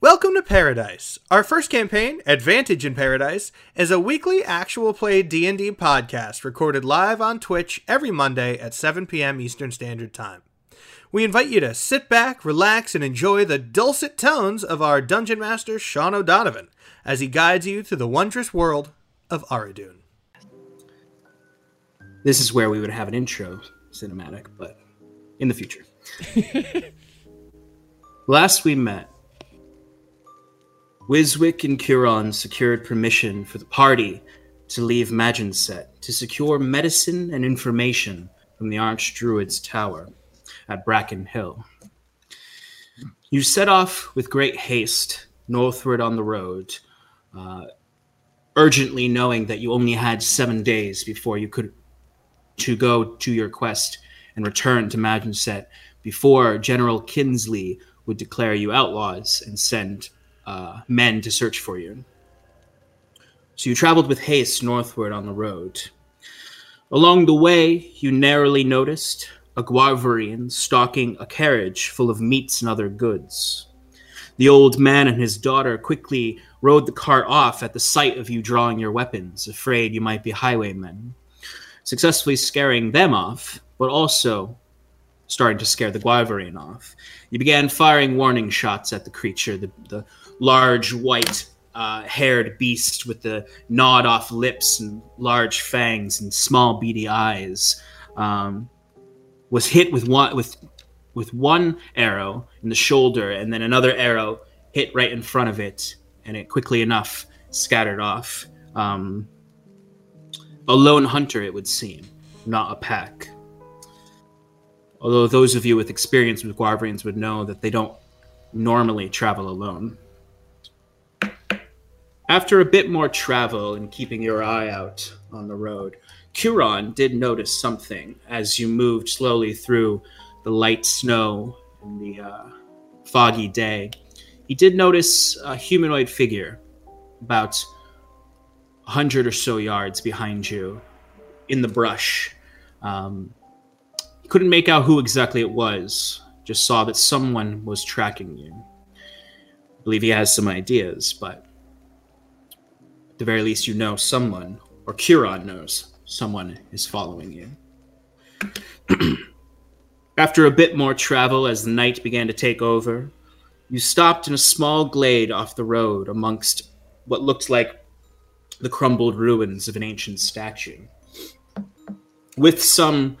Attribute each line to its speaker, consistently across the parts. Speaker 1: Welcome to Paradise. Our first campaign, Advantage in Paradise, is a weekly actual play D&D podcast recorded live on Twitch every Monday at 7 p.m. Eastern Standard Time. We invite you to sit back, relax, and enjoy the dulcet tones of our dungeon master Sean O'Donovan as he guides you through the wondrous world of Aridun.
Speaker 2: This is where we would have an intro cinematic, but in the future. Last we met, Wiswick and Curon secured permission for the party to leave Maginset to secure medicine and information from the Archdruid's tower at Bracken Hill. You set off with great haste northward on the road, uh, urgently knowing that you only had seven days before you could to go to your quest and return to Maginset before General Kinsley would declare you outlaws and send uh, men to search for you. So you traveled with haste northward on the road. Along the way, you narrowly noticed a Guavarian stalking a carriage full of meats and other goods. The old man and his daughter quickly rode the cart off at the sight of you drawing your weapons, afraid you might be highwaymen successfully scaring them off, but also starting to scare the Guavarian off. You began firing warning shots at the creature, the, the large white uh, haired beast with the gnawed off lips and large fangs and small beady eyes. Um, was hit with one with with one arrow in the shoulder, and then another arrow hit right in front of it, and it quickly enough scattered off. Um, a lone hunter, it would seem, not a pack. Although those of you with experience with Guavrians would know that they don't normally travel alone. After a bit more travel and keeping your eye out on the road, Curon did notice something as you moved slowly through the light snow and the uh, foggy day. He did notice a humanoid figure about 100 or so yards behind you in the brush. Um, you couldn't make out who exactly it was, just saw that someone was tracking you. I believe he has some ideas, but at the very least, you know someone, or Curon knows someone is following you. After a bit more travel, as the night began to take over, you stopped in a small glade off the road amongst what looked like the crumbled ruins of an ancient statue. With some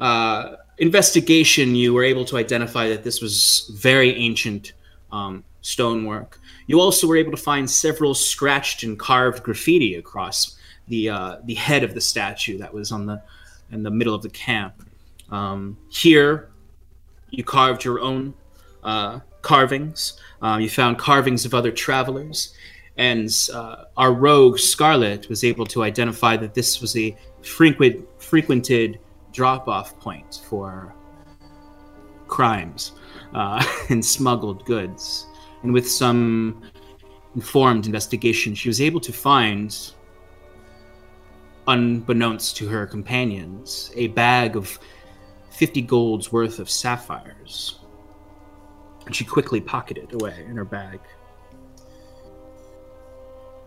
Speaker 2: uh, investigation, you were able to identify that this was very ancient um, stonework. You also were able to find several scratched and carved graffiti across the uh, the head of the statue that was on the in the middle of the camp. Um, here, you carved your own uh, carvings. Um, you found carvings of other travelers, and uh, our rogue Scarlet was able to identify that this was a frequent frequented drop-off point for crimes uh, and smuggled goods. And with some informed investigation, she was able to find, unbeknownst to her companions, a bag of fifty golds worth of sapphires. And she quickly pocketed away in her bag.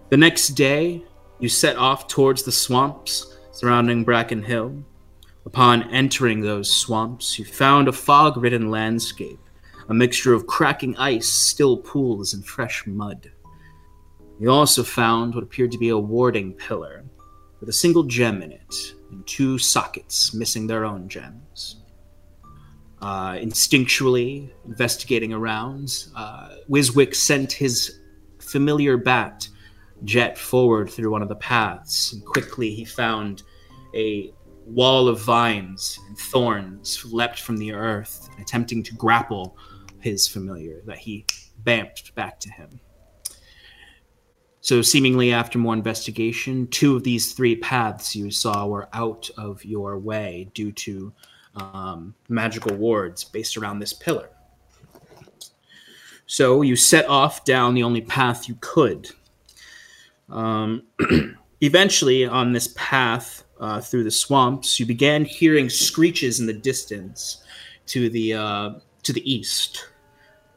Speaker 2: The next day, you set off towards the swamps surrounding Bracken Hill. Upon entering those swamps, you found a fog ridden landscape, a mixture of cracking ice, still pools, and fresh mud. You also found what appeared to be a warding pillar with a single gem in it and two sockets missing their own gems. Uh, instinctually investigating around, uh, Wiswick sent his familiar bat jet forward through one of the paths, and quickly he found a wall of vines and thorns leapt from the earth, attempting to grapple his familiar that he bamped back to him. So, seemingly after more investigation, two of these three paths you saw were out of your way due to um, magical wards based around this pillar. So, you set off down the only path you could. Um, eventually, on this path uh, through the swamps, you began hearing screeches in the distance to the uh, to the east.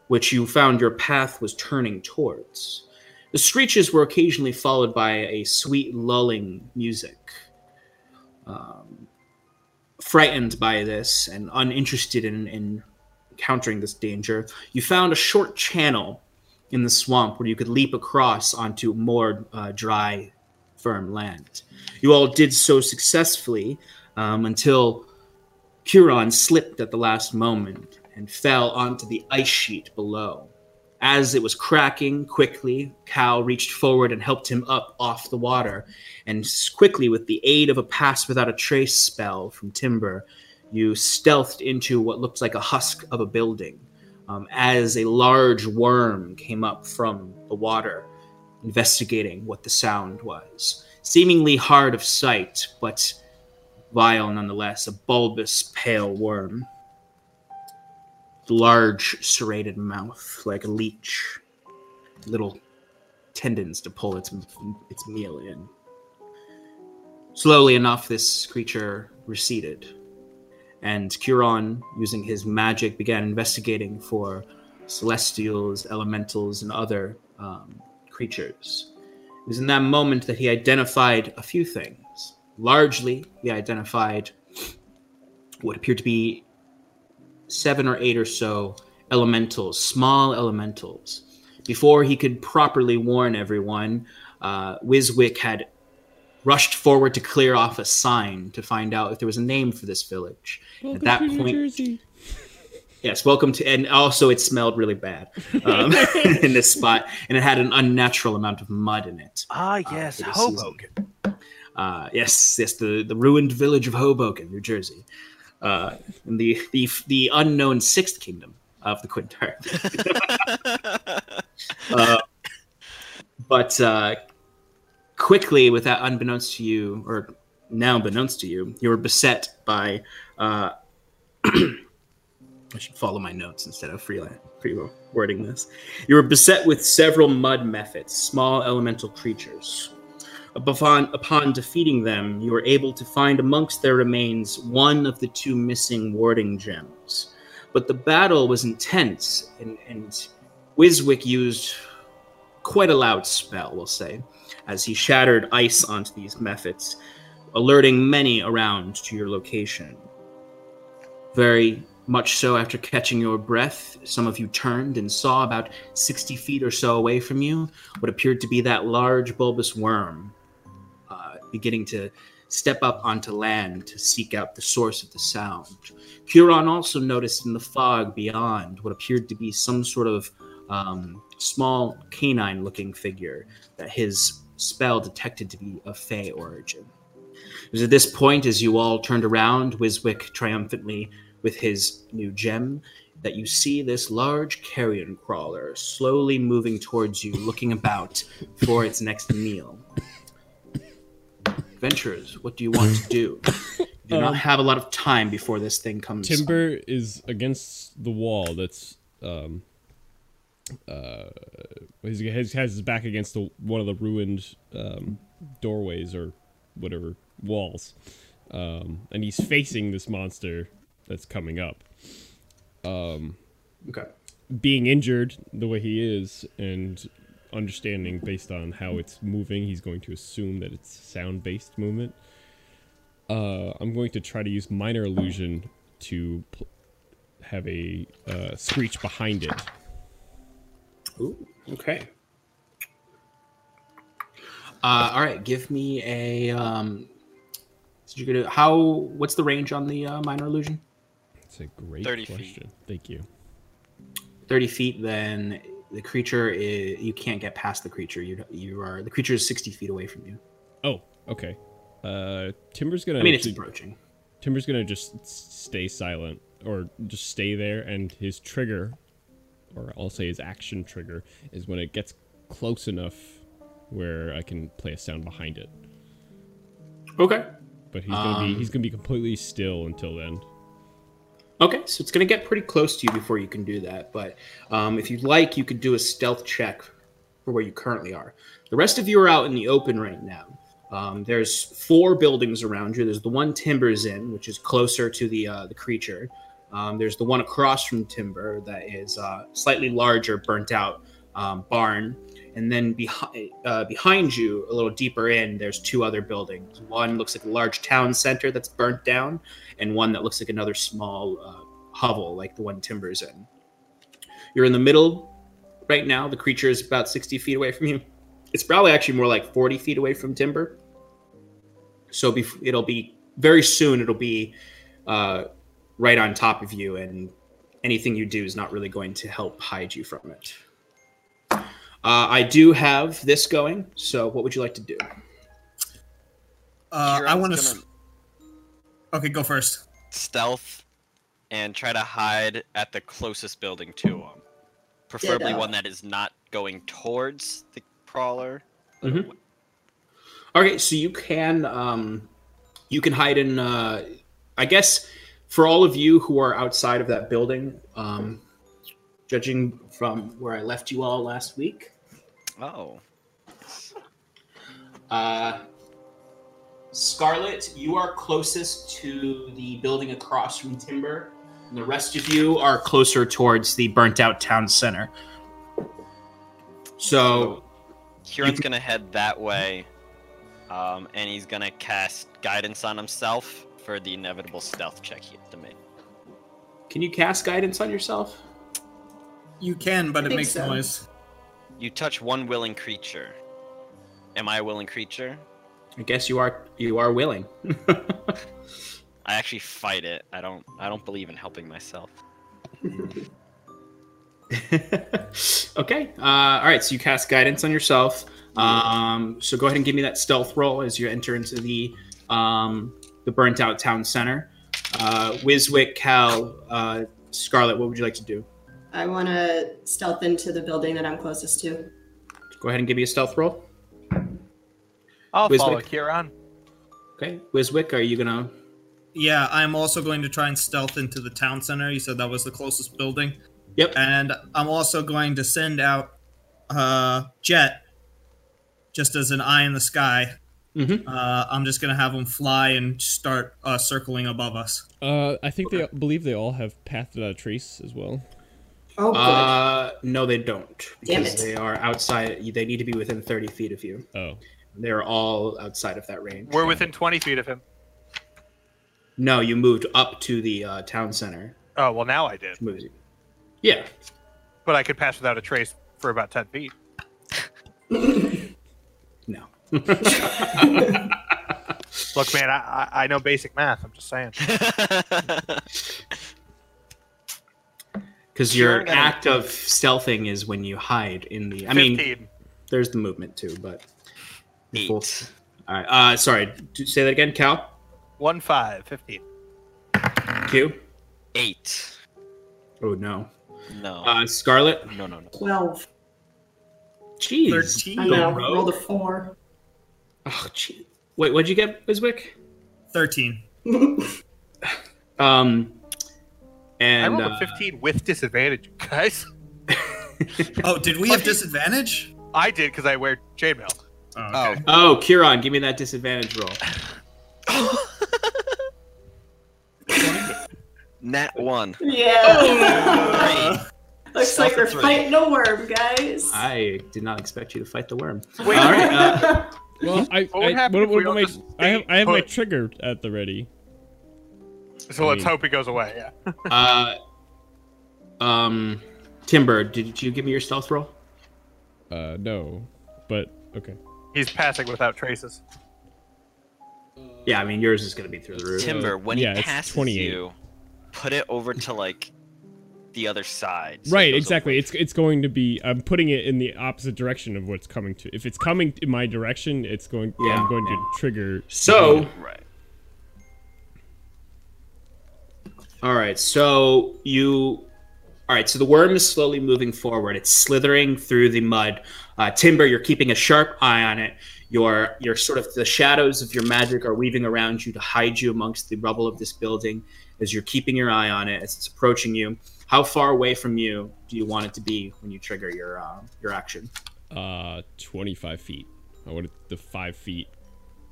Speaker 2: which you found your path was turning towards. The screeches were occasionally followed by a sweet, lulling music. Um, frightened by this and uninterested in, in countering this danger, you found a short channel in the swamp where you could leap across onto more uh, dry, firm land. You all did so successfully um, until Curon slipped at the last moment and fell onto the ice sheet below. As it was cracking quickly, Cal reached forward and helped him up off the water. And quickly, with the aid of a pass without a trace spell from Timber, you stealthed into what looked like a husk of a building um, as a large worm came up from the water, investigating what the sound was. Seemingly hard of sight, but vile nonetheless, a bulbous, pale worm. Large, serrated mouth, like a leech. Little tendons to pull its, its meal in. Slowly enough, this creature receded and Curon, using his magic, began investigating for celestials, elementals, and other um, creatures. It was in that moment that he identified a few things. Largely, he identified what appeared to be seven or eight or so elementals, small elementals. Before he could properly warn everyone, uh, Wiswick had rushed forward to clear off a sign to find out if there was a name for this village. Welcome At that point, New Jersey. yes, welcome to. And also, it smelled really bad um, in this spot, and it had an unnatural amount of mud in it.
Speaker 3: Ah, yes, uh, Hoboken.
Speaker 2: Uh, yes, yes, the the ruined village of Hoboken, New Jersey, uh, in the the the unknown sixth kingdom of the Quintar. uh, but. Uh, quickly, with that unbeknownst to you, or now beknownst to you, you were beset by. Uh, I should follow my notes instead of freelance free wording this. You were beset with several mud methods, small elemental creatures. Upon, upon defeating them, you were able to find amongst their remains one of the two missing warding gems. But the battle was intense, and, and Wiswick used quite a loud spell, we'll say, as he shattered ice onto these methods, alerting many around to your location. Very much so, after catching your breath, some of you turned and saw about 60 feet or so away from you what appeared to be that large bulbous worm uh, beginning to step up onto land to seek out the source of the sound. Curon also noticed in the fog beyond what appeared to be some sort of um, small canine looking figure that his spell detected to be of Fey origin. It was at this point, as you all turned around, Wiswick triumphantly with his new gem, that you see this large carrion crawler slowly moving towards you, looking about for its next meal. Adventurers, what do you want to do? You do um, not have a lot of time before this thing comes.
Speaker 4: Timber up. is against the wall that's um, uh, he has, his back against the, one of the ruined um, doorways or whatever walls, um, and he's facing this monster that's coming up. Um,
Speaker 2: okay.
Speaker 4: Being injured the way he is, and understanding based on how it's moving, he's going to assume that it's sound-based movement. Uh, I'm going to try to use minor illusion to pl- have a uh, screech behind it.
Speaker 2: Ooh, okay. Uh, all right, give me a. Um, did you get a, how? What's the range on the uh, minor illusion?
Speaker 4: It's a great 30 question. Feet. Thank you.
Speaker 2: Thirty feet. Then the creature is. You can't get past the creature. You you are the creature is sixty feet away from you.
Speaker 4: Oh, okay. Uh, Timber's gonna.
Speaker 2: I mean, it's just, approaching.
Speaker 4: Timber's gonna just stay silent or just stay there, and his trigger or I'll say his action trigger, is when it gets close enough where I can play a sound behind it.
Speaker 2: Okay.
Speaker 4: But he's gonna um, be he's gonna be completely still until then.
Speaker 2: Okay, so it's gonna get pretty close to you before you can do that. But um, if you'd like, you could do a stealth check for where you currently are. The rest of you are out in the open right now. Um, there's four buildings around you. There's the one Timbers in, which is closer to the uh, the creature. Um, there's the one across from Timber that is uh, slightly larger, burnt out um, barn. And then behind uh, behind you, a little deeper in, there's two other buildings. One looks like a large town center that's burnt down, and one that looks like another small uh, hovel, like the one Timber's in. You're in the middle right now. The creature is about 60 feet away from you. It's probably actually more like 40 feet away from Timber. So bef- it'll be very soon. It'll be uh, right on top of you, and anything you do is not really going to help hide you from it. Uh, I do have this going, so what would you like to do?
Speaker 5: Uh,
Speaker 6: Kieran's
Speaker 5: I want
Speaker 6: gonna
Speaker 5: to. Okay, go first.
Speaker 6: stealth and try to hide at the closest building to him. Preferably
Speaker 2: Ditto.
Speaker 6: one that is not going towards the crawler.
Speaker 2: Okay, so you can um, you can hide in. Uh, I guess for all of you who are outside of that building, um, judging from where I left you all last week,
Speaker 6: Oh.
Speaker 2: uh, Scarlet, you are closest to the building across from Timber. And the rest of you are closer towards the burnt out town center. So
Speaker 6: Kieran's gonna head that way. Um, and he's gonna cast guidance on himself for the inevitable stealth check he has to make.
Speaker 2: Can you cast guidance on yourself?
Speaker 5: You can, but it
Speaker 2: think
Speaker 5: makes
Speaker 2: so.
Speaker 5: noise.
Speaker 6: You touch one willing creature. Am I a willing creature?
Speaker 2: I guess you are you are willing.
Speaker 6: I actually fight it. I don't I don't believe in helping myself.
Speaker 2: okay. Uh, all right. So you cast guidance on yourself. Um, so go ahead and give me that stealth roll as you enter into the um, the burnt out town center. Uh, Wiswick, Cal, uh, Scarlet, what would you like to do?
Speaker 7: I want to stealth into the building that I'm closest to.
Speaker 2: Go ahead and give me a stealth roll.
Speaker 3: I'll
Speaker 2: Wiswick.
Speaker 3: follow Kieran.
Speaker 2: Okay. Wiswick, are you gonna?
Speaker 5: Yeah, I'm also going to try and stealth into the town center. You said that was the closest building.
Speaker 2: Yep.
Speaker 5: And I'm also going to send out uh, Jet just as an eye in the sky.
Speaker 2: Mhm.
Speaker 5: Uh, I'm just going to have him fly and start uh, circling above us.
Speaker 4: Uh, I think they believe they all have path without a trace as well.
Speaker 7: Oh, good.
Speaker 2: Uh, no, they don't
Speaker 7: Damn
Speaker 2: because
Speaker 7: it.
Speaker 2: they are outside. They need to be within thirty feet of you.
Speaker 4: Oh,
Speaker 2: They're all outside of that range.
Speaker 3: We're within 20 feet of him.
Speaker 2: No, you moved up to the uh, town center.
Speaker 3: Oh, well, now I did.
Speaker 2: Moves you. Yeah.
Speaker 3: But I could pass without a trace for about 10 feet.
Speaker 2: No.
Speaker 3: Look, man, I, I, I know basic math. I'm just saying.
Speaker 2: Because
Speaker 6: Sure,
Speaker 2: your
Speaker 6: gotta-
Speaker 2: act of stealthing is when you hide in the. I mean,
Speaker 3: 15.
Speaker 2: there's the movement too, but.
Speaker 6: Eight.
Speaker 2: All right. Uh, sorry. d- Say that again, Cal.
Speaker 3: 1 5, 15.
Speaker 2: Q.
Speaker 6: Eight.
Speaker 2: Oh no.
Speaker 6: No.
Speaker 2: Uh, Scarlet.
Speaker 6: no, no, no.
Speaker 7: 12.
Speaker 2: Jeez.
Speaker 5: 13.
Speaker 7: I know.
Speaker 2: rogue?
Speaker 7: Rolled a 4.
Speaker 2: Oh, gee. Wait, what'd you get, Biswick?
Speaker 5: 13.
Speaker 2: Um. And
Speaker 3: I rolled
Speaker 2: uh,
Speaker 3: a 15 with disadvantage, you guys.
Speaker 5: Oh, did we have disadvantage?
Speaker 3: I did because I wear chainmail.
Speaker 5: Oh, okay.
Speaker 6: Oh,
Speaker 2: oh, Kieran, give me that disadvantage roll.
Speaker 6: nat
Speaker 4: Uh,
Speaker 6: one.
Speaker 7: Yeah. Looks
Speaker 6: Stealth
Speaker 7: like we're
Speaker 6: of three.
Speaker 7: fighting a worm, guys.
Speaker 2: I did not expect you to fight the worm.
Speaker 3: Wait,
Speaker 2: All right. Uh,
Speaker 4: well, I
Speaker 3: What would
Speaker 4: I,
Speaker 3: happen
Speaker 4: what-
Speaker 3: if we
Speaker 4: what-
Speaker 3: all
Speaker 4: my-
Speaker 3: just
Speaker 4: I have I have my
Speaker 3: put-
Speaker 4: trigger at the ready.
Speaker 3: So let's hope he goes away. Yeah.
Speaker 2: uh, um, Timber, did you give me your stealth roll?
Speaker 4: Uh, no, but okay.
Speaker 3: He's passing without traces.
Speaker 2: Yeah, I mean yours is gonna be through the roof.
Speaker 6: Timber, when
Speaker 4: yeah,
Speaker 6: he
Speaker 4: it's
Speaker 6: passes
Speaker 4: 28.
Speaker 6: you, put it over to like the other side. so it
Speaker 4: right,
Speaker 6: goes
Speaker 4: exactly.
Speaker 6: away.
Speaker 4: It's it's going to be. I'm putting it in the opposite direction of what's coming to. If it's coming in my direction, it's going.
Speaker 2: Yeah,
Speaker 4: I'm going
Speaker 2: yeah.
Speaker 4: to trigger.
Speaker 2: So,
Speaker 6: Right.
Speaker 2: all right, so you, all right, so the worm is slowly moving forward. It's slithering through the mud. Uh, Timber, you're keeping a sharp eye on it. Your your sort of the shadows of your magic are weaving around you to hide you amongst the rubble of this building. As you're keeping your eye on it, as it's approaching you, how far away from you do you want it to be when you trigger your uh, your action?
Speaker 4: Uh, 25 feet. I want it the five feet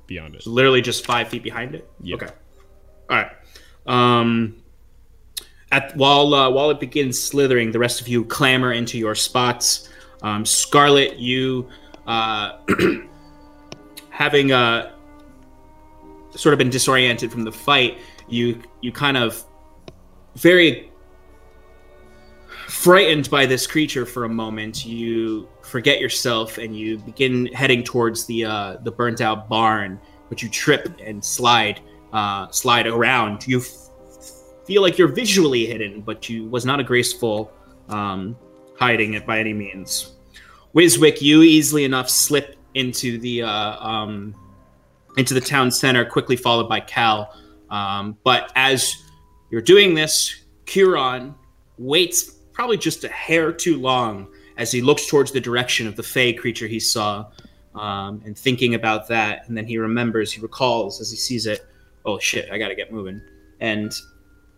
Speaker 4: beyond it.
Speaker 2: So literally just five feet behind it.
Speaker 4: Yeah.
Speaker 2: Okay. All right. Um, At while uh, while it begins slithering, the rest of you clamber into your spots. Um, Scarlet, you uh, having uh, sort of been disoriented from the fight, you you kind of very frightened by this creature for a moment. You forget yourself and you begin heading towards the uh, the burnt out barn, but you trip and slide uh, slide around. You f- feel like you're visually hidden, but you was not a graceful um, hiding it by any means. Wiswick, you easily enough slip into the uh, um, into the town center, quickly followed by Cal. Um, but as you're doing this, Curon waits probably just a hair too long as he looks towards the direction of the fey creature he saw um, and thinking about that. And then he remembers, he recalls as he sees it, oh shit, I gotta get moving. And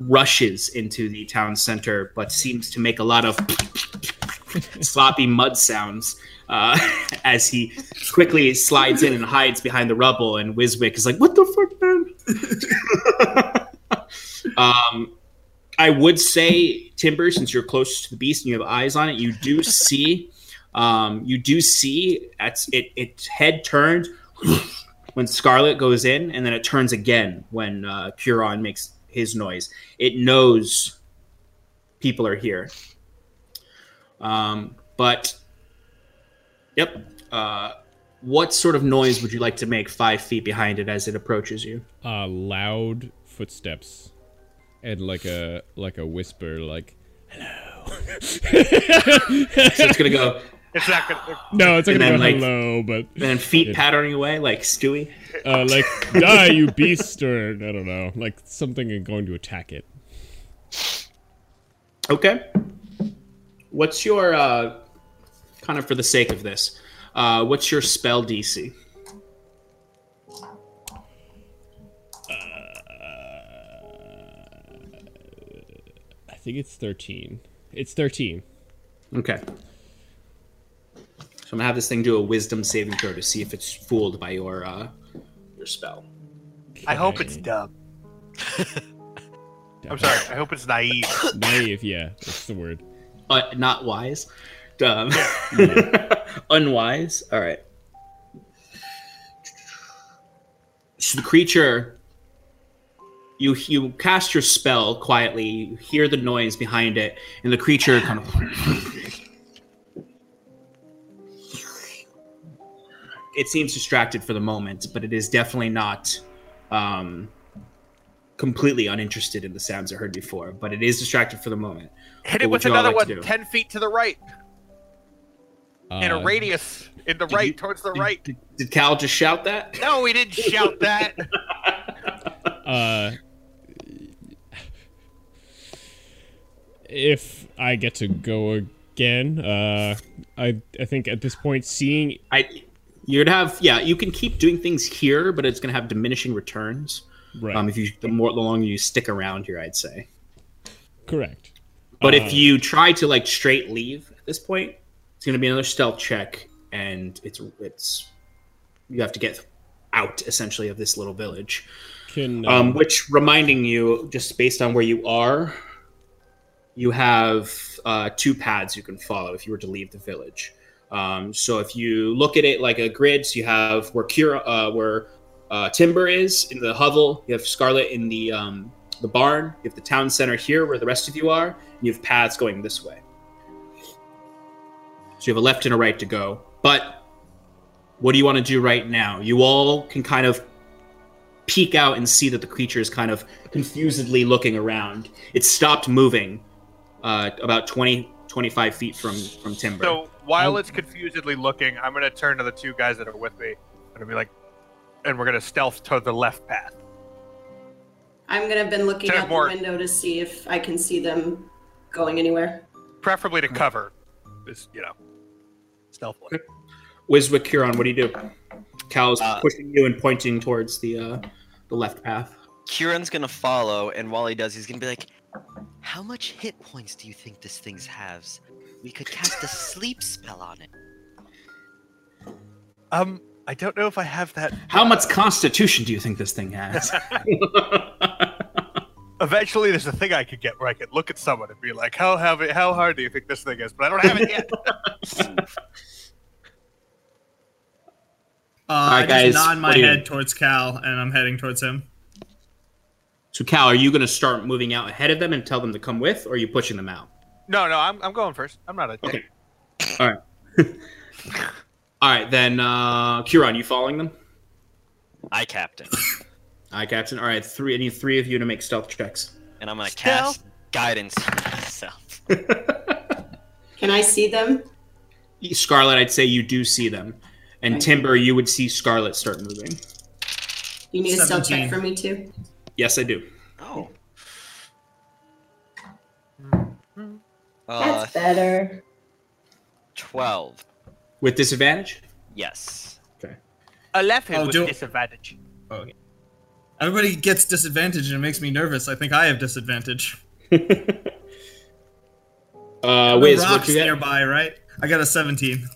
Speaker 2: rushes into the town center, but seems to make a lot of sloppy mud sounds uh, as he quickly slides in and hides behind the rubble. And Wiswick is like, what the fuck, man? um, I would say Timber, since you're close to the beast and you have eyes on it, you do see, um, you do see that's it. Its head turned when Scarlet goes in, and then it turns again when uh, Curon makes his noise. It knows people are here, um, but yep. Uh, what sort of noise would you like to make five feet behind it as it approaches you?
Speaker 4: uh, loud footsteps and like a like a whisper like
Speaker 2: So it's gonna go
Speaker 3: It's not gonna.
Speaker 4: no it's not
Speaker 2: And
Speaker 4: gonna go
Speaker 2: then, like-
Speaker 4: hello but
Speaker 2: and then feet pattering away like Stewie.
Speaker 4: uh, like die you beast or i don't know like something and going to attack it
Speaker 2: Okay. What's your uh kind of for the sake of this, uh what's your spell DC?
Speaker 4: i think it's 13 it's 13
Speaker 2: Okay. So I'm gonna have this thing do a wisdom saving throw to see if it's fooled by your uh your spell.
Speaker 3: I hope it's dumb. I'm sorry. I hope it's naive.
Speaker 4: naive yeah that's the word
Speaker 2: Uh, not wise. Dumb. Unwise. All right. So the creature you you cast your spell quietly, you hear the noise behind it, and the creature kind of It seems distracted for the moment, but it is definitely not um, completely uninterested in the sounds it heard before. But it is distracted for the moment. What
Speaker 3: Hit it
Speaker 2: would
Speaker 3: with
Speaker 2: y'all
Speaker 3: another
Speaker 2: like to
Speaker 3: one,
Speaker 2: do?
Speaker 3: ten feet to the right, in a
Speaker 4: Uh,
Speaker 3: radius in the
Speaker 2: Did
Speaker 3: right,
Speaker 2: you-
Speaker 3: towards the
Speaker 2: Did-
Speaker 3: right.
Speaker 2: Did, did Cal just shout that?
Speaker 3: No, we didn't shout that.
Speaker 4: uh if i get to go again uh i i think at this point seeing
Speaker 2: I, you'd have yeah. You can keep doing things here, but it's gonna have diminishing returns.
Speaker 4: right
Speaker 2: Um, if you the more the longer you stick around here, I'd say.
Speaker 4: correct
Speaker 2: But
Speaker 3: Oh.
Speaker 2: if you try to like straight leave at this point, it's gonna be another stealth check, and it's it's you have to get out essentially of this little village.
Speaker 4: can uh,
Speaker 2: Um, which reminding you, just based on where you are, you have uh, two paths you can follow if you were to leave the village. Um, so if you look at it like a grid, so you have where Kira, uh, where uh, Timber is in the hovel, you have Scarlet in the um, the barn, you have the town center here where the rest of you are, and you have paths going this way. So you have a left and a right to go. But what do you want to do right now? You all can kind of peek out and see that the creature is kind of confusedly looking around. It stopped moving uh, about 20, 25 feet from, from Timber.
Speaker 3: So while it's confusedly looking, I'm gonna turn to the two guys that are with me. I'm gonna be like, and we're gonna stealth to the left path.
Speaker 7: I'm gonna have been looking
Speaker 3: Ten
Speaker 7: out
Speaker 3: more.
Speaker 7: the window to see if I can see them going anywhere.
Speaker 3: preferably to
Speaker 2: Hmm.
Speaker 3: cover this, you know, stealthily.
Speaker 2: Wiswick Huron, what do you do? Cal's
Speaker 6: Uh,
Speaker 2: pushing you and pointing towards the uh, the left path.
Speaker 6: Kieran's gonna follow, and while he does, he's gonna be like, "How much hit points do you think this thing has? We could cast a sleep spell on it."
Speaker 3: Um, I don't know if I have that.
Speaker 2: How much constitution do you think this thing has?
Speaker 3: Eventually, there's a thing I could get where I could look at someone and be like, "How heavy, how hard do you think this thing is?" But I don't have it yet.
Speaker 5: Uh,
Speaker 2: right,
Speaker 5: I
Speaker 2: guys,
Speaker 5: just nod
Speaker 2: what
Speaker 5: my
Speaker 2: do you-
Speaker 5: head towards Cal, and I'm heading towards him.
Speaker 2: So Cal, are you going to start moving out ahead of them and tell them to come with, or are you pushing them out?
Speaker 3: no, no, I'm, I'm going first. I'm not a dick.
Speaker 2: Okay. All right. All right, then, uh, Curon, you following them?
Speaker 6: I captain,
Speaker 2: All right, Captain. All right, three. I need three of you to make stealth checks.
Speaker 6: and I'm gonna
Speaker 3: Stealth.
Speaker 6: cast guidance on myself.
Speaker 7: Can I see them?
Speaker 2: E, Scarlet, I'd say you do see them, and Timber, you would see Scarlet start moving.
Speaker 7: You need a stealth check
Speaker 5: 17.
Speaker 7: for me too.
Speaker 2: Yes, I do.
Speaker 6: Oh. Uh,
Speaker 2: Uh,
Speaker 8: That's better.
Speaker 6: twelve.
Speaker 2: With disadvantage.
Speaker 6: Yes.
Speaker 3: I left him
Speaker 5: Oh,
Speaker 3: with
Speaker 5: do-
Speaker 3: disadvantage.
Speaker 5: Everybody gets disadvantage, and it makes me nervous. I think I have disadvantage.
Speaker 2: Uh, Wiz, what'd
Speaker 5: the rocks
Speaker 2: you get?
Speaker 5: nearby, right? I got a 17.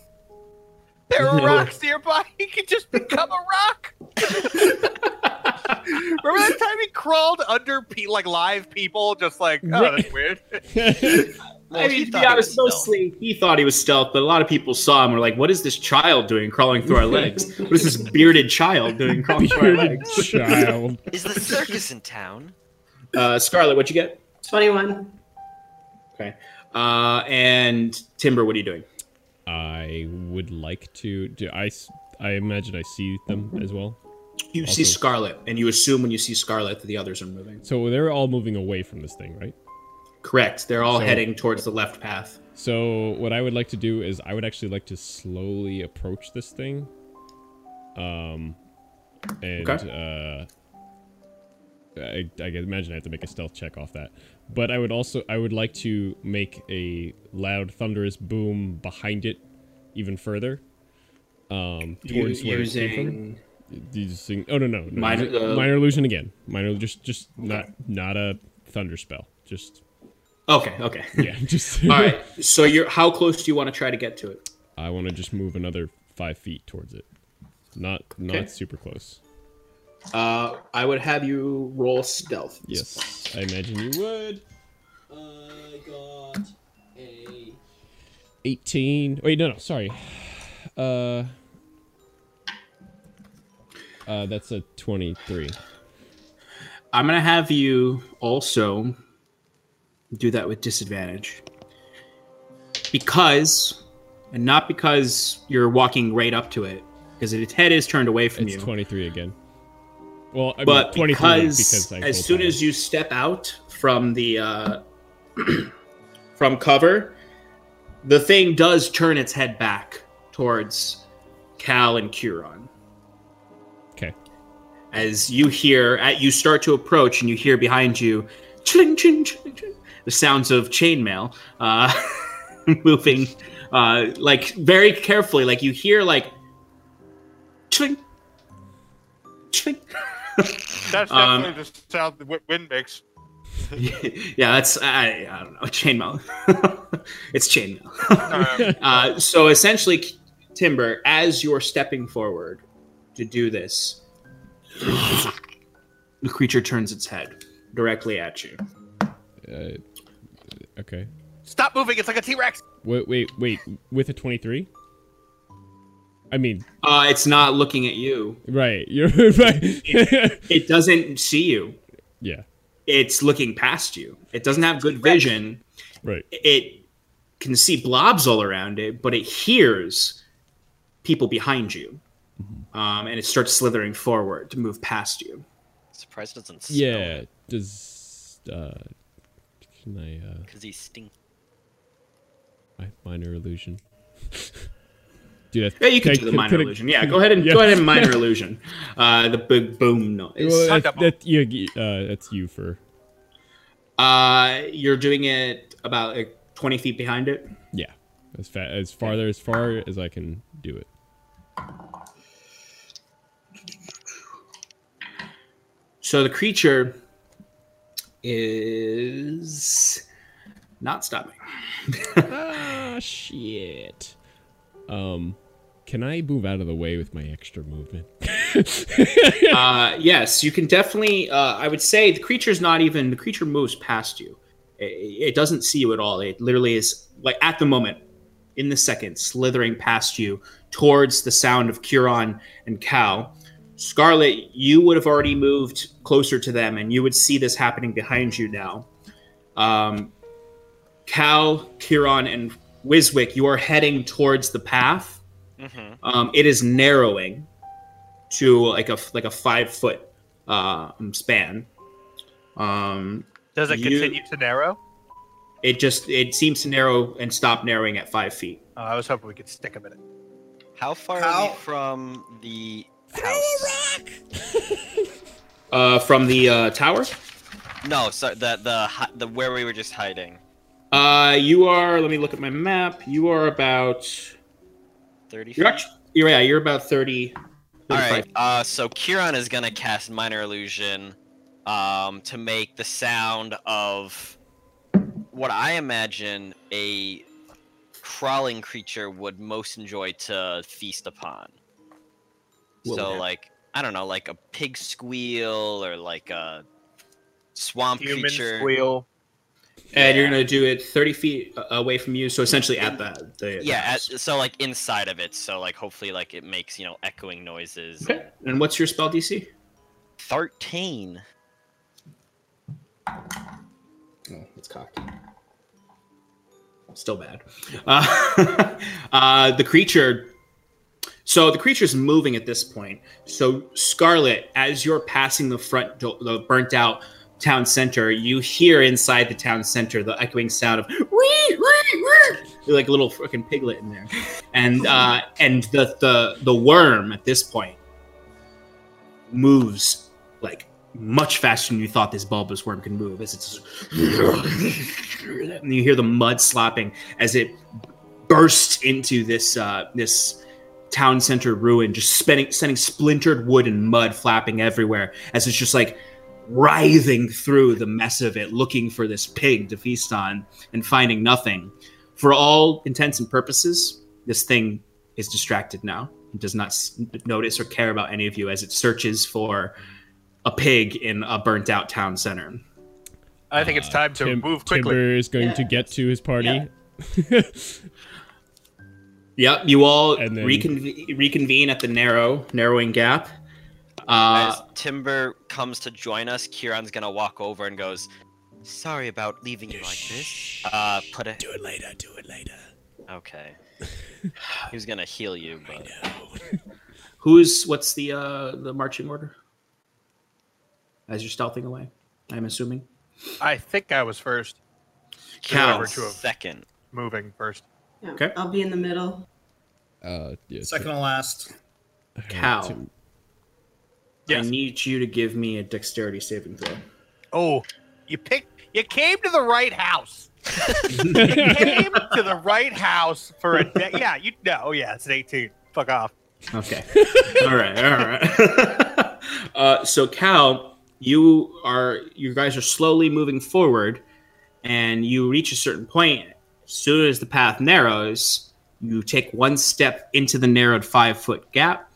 Speaker 3: There are
Speaker 2: No.
Speaker 3: rocks nearby. He could just become a rock. Remember that time he crawled under pe- like live people, just like oh, that's weird.
Speaker 2: I mean, to be honest, mostly he thought he was stealth, but a lot of people saw him and were like, "What is this child doing crawling through our legs? What is this bearded child doing crawling through our legs?"
Speaker 4: Child.
Speaker 6: Is the circus in town?
Speaker 2: Uh, Scarlet, what you get?
Speaker 7: 21.
Speaker 2: Okay. Uh, and Timber, what are you doing?
Speaker 4: I would like to. Do I? s- I imagine I see them as well.
Speaker 2: You
Speaker 4: Also-
Speaker 2: see Scarlet, and you assume when you see Scarlet that the others are moving.
Speaker 4: So they're all moving away from this thing, right?
Speaker 2: Correct. They're all
Speaker 4: So-
Speaker 2: heading towards the left path.
Speaker 4: So what I would like to do is I would actually like to slowly approach this thing. Um and uh I, I can imagine I have to make a stealth check off that. But I would also I would like to make a loud thunderous boom behind it even further. Um towards where it came
Speaker 2: using
Speaker 4: from. Using, oh no no, no
Speaker 2: Minor-
Speaker 4: using-
Speaker 2: uh,
Speaker 4: minor illusion again. Minor just just not not a thunder spell. Just
Speaker 2: okay, okay.
Speaker 4: yeah, just
Speaker 2: all right. So you're how close do you want to try to get to it?
Speaker 4: I want to just move another five feet towards it. Not
Speaker 2: Okay.
Speaker 4: not super close.
Speaker 2: Uh, I would have you roll stealth.
Speaker 4: Yes, I imagine you would.
Speaker 2: I got a.
Speaker 4: Eighteen. Wait, no, no, sorry. Uh, uh, that's a twenty-three.
Speaker 2: I'm gonna have you also do that with disadvantage because, and not because you're walking right up to it, because its head is turned away from
Speaker 4: It's
Speaker 2: you.
Speaker 4: twenty-three again. Well, I
Speaker 2: but
Speaker 4: mean, twenty-three
Speaker 2: because,
Speaker 4: because, because I
Speaker 2: as soon as you step out from the uh, from cover, the thing does turn its head back towards Cal and Curon.
Speaker 4: okay,
Speaker 2: As you hear, at, you start to approach, and you hear behind you, ching, ching, ching, ching, the sounds of chainmail uh, moving, uh, like very carefully. Like you hear, like ching, ching.
Speaker 3: That's
Speaker 2: Um,
Speaker 3: definitely the sound the wi- wind makes.
Speaker 2: yeah, that's I, I don't know chainmail. it's chainmail.
Speaker 3: Um,
Speaker 2: uh, so essentially, Timber, as you're stepping forward to do this, the creature turns its head directly at you.
Speaker 4: Uh, okay.
Speaker 3: Stop moving! It's like a T Rex.
Speaker 4: Wait, wait, wait. With a twenty-three. I mean,
Speaker 2: Uh, it's not looking at you.
Speaker 4: right? You're right.
Speaker 2: It doesn't see you.
Speaker 4: yeah,
Speaker 2: It's looking past you. It doesn't have good vision.
Speaker 4: right.
Speaker 2: It can see blobs all around it, but it hears people behind you, um, and it starts slithering forward to move past you.
Speaker 6: Surprise doesn't smell.
Speaker 4: Yeah. Does uh, can I uh?
Speaker 6: Because he's stink.
Speaker 4: My minor illusion. Dude, I
Speaker 2: Yeah, you can
Speaker 4: think-
Speaker 2: do the minor
Speaker 4: could-
Speaker 2: illusion. Yeah, go ahead and go ahead and minor illusion. Uh, the big boom
Speaker 4: Well,
Speaker 2: noise.
Speaker 4: that, that- you- you- uh, that's you for
Speaker 2: Uh, you're doing it about like, 20 feet behind it.
Speaker 4: yeah. As fa- as farther as far as I can do it.
Speaker 2: So the creature is not stopping.
Speaker 4: Ah shit. Um, can I move out of the way with my extra movement?
Speaker 2: uh, yes, you can definitely. Uh, I would say the creature's not even. The creature moves past you. It, it doesn't see you at all. It literally is like at the moment, in the second, slithering past you towards the sound of Curon and Cal. Scarlet, you would have already moved closer to them, and you would see this happening behind you now. Um, Cal, Curon, and Wiswick, you are heading towards the path.
Speaker 6: Mm-hmm.
Speaker 2: Um, it is narrowing to like a like a five foot uh, span. Um,
Speaker 3: Does it
Speaker 2: You-
Speaker 3: continue to narrow?
Speaker 2: it just it seems to narrow and stop narrowing at five feet.
Speaker 3: Oh, I was hoping we could stick a minute.
Speaker 6: How far are
Speaker 5: How-
Speaker 6: we from the house?
Speaker 2: Uh, from the uh, tower,
Speaker 6: No, so the the hi- the where we were just hiding.
Speaker 2: uh, you are. Let me look at my map. You are about.
Speaker 6: Thirty.
Speaker 2: You're
Speaker 6: feet?
Speaker 2: actually, yeah, you're about 30,
Speaker 6: All
Speaker 2: 35
Speaker 6: right. Uh, so Kiran is gonna cast Minor Illusion, um, to make the sound of what I imagine a crawling creature would most enjoy to feast upon.
Speaker 2: What would
Speaker 6: so
Speaker 2: that-
Speaker 6: like I don't know, like a pig squeal or like a swamp
Speaker 3: Human
Speaker 6: creature.
Speaker 3: squeal.
Speaker 2: and you're gonna do it 30 feet a- away from you so essentially at the, the the
Speaker 6: Yeah, at,
Speaker 2: house.
Speaker 6: so like inside of it, so like hopefully like it makes you know echoing noises.
Speaker 2: okay and what's your spell dc
Speaker 6: Thirteen.
Speaker 2: oh it's cocked still bad uh, uh the creature so the creature's moving at this point so scarlet as you're passing the front do- the burnt out town center you hear inside the town center the echoing sound of wee, wee, wee. You're like a little fucking piglet in there and uh and the the the worm at this point moves like much faster than you thought this bulbous worm can move as it's and you hear the mud slapping as it bursts into this uh this town center ruin just spinning sending splintered wood and mud flapping everywhere as it's just like writhing through the mess of it looking for this pig to feast on and finding nothing for all intents and purposes this thing is distracted now and does not s- notice or care about any of you as it searches for a pig in a burnt out town center.
Speaker 3: I think it's time to
Speaker 4: Tim-
Speaker 3: move quickly.
Speaker 4: Timber is going to
Speaker 7: Yeah.
Speaker 4: get to his party.
Speaker 2: Yep, you all
Speaker 4: And then-
Speaker 2: reconve- reconvene at the narrow narrowing gap.
Speaker 6: As
Speaker 2: Uh,
Speaker 6: Timber comes to join us, Kieran's gonna walk over and goes, "Sorry about leaving you like this. Uh, put a
Speaker 4: Do it later. Do it later.
Speaker 6: okay." he was gonna heal you, but
Speaker 2: who's what's the uh, the marching order? As you're stealthing away, I'm assuming.
Speaker 3: I think I was first.
Speaker 6: Kieran's
Speaker 3: Cow.
Speaker 6: second.
Speaker 3: Moving first.
Speaker 7: Yeah,
Speaker 2: Okay.
Speaker 7: I'll be in the middle.
Speaker 4: Uh, yeah,
Speaker 5: Second to last.
Speaker 4: Tim-
Speaker 2: Cow.
Speaker 4: Tim-
Speaker 3: Yes.
Speaker 2: I need you to give me a dexterity saving throw.
Speaker 3: Oh, you picked. You came to the right house. you came to the right house for a day. Yeah, you know. Oh, yeah, it's an 18. Fuck off.
Speaker 2: Okay. all right. All right. uh, so, Cal, you are you guys are slowly moving forward, and you reach a certain point. As soon as the path narrows, you take one step into the narrowed five foot gap.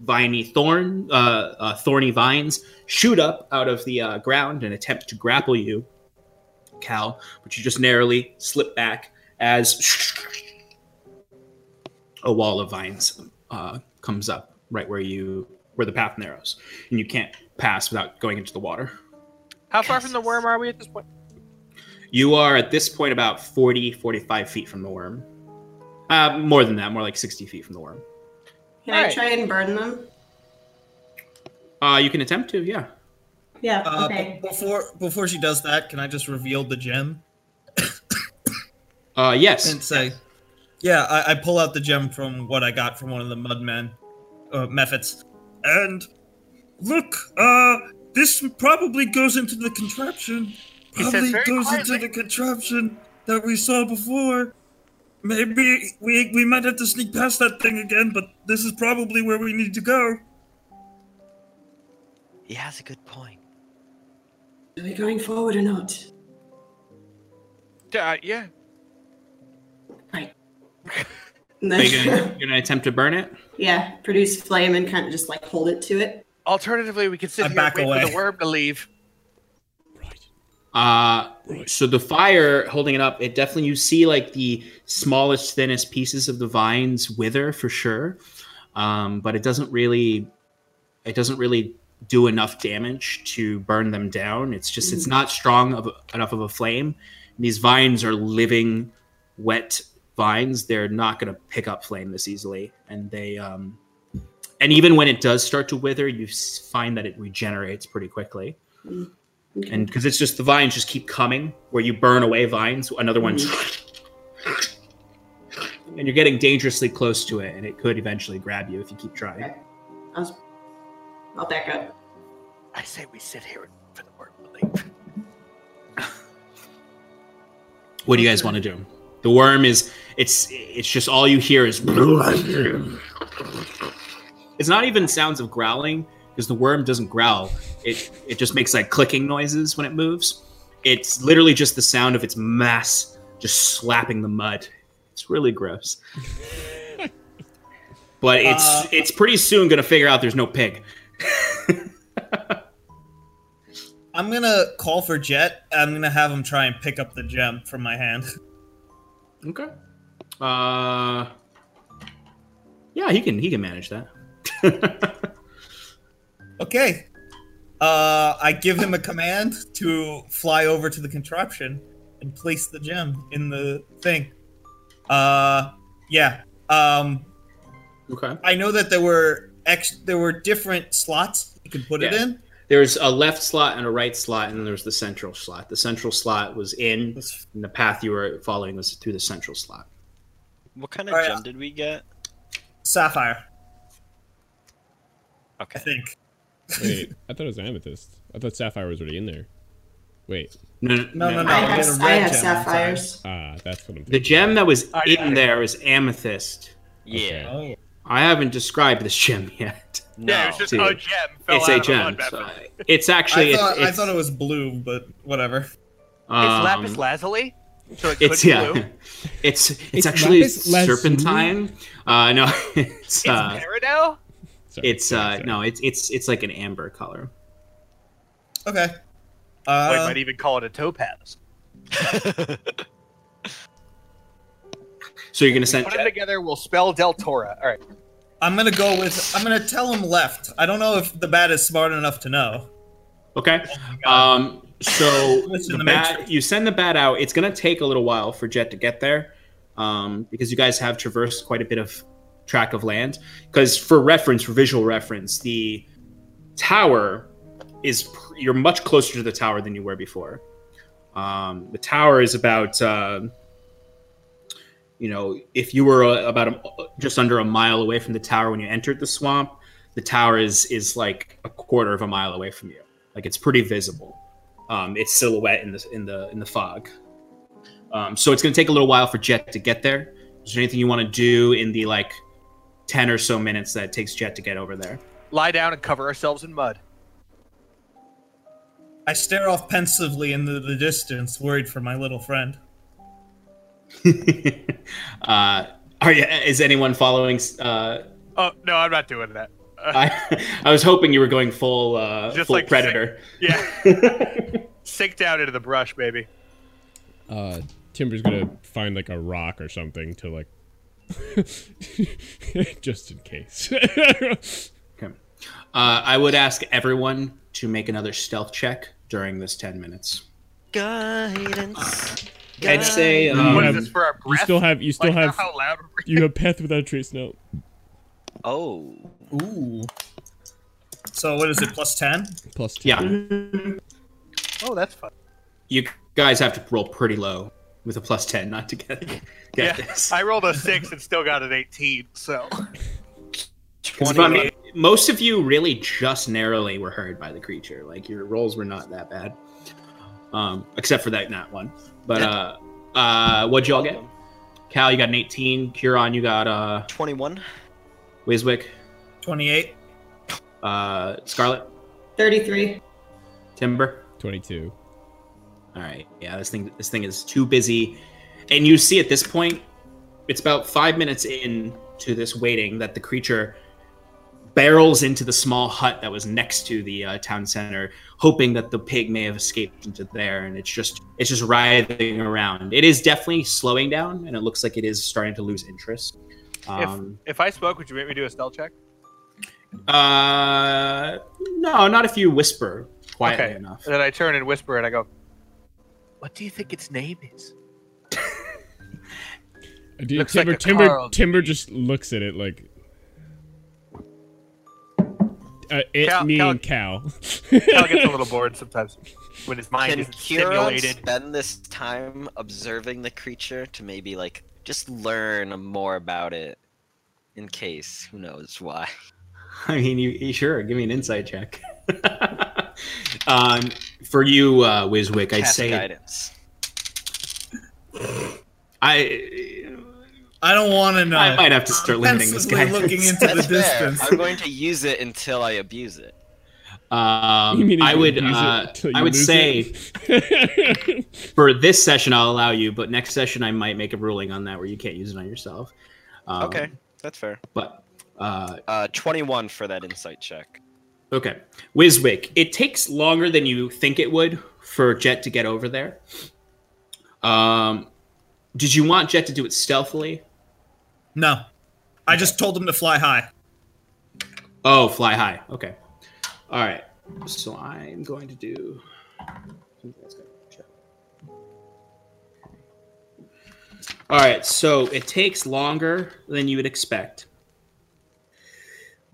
Speaker 2: Viney thorn, uh, uh, thorny vines shoot up out of the uh, ground and attempt to grapple you, Cal. But you just narrowly slip back as a wall of vines uh, comes up right where you where the path narrows, and you can't pass without going into the water.
Speaker 3: How far from the worm are we at this point?
Speaker 2: You are at this point about 40, 45 feet from the worm. Uh, more than that, more like 60 feet from the worm.
Speaker 7: Can I
Speaker 3: Alright.
Speaker 7: try and burn them?
Speaker 2: Uh, you can attempt to, yeah.
Speaker 7: Yeah.
Speaker 5: Uh,
Speaker 7: okay.
Speaker 5: b- before before she does that, can I just reveal the gem
Speaker 2: Uh, yes.
Speaker 5: and say, "Yeah, I, I pull out the gem from what I got from one of the mudmen, uh, methods, and look, uh, this probably goes into the contraption.
Speaker 3: He says
Speaker 5: Probably
Speaker 3: very
Speaker 5: goes
Speaker 3: quietly.
Speaker 5: into the contraption that we saw before. Maybe we we might have to sneak past that thing again, but this is probably where we need to go.
Speaker 6: He has a good point.
Speaker 7: Are we going forward or not?
Speaker 3: Uh, yeah.
Speaker 7: Right. And
Speaker 2: Are
Speaker 7: then,
Speaker 2: you gonna, you're gonna attempt to burn it?
Speaker 7: yeah, produce flame and kind of just like hold it to it.
Speaker 3: Alternatively, we could sit
Speaker 5: I
Speaker 3: here
Speaker 5: back
Speaker 3: and wait
Speaker 5: away.
Speaker 3: for the worm to leave.
Speaker 2: Uh, so the fire holding it up, it definitely you see like the smallest, thinnest pieces of the vines wither for sure, um, but it doesn't really, it doesn't really do enough damage to burn them down. It's just it's not strong of, a- enough of a flame. These vines are living, wet vines. They're not going to pick up flame this easily, and they, um, and even when it does start to wither, you s- find that it regenerates pretty quickly and because it's just the vines just keep coming where you burn away vines another one's and you're getting dangerously close to it and it could eventually grab you if you keep trying
Speaker 7: I'll, just- I'll back up.
Speaker 3: I say we sit here and wait for the worm to leave.
Speaker 2: what do you guys want to do the worm is it's it's just all you hear is it's not even sounds of growling because the worm doesn't growl it it just makes like clicking noises when it moves it's literally just the sound of its mass just slapping the mud it's really gross but it's
Speaker 5: Uh,
Speaker 2: it's pretty soon gonna figure out there's no pig
Speaker 5: I'm gonna call for Jet. I'm gonna have him try and pick up the gem from my hand.
Speaker 2: okay uh yeah he can he can manage that
Speaker 5: Okay. Uh, I give him a command to fly over to the contraption and place the gem in the thing. Uh, yeah. Um,
Speaker 2: okay
Speaker 5: I know that there were ex- there were different slots you could put it
Speaker 2: Yeah.
Speaker 5: in.
Speaker 2: There's a left slot and a right slot, and then there's the central slot. The central slot was in,
Speaker 5: That's-
Speaker 2: and the path you were following was through the central slot.
Speaker 6: What kind of
Speaker 5: Alright.
Speaker 6: gem did we get?
Speaker 5: Sapphire, I
Speaker 6: Okay.
Speaker 5: think.
Speaker 4: Wait, I thought it was amethyst. I thought sapphire was already in there. Wait,
Speaker 2: No,
Speaker 5: No, no, no.
Speaker 7: I
Speaker 5: we
Speaker 7: have, I
Speaker 5: had a red
Speaker 7: have
Speaker 5: gem inside.
Speaker 7: sapphires.
Speaker 4: ah, that's what I'm thinking.
Speaker 2: The gem that was
Speaker 3: I-
Speaker 2: in
Speaker 3: I-
Speaker 2: there was amethyst.
Speaker 6: Yeah.
Speaker 5: Oh,
Speaker 2: I haven't described this gem yet.
Speaker 6: No.
Speaker 3: yeah, it was just
Speaker 2: dude.
Speaker 3: a gem. Fell
Speaker 2: It's
Speaker 3: out
Speaker 2: a
Speaker 3: of Oh, a mud
Speaker 2: gem.
Speaker 3: bath.
Speaker 2: so it's actually.
Speaker 5: I thought,
Speaker 2: it's,
Speaker 5: I thought it was blue, but whatever.
Speaker 3: it's
Speaker 2: um,
Speaker 3: lapis lazuli, so it could
Speaker 2: It's
Speaker 3: be
Speaker 2: yeah.
Speaker 3: blue.
Speaker 2: It's it's,
Speaker 4: It's
Speaker 2: actually
Speaker 4: lapis lazuli.
Speaker 2: serpentine. Uh, no, it's
Speaker 3: It's
Speaker 2: uh,
Speaker 3: peridot.
Speaker 4: Sorry,
Speaker 2: it's uh,
Speaker 4: sorry, sorry.
Speaker 2: no, it's it's it's like an amber color.
Speaker 5: Okay.
Speaker 3: One
Speaker 5: Uh,
Speaker 3: might even call it a topaz.
Speaker 2: So you're gonna send.
Speaker 3: Put them together, we'll spell Del Tora. All right.
Speaker 5: I'm gonna go with. I'm gonna tell him left. I don't know if the bat is smart enough to know.
Speaker 2: Okay. Um, so
Speaker 5: Listen
Speaker 2: the
Speaker 5: to
Speaker 2: bat,
Speaker 5: Matrix.
Speaker 2: you send the bat out. It's going to take a little while for Jet to get there um, because you guys have traversed quite a bit of track of land. Because for reference, for visual reference, the tower is pr- you're much closer to the tower than you were before. Um, the tower is about uh, you know if you were uh, about a, just under a mile away from the tower when you entered the swamp. The tower is is like a quarter of a mile away from you like it's pretty visible um, its silhouette in the in the in the fog um, so it's going to take a little while for jet to get there is there anything you want to do in the like 10 or so minutes that it takes jet to get over there
Speaker 3: Lie down and cover ourselves in mud.
Speaker 5: I stare off pensively into the distance, worried for my little friend.
Speaker 2: uh, are you, is anyone following uh,
Speaker 3: Oh no, I'm not doing that. Uh,
Speaker 2: I, I was hoping you were going full uh,
Speaker 3: Just
Speaker 2: full
Speaker 3: like-
Speaker 2: predator
Speaker 3: yeah, sink down into the brush, baby.
Speaker 4: Uh, Timber's gonna find like a rock or something to like, just in case.
Speaker 2: okay. uh, i would ask everyone to make another stealth check during this 10 minutes
Speaker 6: Guidance.
Speaker 2: i'd say um,
Speaker 3: What
Speaker 4: have-
Speaker 3: is this for our breath?
Speaker 4: you still have you still
Speaker 3: like,
Speaker 4: have
Speaker 3: how loud? are we-
Speaker 4: you have path without a trace now.
Speaker 6: Oh.
Speaker 5: Ooh. So what is it? Plus ten?
Speaker 4: Plus two.
Speaker 2: yeah Mm-hmm.
Speaker 3: Oh, that's fun.
Speaker 2: you guys have to roll pretty low with a plus 10 not to get, get
Speaker 3: Yeah,
Speaker 2: this.
Speaker 3: I rolled a six and still got an 18. So
Speaker 2: 'Cause if I'm- most of you really just narrowly were heard by the creature. Like your rolls were not that bad. Um, except for that not one. But uh, uh, what'd y'all get? Cal, you got an 18. Curon, you got uh,
Speaker 6: 21.
Speaker 2: Wiswick,
Speaker 5: Twenty-eight.
Speaker 2: uh, Scarlet,
Speaker 7: 33.
Speaker 2: Timber.
Speaker 4: Twenty-two.
Speaker 2: All right. Yeah, this thing this thing is too busy. And you see at this point it's about five minutes in to this waiting that the creature barrels into the small hut that was next to the uh, town center, hoping that the pig may have escaped into there, and it's just it's just writhing around. It is definitely slowing down, and it looks like it is starting to lose interest. Um,
Speaker 3: If I spoke, would you make me do a stealth check?
Speaker 2: uh, no, not if you whisper quietly
Speaker 3: Okay.
Speaker 2: enough.
Speaker 3: And then I turn and whisper, and I go, "What do you think its name is?"
Speaker 4: Uh, Do-
Speaker 3: Looks
Speaker 4: Timber,
Speaker 3: like a
Speaker 4: Timber,
Speaker 3: Carl to
Speaker 4: Timber
Speaker 3: me.
Speaker 4: just looks at it like. Uh, it,
Speaker 3: Cow-
Speaker 4: me,
Speaker 3: cow-
Speaker 4: and cow.
Speaker 3: Cal gets a little bored sometimes when his mind
Speaker 6: Can
Speaker 3: is
Speaker 6: Huron
Speaker 3: stimulated.
Speaker 6: spend this time observing the creature to maybe like just learn more about it, in case who knows why?
Speaker 2: I mean, you, you sure? Give me an insight check. um, for you, uh, Wizwick, I'd
Speaker 6: Cast
Speaker 2: say
Speaker 6: guidance.
Speaker 2: I
Speaker 5: I don't want to know.
Speaker 2: I might have to start limiting this
Speaker 5: Pensively
Speaker 2: guy.
Speaker 5: Uh, looking into the
Speaker 6: That's fair.
Speaker 5: distance.
Speaker 6: I'm going to use it until I abuse it.
Speaker 2: Um,
Speaker 4: You mean
Speaker 2: I
Speaker 4: you
Speaker 2: would,
Speaker 4: use it
Speaker 2: uh,
Speaker 4: till you
Speaker 2: I would
Speaker 4: lose
Speaker 2: say
Speaker 4: it?
Speaker 2: for this session I'll allow you, but next session I might make a ruling on that where you can't use it on yourself. Um,
Speaker 6: Okay, that's fair.
Speaker 2: but uh,
Speaker 6: Uh, 21 for that insight check.
Speaker 2: okay, Wizwick. It takes longer than you think it would for Jet to get over there. Um, did you want Jet to do it stealthily?
Speaker 5: No. I just told him to fly high.
Speaker 2: Oh, fly high. Okay. All right. So I'm going to do. All right. So it takes longer than you would expect,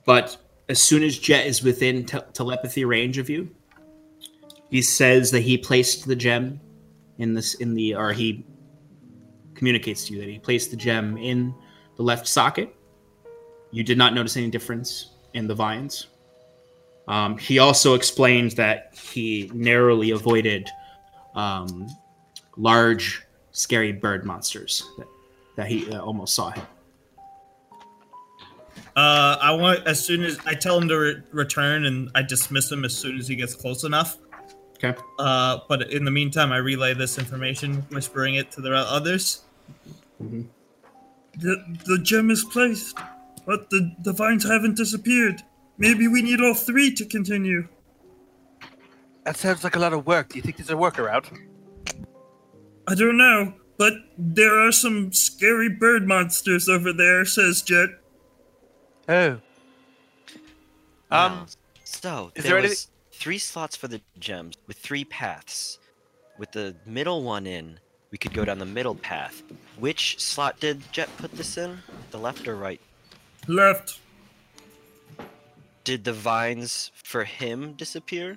Speaker 2: but as soon as Jet is within te- telepathy range of you, he says that he placed the gem in this in the or he communicates to you that he placed the gem in the left socket you did not notice any difference in the vines. Um, he also explained that he narrowly avoided um, large, scary bird monsters that, that he uh, almost saw him.
Speaker 5: Uh, I want as soon as I tell him to re- return, and I dismiss him as soon as he gets close enough.
Speaker 2: Okay.
Speaker 5: Uh, but in the meantime, I relay this information, whispering it to the others.
Speaker 2: Mhm.
Speaker 5: The, the gem is placed, but the, the vines haven't disappeared. Maybe we need all three to continue.
Speaker 3: That sounds like a lot of work. Do you think there's a workaround?
Speaker 5: I don't know, but there are some scary bird monsters over there, says Jet.
Speaker 3: Oh. Um.
Speaker 6: Now, so
Speaker 3: is
Speaker 6: there,
Speaker 3: there any-
Speaker 6: was three slots for the gems with three paths. With the middle one in, we could go down the middle path. Which slot did Jet put this in? The left or right?
Speaker 5: Left.
Speaker 6: Did the vines for him disappear?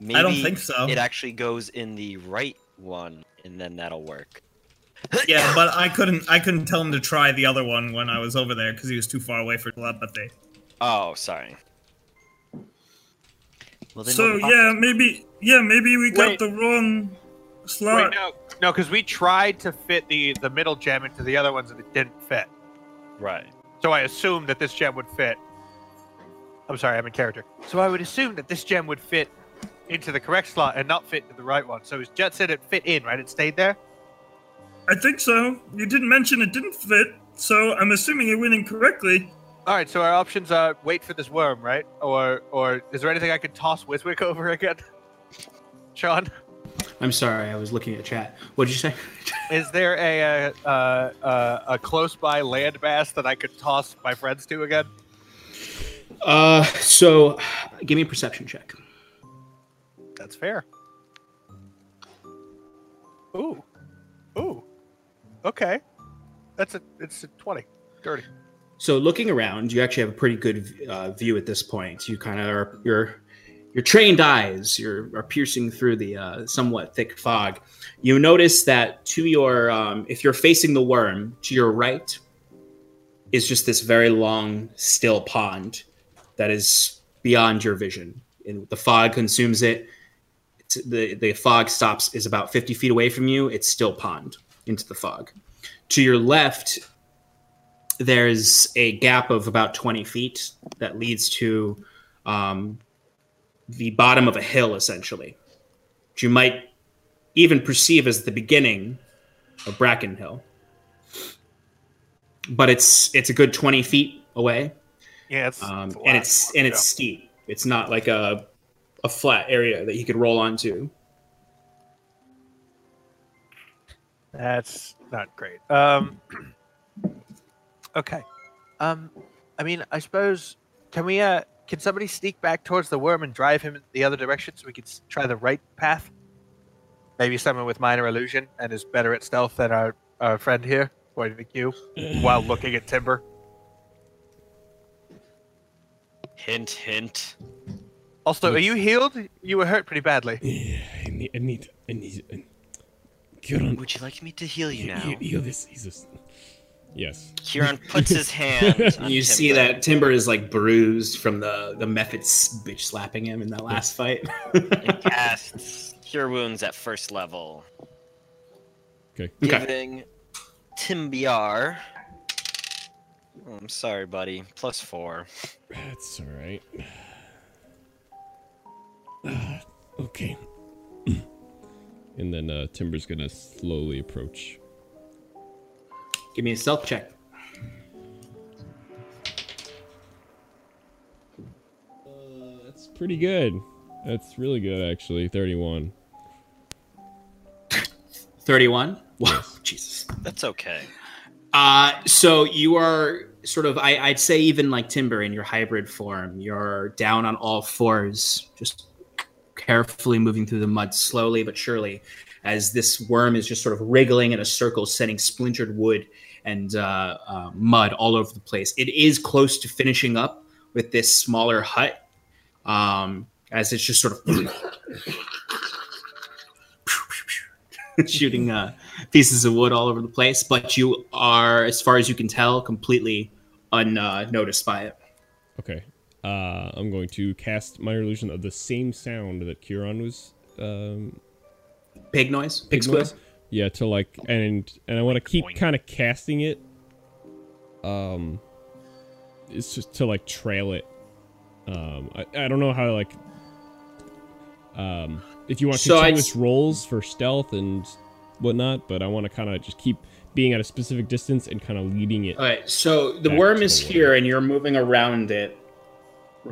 Speaker 6: Maybe
Speaker 5: I don't think so.
Speaker 6: It actually goes in the right one, and then that'll work.
Speaker 5: Yeah, but I couldn't. I couldn't tell him to try the other one when I was over there because he was too far away for telepathy.
Speaker 6: Oh, sorry. Well, then
Speaker 5: So
Speaker 6: we'll-
Speaker 5: yeah, maybe yeah, maybe we
Speaker 3: Wait.
Speaker 5: got the wrong slot.
Speaker 3: Wait, no, no, because we tried to fit the the middle gem into the other ones and it didn't fit.
Speaker 6: Right.
Speaker 3: So I assumed that this gem would fit. I'm sorry, I'm in character. So I would assume that this gem would fit into the correct slot and not fit into the right one. So as Jet said, it fit in, right? It stayed there.
Speaker 5: I think so. You didn't mention it didn't fit, so I'm assuming it went incorrectly.
Speaker 3: All right. So our options are wait for this worm, right? Or or is there anything I could toss Wiswick over again? Sean,
Speaker 2: I'm sorry, I was looking at chat. What did you say?
Speaker 3: is there a uh, uh, a close by landmass that I could toss my friends to again?
Speaker 2: Uh, so, give me a perception check.
Speaker 3: That's fair. Ooh. Ooh. Okay. That's a it's a 20. 30.
Speaker 2: So looking around, you actually have a pretty good uh, view at this point. You kind of are your your trained eyes you're, are piercing through the uh, somewhat thick fog. You notice that to your um, if you're facing the worm, to your right is just this very long still pond that is beyond your vision, and the fog consumes it. It's, the the fog stops is about fifty feet away from you. It's still pond into the fog. To your left there's a gap of about 20 feet that leads to um, the bottom of a hill, essentially, which you might even perceive as the beginning or Bracken Hill. But it's it's a good twenty feet away,
Speaker 3: Yeah, it's,
Speaker 2: um,
Speaker 3: it's a
Speaker 2: and
Speaker 3: lot.
Speaker 2: it's and it's
Speaker 3: Yeah.
Speaker 2: steep. It's not like a a flat area that he could roll onto.
Speaker 3: That's not great. Um, okay. Um, I mean, I suppose can we? Uh, can somebody sneak back towards the worm and drive him in the other direction so we could s- try the right path? Maybe someone with minor illusion and is better at stealth than our, our friend here, pointing the queue, while looking at timber.
Speaker 6: Hint, hint.
Speaker 3: Also, are you healed? You were hurt pretty badly.
Speaker 4: I need, I need, I need. I Kieran,
Speaker 6: Would you like me to heal you now?
Speaker 4: heal, heal this, Jesus. Yes.
Speaker 6: Kieran puts his hand. on
Speaker 2: you see
Speaker 6: Timber.
Speaker 2: that Timber is like bruised from the the methods bitch slapping him in that last fight.
Speaker 6: and casts cure wounds at first level,
Speaker 4: Okay.
Speaker 2: Okay.
Speaker 6: giving Timbiar. Oh, I'm sorry, buddy. Plus four.
Speaker 4: That's all right. Ah, okay. and then uh, Timber's gonna slowly approach.
Speaker 2: Give me a stealth check.
Speaker 4: That's pretty good. That's really good, actually. Thirty-one.
Speaker 2: Thirty-one. Wow, Jesus.
Speaker 6: That's okay.
Speaker 2: Uh, so you are sort of, I, I'd say, even like Timber in your hybrid form. You're down on all fours, just carefully moving through the mud, slowly but surely, as this worm is just sort of wriggling in a circle, sending splintered wood and uh, uh, mud all over the place. It is close to finishing up with this smaller hut, um, as it's just sort of. shooting uh, pieces of wood all over the place, but you are, as far as you can tell, completely unnoticed by it.
Speaker 4: Okay. Uh, I'm going to cast my illusion of the same sound that Kieran was. Um,
Speaker 2: Pig noise, pig
Speaker 4: Ignore-
Speaker 2: squeals.
Speaker 4: Yeah, to like and and I want to keep
Speaker 6: Boing.
Speaker 4: kind of casting it. Um, it's just to like trail it. Um, I, I don't know how like. Um, if you want
Speaker 2: So I'd-
Speaker 4: continuous rolls for stealth and whatnot, but I want to kind of just keep being at a specific distance and kind of leading it.
Speaker 2: All right, so the
Speaker 4: Back
Speaker 2: worm
Speaker 4: to
Speaker 2: is
Speaker 4: the worm.
Speaker 2: here, and you're moving around it,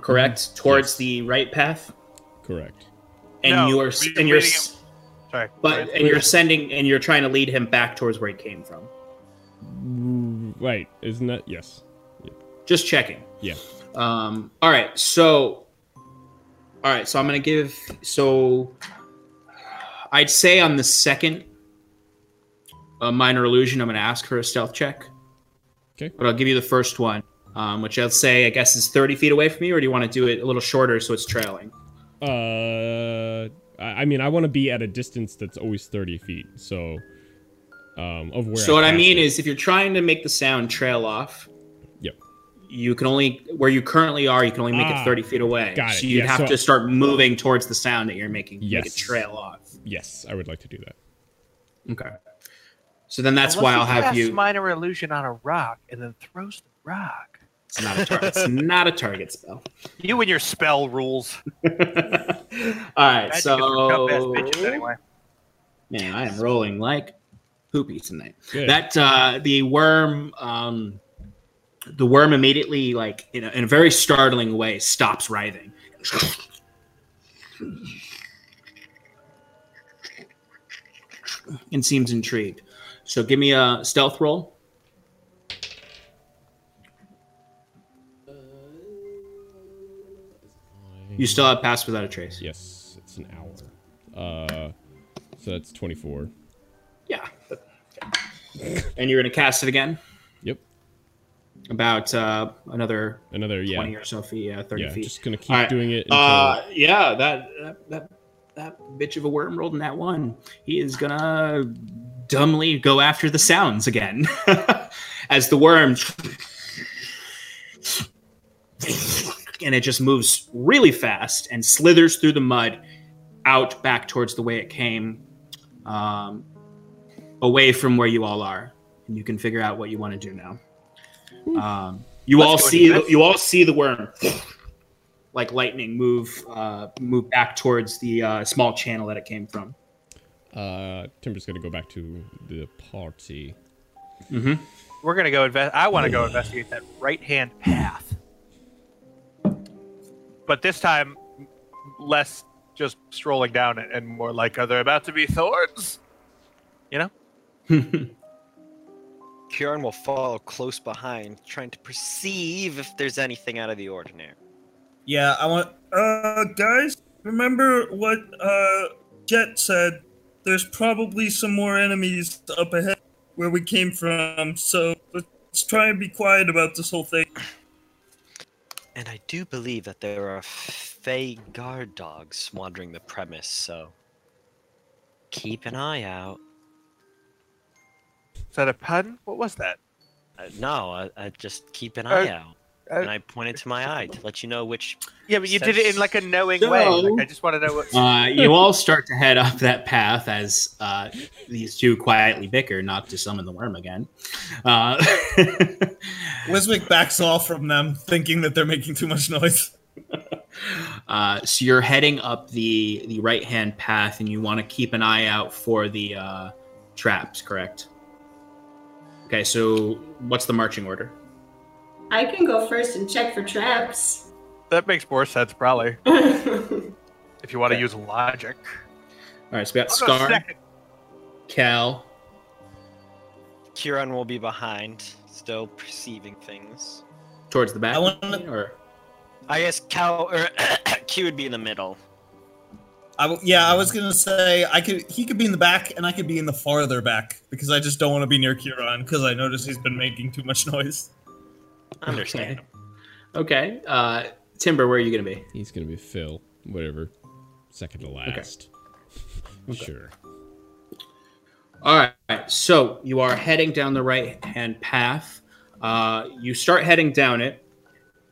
Speaker 2: correct? Towards the right path,
Speaker 4: Correct.
Speaker 2: and
Speaker 3: No,
Speaker 2: you are,
Speaker 3: we-
Speaker 2: s-
Speaker 3: we're
Speaker 2: and you're,
Speaker 3: leading
Speaker 2: s-
Speaker 3: Sorry.
Speaker 2: but and you're sending, and you're trying to lead him back towards where he came from.
Speaker 4: Right? Isn't that yes?
Speaker 2: Just checking.
Speaker 4: Yeah.
Speaker 2: Um, all right, so all right, so I'm gonna give so I'd say on the second uh, minor illusion, I'm gonna ask her a stealth check.
Speaker 4: Okay.
Speaker 2: But I'll give you the first one, um, which I'll say I guess is 30 feet away from you, or do you want to do it a little shorter so it's trailing?
Speaker 4: Uh, I I mean, I want to be at a distance that's always thirty feet. So, um, of where.
Speaker 2: so what I
Speaker 4: cast
Speaker 2: mean
Speaker 4: it.
Speaker 2: is, if you're trying to make the sound trail off,
Speaker 4: Yep.
Speaker 2: you can only where you currently are, you can only make
Speaker 4: Ah,
Speaker 2: it 30 feet away.
Speaker 4: got
Speaker 2: so
Speaker 4: it,
Speaker 2: you'd
Speaker 4: yeah,
Speaker 2: have
Speaker 4: so-
Speaker 2: to start moving towards the sound that you're making. Make
Speaker 4: Yes.
Speaker 2: it trail off.
Speaker 4: yes, I would like to do that.
Speaker 2: Okay. So then that's
Speaker 3: Unless
Speaker 2: why
Speaker 3: he
Speaker 2: I'll have
Speaker 3: casts
Speaker 2: you.
Speaker 3: minor illusion on a rock and then throws the rock.
Speaker 2: It's not a tar- it's not a target spell.
Speaker 3: You and your spell rules.
Speaker 2: All right,
Speaker 3: Magic is for
Speaker 2: so
Speaker 3: tough-ass bitches anyway.
Speaker 2: man, I am rolling like poopy tonight.
Speaker 4: Good.
Speaker 2: That uh, the worm, um, the worm immediately, like in a, in a very startling way, stops writhing. And seems intrigued. So give me a stealth roll. You still have pass without a trace.
Speaker 4: Yes, it's an hour. Uh, so that's 24.
Speaker 2: Yeah. And you're gonna cast it again,
Speaker 4: Yep.
Speaker 2: about uh, another
Speaker 4: Another yeah.
Speaker 2: twenty or so feet, yeah, thirty
Speaker 4: yeah,
Speaker 2: feet.
Speaker 4: just gonna keep
Speaker 2: All right.
Speaker 4: doing it. Until,
Speaker 2: uh, yeah, that, that that that bitch of a worm rolled in that one. He is gonna dumbly go after the sounds again, as the worm, and it just moves really fast and slithers through the mud out back towards the way it came, um, away from where you all are, and you can figure out what you want to do now. Um, you
Speaker 3: Let's
Speaker 2: all
Speaker 3: go do
Speaker 2: see
Speaker 3: this.
Speaker 2: you all see the worm like lightning move uh, move back towards the uh, small channel that it came from.
Speaker 4: Uh, Timber's gonna go back to the party.
Speaker 3: We're gonna go invest. I want to go investigate that right hand path, but this time less just strolling down it and more like are there about to be thorns? You know,
Speaker 6: Kieran will follow close behind, trying to perceive if there's anything out of the ordinary.
Speaker 5: Yeah, I want.
Speaker 8: Uh, guys, remember what uh, Jet said. There's probably some more enemies up ahead where we came from, so let's try and be quiet about this whole thing.
Speaker 6: And I do believe that there are Fey guard dogs wandering the premise, so keep an eye out.
Speaker 3: is that a pun? What was that?
Speaker 6: Uh, no, I, I just keep an eye
Speaker 3: Uh,
Speaker 6: out.
Speaker 3: uh,
Speaker 6: and I pointed to my eye to let you know which.
Speaker 3: Yeah, but you did it in like a knowing way. Like, I just want to know what.
Speaker 2: Uh, you all start to head up that path as uh, these two quietly bicker, not to summon the worm again. Uh,
Speaker 5: Wiswick backs off from them, thinking that they're making too much noise.
Speaker 2: uh, so you're heading up the the right hand path, and you want to keep an eye out for the uh, traps, correct? Okay, so what's the marching order?
Speaker 7: I can go first and check for traps.
Speaker 3: That makes more sense probably
Speaker 7: I'll
Speaker 3: if you want to
Speaker 2: Yeah.
Speaker 3: use logic.
Speaker 2: All right, so we got
Speaker 3: I'll go
Speaker 2: Scar,
Speaker 3: second.
Speaker 2: Cal,
Speaker 6: Kieran will be behind, still perceiving things.
Speaker 2: towards the back.
Speaker 5: I wanna-
Speaker 2: or
Speaker 6: I guess Cal or Q would be in the middle.
Speaker 5: I w- yeah, I was gonna say I could. He could be in the back, and I could be in the farther back because I just don't want to be near Kieran because I notice he's been making too much noise.
Speaker 6: Understandable.
Speaker 2: okay, uh, Timber, where are you gonna be?
Speaker 4: He's gonna be Phil, whatever, second to last. Sure.
Speaker 2: All right, So you are heading down the right hand path. Uh, you start heading down it,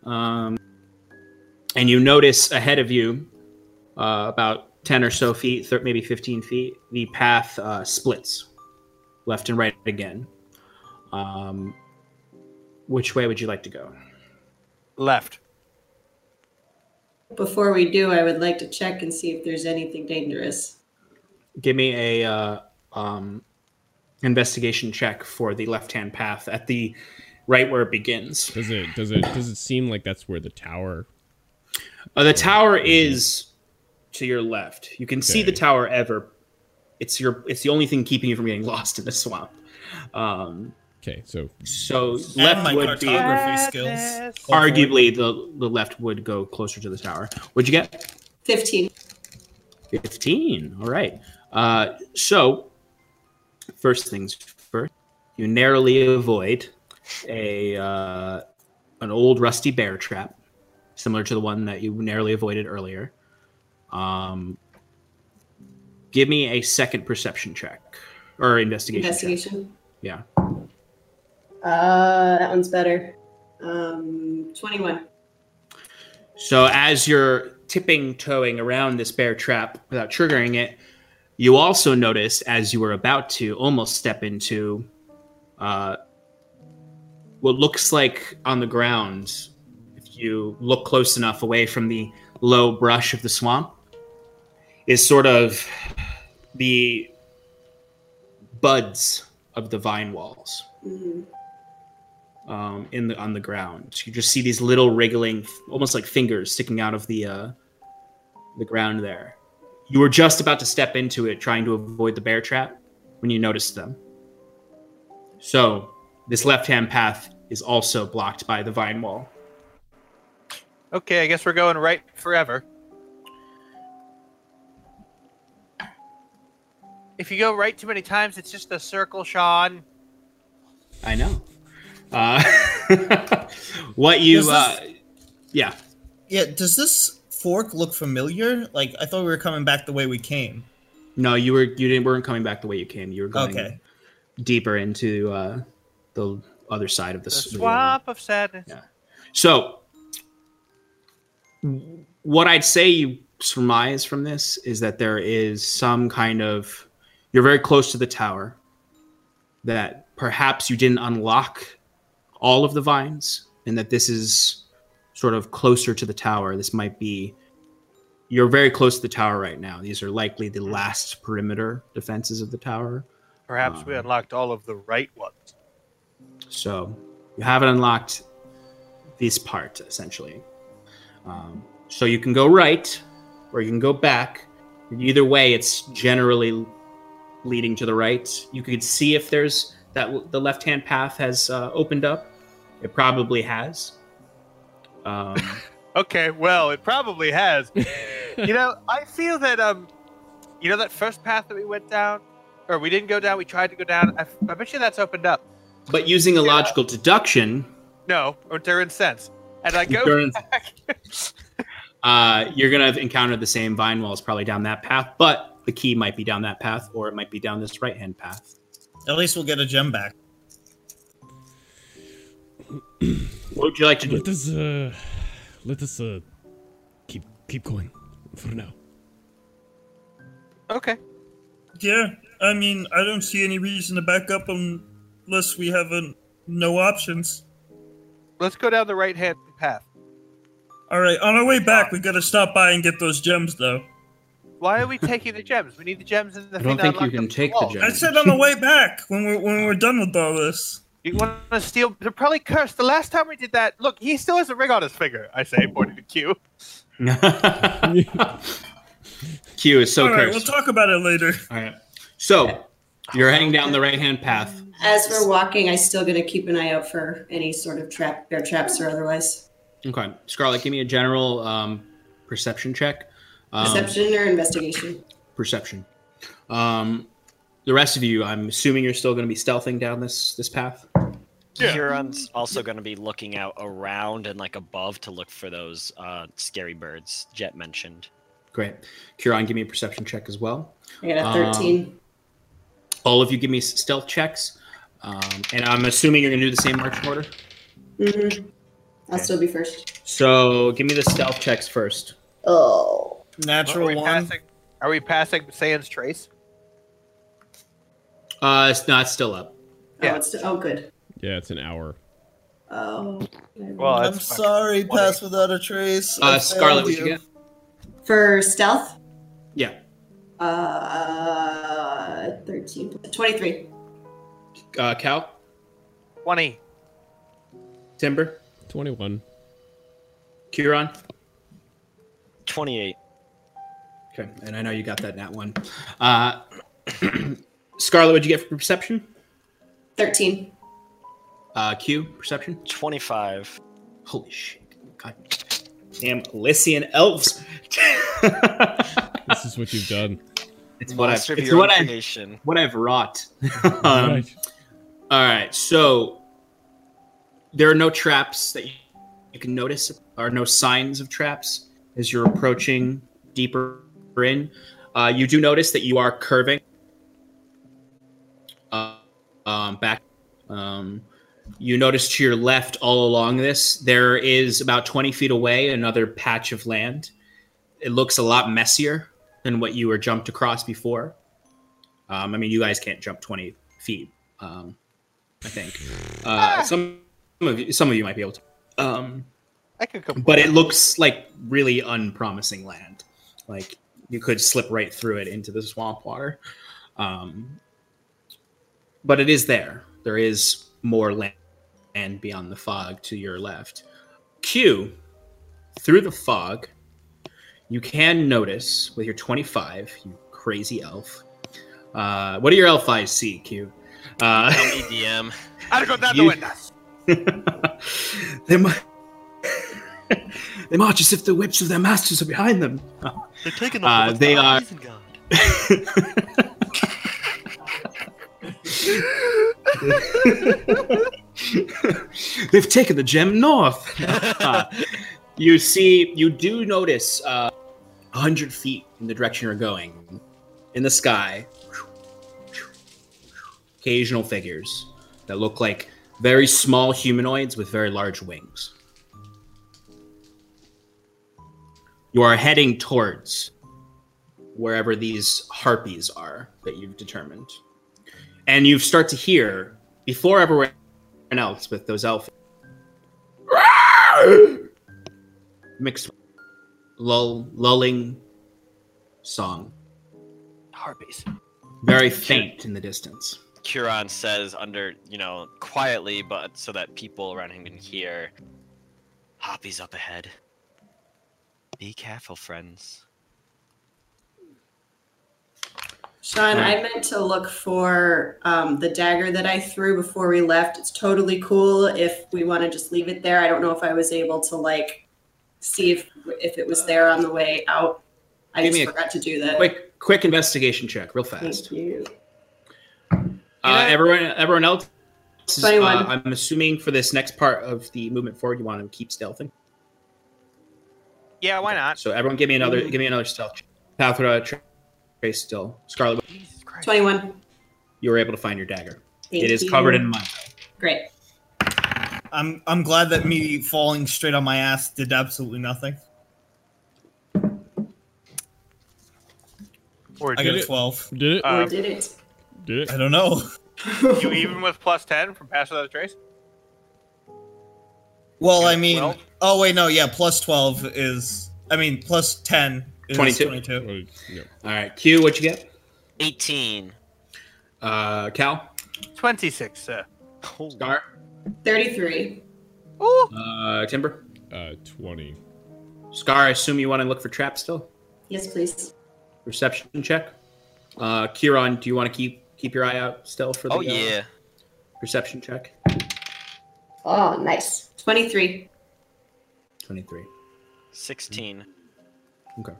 Speaker 2: um, and you notice ahead of you, uh, about 10 or so feet, thir- maybe 15 feet, the path uh, splits left and right again. Um, which way would you like to go?
Speaker 3: Left.
Speaker 7: Before we do, I would like to check and see if there's anything dangerous.
Speaker 2: Give me a uh, um, investigation check for the left hand path at the right where it begins.
Speaker 4: Does it does it does it seem like that's where the tower?
Speaker 2: Uh, the tower is to your left. You can see the
Speaker 4: Okay.
Speaker 2: tower ever. It's your. It's the only thing keeping you from getting lost in the swamp. Um,
Speaker 4: Okay, so
Speaker 2: so
Speaker 5: and
Speaker 2: left
Speaker 5: my
Speaker 2: would be
Speaker 5: cartography skills.
Speaker 2: arguably the the left would go closer to the tower. What'd you get?
Speaker 7: 15.
Speaker 2: 15. All right. Uh, so, first things first, you narrowly avoid a uh, an old rusty bear trap, similar to the one that you narrowly avoided earlier. Um, give me a second perception check or investigation. check.
Speaker 7: Investigation.
Speaker 2: Yeah.
Speaker 7: Uh, that one's better. Um, 21.
Speaker 2: So as you're tipping toeing around this bear trap without triggering it, you also notice as you were about to almost step into uh, what looks like on the ground, if you look close enough away from the low brush of the swamp, is sort of the buds of the vine walls
Speaker 7: Mhm.
Speaker 2: um, in the on the ground. You just see these little wriggling, almost like fingers sticking out of the uh, the ground there. You were just about to step into it, trying to avoid the bear trap, when you noticed them. So this left-hand path is also blocked by the vine wall.
Speaker 3: Okay, I guess we're going right forever. If you go right too many times, it's just a circle, Sean.
Speaker 2: I know. Uh, what you?
Speaker 5: Does this-
Speaker 2: Uh, yeah.
Speaker 5: Yeah, does this fork look familiar? Like I thought we were coming back the way we came.
Speaker 2: No, you were you didn't weren't coming back the way you came. You were going
Speaker 5: Okay.
Speaker 2: deeper into uh, the other side of the,
Speaker 3: The
Speaker 2: s- the, uh,
Speaker 3: swamp of sadness.
Speaker 2: Yeah. So, w- what I'd say you surmise from this is that there is some kind of you're very close to the tower, that perhaps you didn't unlock all of the vines, and that this is sort of closer to the tower. This might be you're very close to the tower right now. These are likely the last perimeter defenses of the tower.
Speaker 3: Perhaps we
Speaker 2: Um,
Speaker 3: unlocked all of the right ones.
Speaker 2: So you haven't unlocked this part essentially. Um, so you can go right or you can go back. Either way, it's generally leading to the right. You could see if there's that the left hand path has uh, opened up. It probably has. Um,
Speaker 3: Okay, well, it probably has. you know, I feel that um, you know that first path that we went down, or we didn't go down. We tried to go down. I, f- I bet you that's opened up.
Speaker 2: but using a logical deduction,
Speaker 3: No, endurance sense. And I go
Speaker 2: Endurance.
Speaker 3: back.
Speaker 2: uh, you're going to encounter the same vine walls probably down that path, but the key might be down that path or it might be down this right hand path.
Speaker 5: At least we'll get a gem back.
Speaker 2: What would you like to do?
Speaker 4: Let us uh, let us uh, keep keep going for now.
Speaker 3: okay.
Speaker 8: Yeah, I mean, I don't see any reason to back up unless we have a, no options.
Speaker 3: Let's go down the right hand path.
Speaker 8: All right, on our way back, we gotta stop by and get those gems, though.
Speaker 3: Why are we taking the gems? We need the gems in the
Speaker 2: I
Speaker 3: thing
Speaker 2: don't
Speaker 3: that
Speaker 2: think you
Speaker 3: unlocked
Speaker 2: can
Speaker 3: the
Speaker 2: take the
Speaker 3: wall.
Speaker 2: gem.
Speaker 8: I said on the way back when we're when we're done with all this.
Speaker 3: You want to steal? They're probably cursed. The last time we did that, look, he still has a ring on his finger. I say, pointing to Q.
Speaker 2: Q is so
Speaker 8: all right, we'll
Speaker 2: cursed.
Speaker 8: talk about it later.
Speaker 2: All right. So you're heading down the right hand path.
Speaker 7: As we're walking, I still gonna keep an eye out for any sort of trap, bear traps or otherwise.
Speaker 2: Okay. Scarlet, give me a general um, perception check. Um,
Speaker 7: Perception or investigation?
Speaker 2: Perception. Um, the rest of you, I'm assuming you're still going to be stealthing down this this path.
Speaker 6: Huron's also going to be looking out around and like above to look for those uh, scary birds Jet mentioned.
Speaker 2: Great. Curon, give me a perception check as well.
Speaker 7: I got a
Speaker 2: Um,
Speaker 7: thirteen.
Speaker 2: All of you, give me s- stealth checks. Um, and I'm assuming you're going to do the same marching order.
Speaker 7: Mhm. I'll still be first.
Speaker 2: So give me the stealth checks first.
Speaker 7: Oh.
Speaker 5: Natural
Speaker 3: Are we
Speaker 5: one.
Speaker 3: passing? Are we passing Sans Trace?
Speaker 2: Uh, it's not still up.
Speaker 3: Yeah.
Speaker 7: Oh, it's, oh good.
Speaker 4: Yeah, it's an hour.
Speaker 7: Oh.
Speaker 3: Well,
Speaker 5: I'm
Speaker 3: that's fine.
Speaker 5: sorry,
Speaker 3: Whatever.
Speaker 5: pass without a trace. I
Speaker 2: Uh,
Speaker 5: failed
Speaker 2: Scarlet, what'd you get?
Speaker 7: for stealth,
Speaker 2: Yeah.
Speaker 7: uh, thirteen, twenty-three.
Speaker 2: Uh, Cal,
Speaker 3: Twenty.
Speaker 2: Timber,
Speaker 4: Twenty-one.
Speaker 2: Curon.
Speaker 6: Twenty-eight.
Speaker 2: Okay, and I know you got that nat one. Uh, Scarlet, what'd you get for perception?
Speaker 7: Thirteen.
Speaker 2: Uh, Q, perception.
Speaker 6: 25.
Speaker 2: Holy shit! God damn, Elysian elves.
Speaker 4: This is what you've done.
Speaker 2: it's what I've,
Speaker 6: Monster of
Speaker 2: it's
Speaker 6: your
Speaker 2: what
Speaker 6: own
Speaker 2: I've,
Speaker 6: creation.
Speaker 2: what I've wrought. um,
Speaker 4: right.
Speaker 2: All right, so there are no traps that you, you can notice, or no signs of traps as you're approaching deeper in. Uh, you do notice that you are curving uh, um, back. Um, you notice to your left all along this, there is about 20 feet away another patch of land. It looks a lot messier than what you were jumped across before. Um, I mean, you guys can't jump 20 feet. Um, I think. Uh, some, some of you, some of you might be able to. Um,
Speaker 3: I could come.
Speaker 2: but it looks like really unpromising land. Like you could slip right through it into the swamp water. Um, but it is there. There is more land and beyond the fog to your left. Q, through the fog, you can notice with your 25, you crazy elf. Uh, what do your elf eyes see, Q? Uh,
Speaker 6: Tell me, DM.
Speaker 3: I go down
Speaker 2: You-
Speaker 3: the window.
Speaker 2: they, mar- they march as if the whips of their masters are behind them.
Speaker 6: They're taking
Speaker 2: the- Uh, they are- They've taken the gem north. you see, you do notice uh, 100 feet in the direction you're going in the sky. Occasional figures that look like very small humanoids with very large wings. You are heading towards wherever these harpies are that you've determined. And you start to hear, before everyone else, with those elf mixed lull, lulling song,
Speaker 6: Harpies.
Speaker 2: very faint in the distance.
Speaker 6: Curon says under, you know, quietly, but so that people around him can hear. Hoppy's up ahead. Be careful, friends.
Speaker 7: Sean, I meant to look for um, the dagger that I threw before we left. It's totally cool if we want to just leave it there. I don't know if I was able to like see if if it was there on the way out. I
Speaker 2: Give
Speaker 7: just
Speaker 2: me a
Speaker 7: forgot to do that.
Speaker 2: Quick, quick investigation check, real fast.
Speaker 7: Thank you.
Speaker 2: Uh,
Speaker 7: Yeah.
Speaker 2: everyone, everyone else. is, uh,
Speaker 7: 21.
Speaker 2: I'm assuming for this next part of the movement forward, you want to keep stealthing.
Speaker 3: Yeah, why not?
Speaker 2: So everyone, give me another, give me another stealth. check. Pathra, Tra- Trace, still Scarlet.
Speaker 3: Jesus Christ.
Speaker 7: Twenty-one.
Speaker 2: You were able to find your dagger.
Speaker 7: Thank
Speaker 2: it is
Speaker 7: you.
Speaker 2: covered in mud.
Speaker 7: Great.
Speaker 5: I'm I'm glad that me falling straight on my ass did absolutely nothing.
Speaker 3: Or
Speaker 5: I
Speaker 3: do-
Speaker 5: got a
Speaker 4: it.
Speaker 5: twelve.
Speaker 4: Did it?
Speaker 7: We
Speaker 3: uh,
Speaker 7: did it.
Speaker 4: Did
Speaker 5: I
Speaker 4: it?
Speaker 5: don't know.
Speaker 3: you even with plus ten from pass without a trace?
Speaker 5: Well, I mean,
Speaker 3: 12?
Speaker 5: oh wait, no, yeah, plus twelve is. I mean, plus ten is
Speaker 2: 22.
Speaker 5: Twenty-two.
Speaker 4: Or- no.
Speaker 2: All right, Q, what you get?
Speaker 6: 18.
Speaker 2: Uh, Cal,
Speaker 3: Twenty-six, sir.
Speaker 2: Scar,
Speaker 7: Thirty-three.
Speaker 3: Oh,
Speaker 2: uh, Timber.
Speaker 4: Uh, 20.
Speaker 2: Scar, I assume you want to look for trap still.
Speaker 7: Yes, please.
Speaker 2: Perception check. Uh, Kieran, do you want to keep keep your eye out still for the
Speaker 6: Oh,
Speaker 2: uh,
Speaker 6: yeah.
Speaker 2: perception check?
Speaker 7: Oh, nice. Twenty-three.
Speaker 2: Twenty three.
Speaker 6: 16.
Speaker 2: Okay.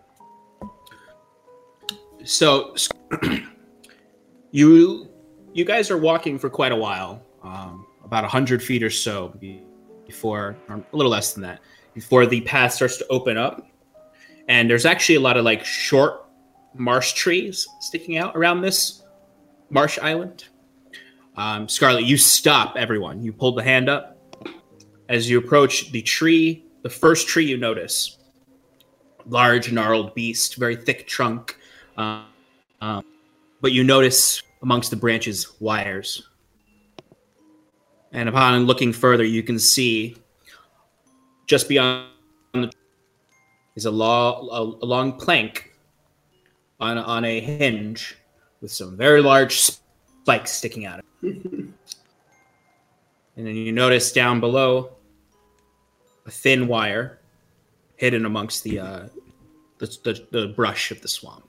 Speaker 2: So s- you you guys are walking for quite a while, um, about hundred feet or so be- before, or a little less than that, before the path starts to open up, and there's actually a lot of like short marsh trees sticking out around this marsh island. Um, Scarlet, you stop everyone. You pull the hand up as you approach the tree. The first tree you notice large gnarled beast, very thick trunk. Uh, um, but you notice amongst the branches wires. And upon looking further, you can see just beyond the is a, lo- a, a long plank on, on a hinge with some very large spikes sticking out. of it. and then you notice down below a thin wire hidden amongst the uh, the, the, the brush of the swamp.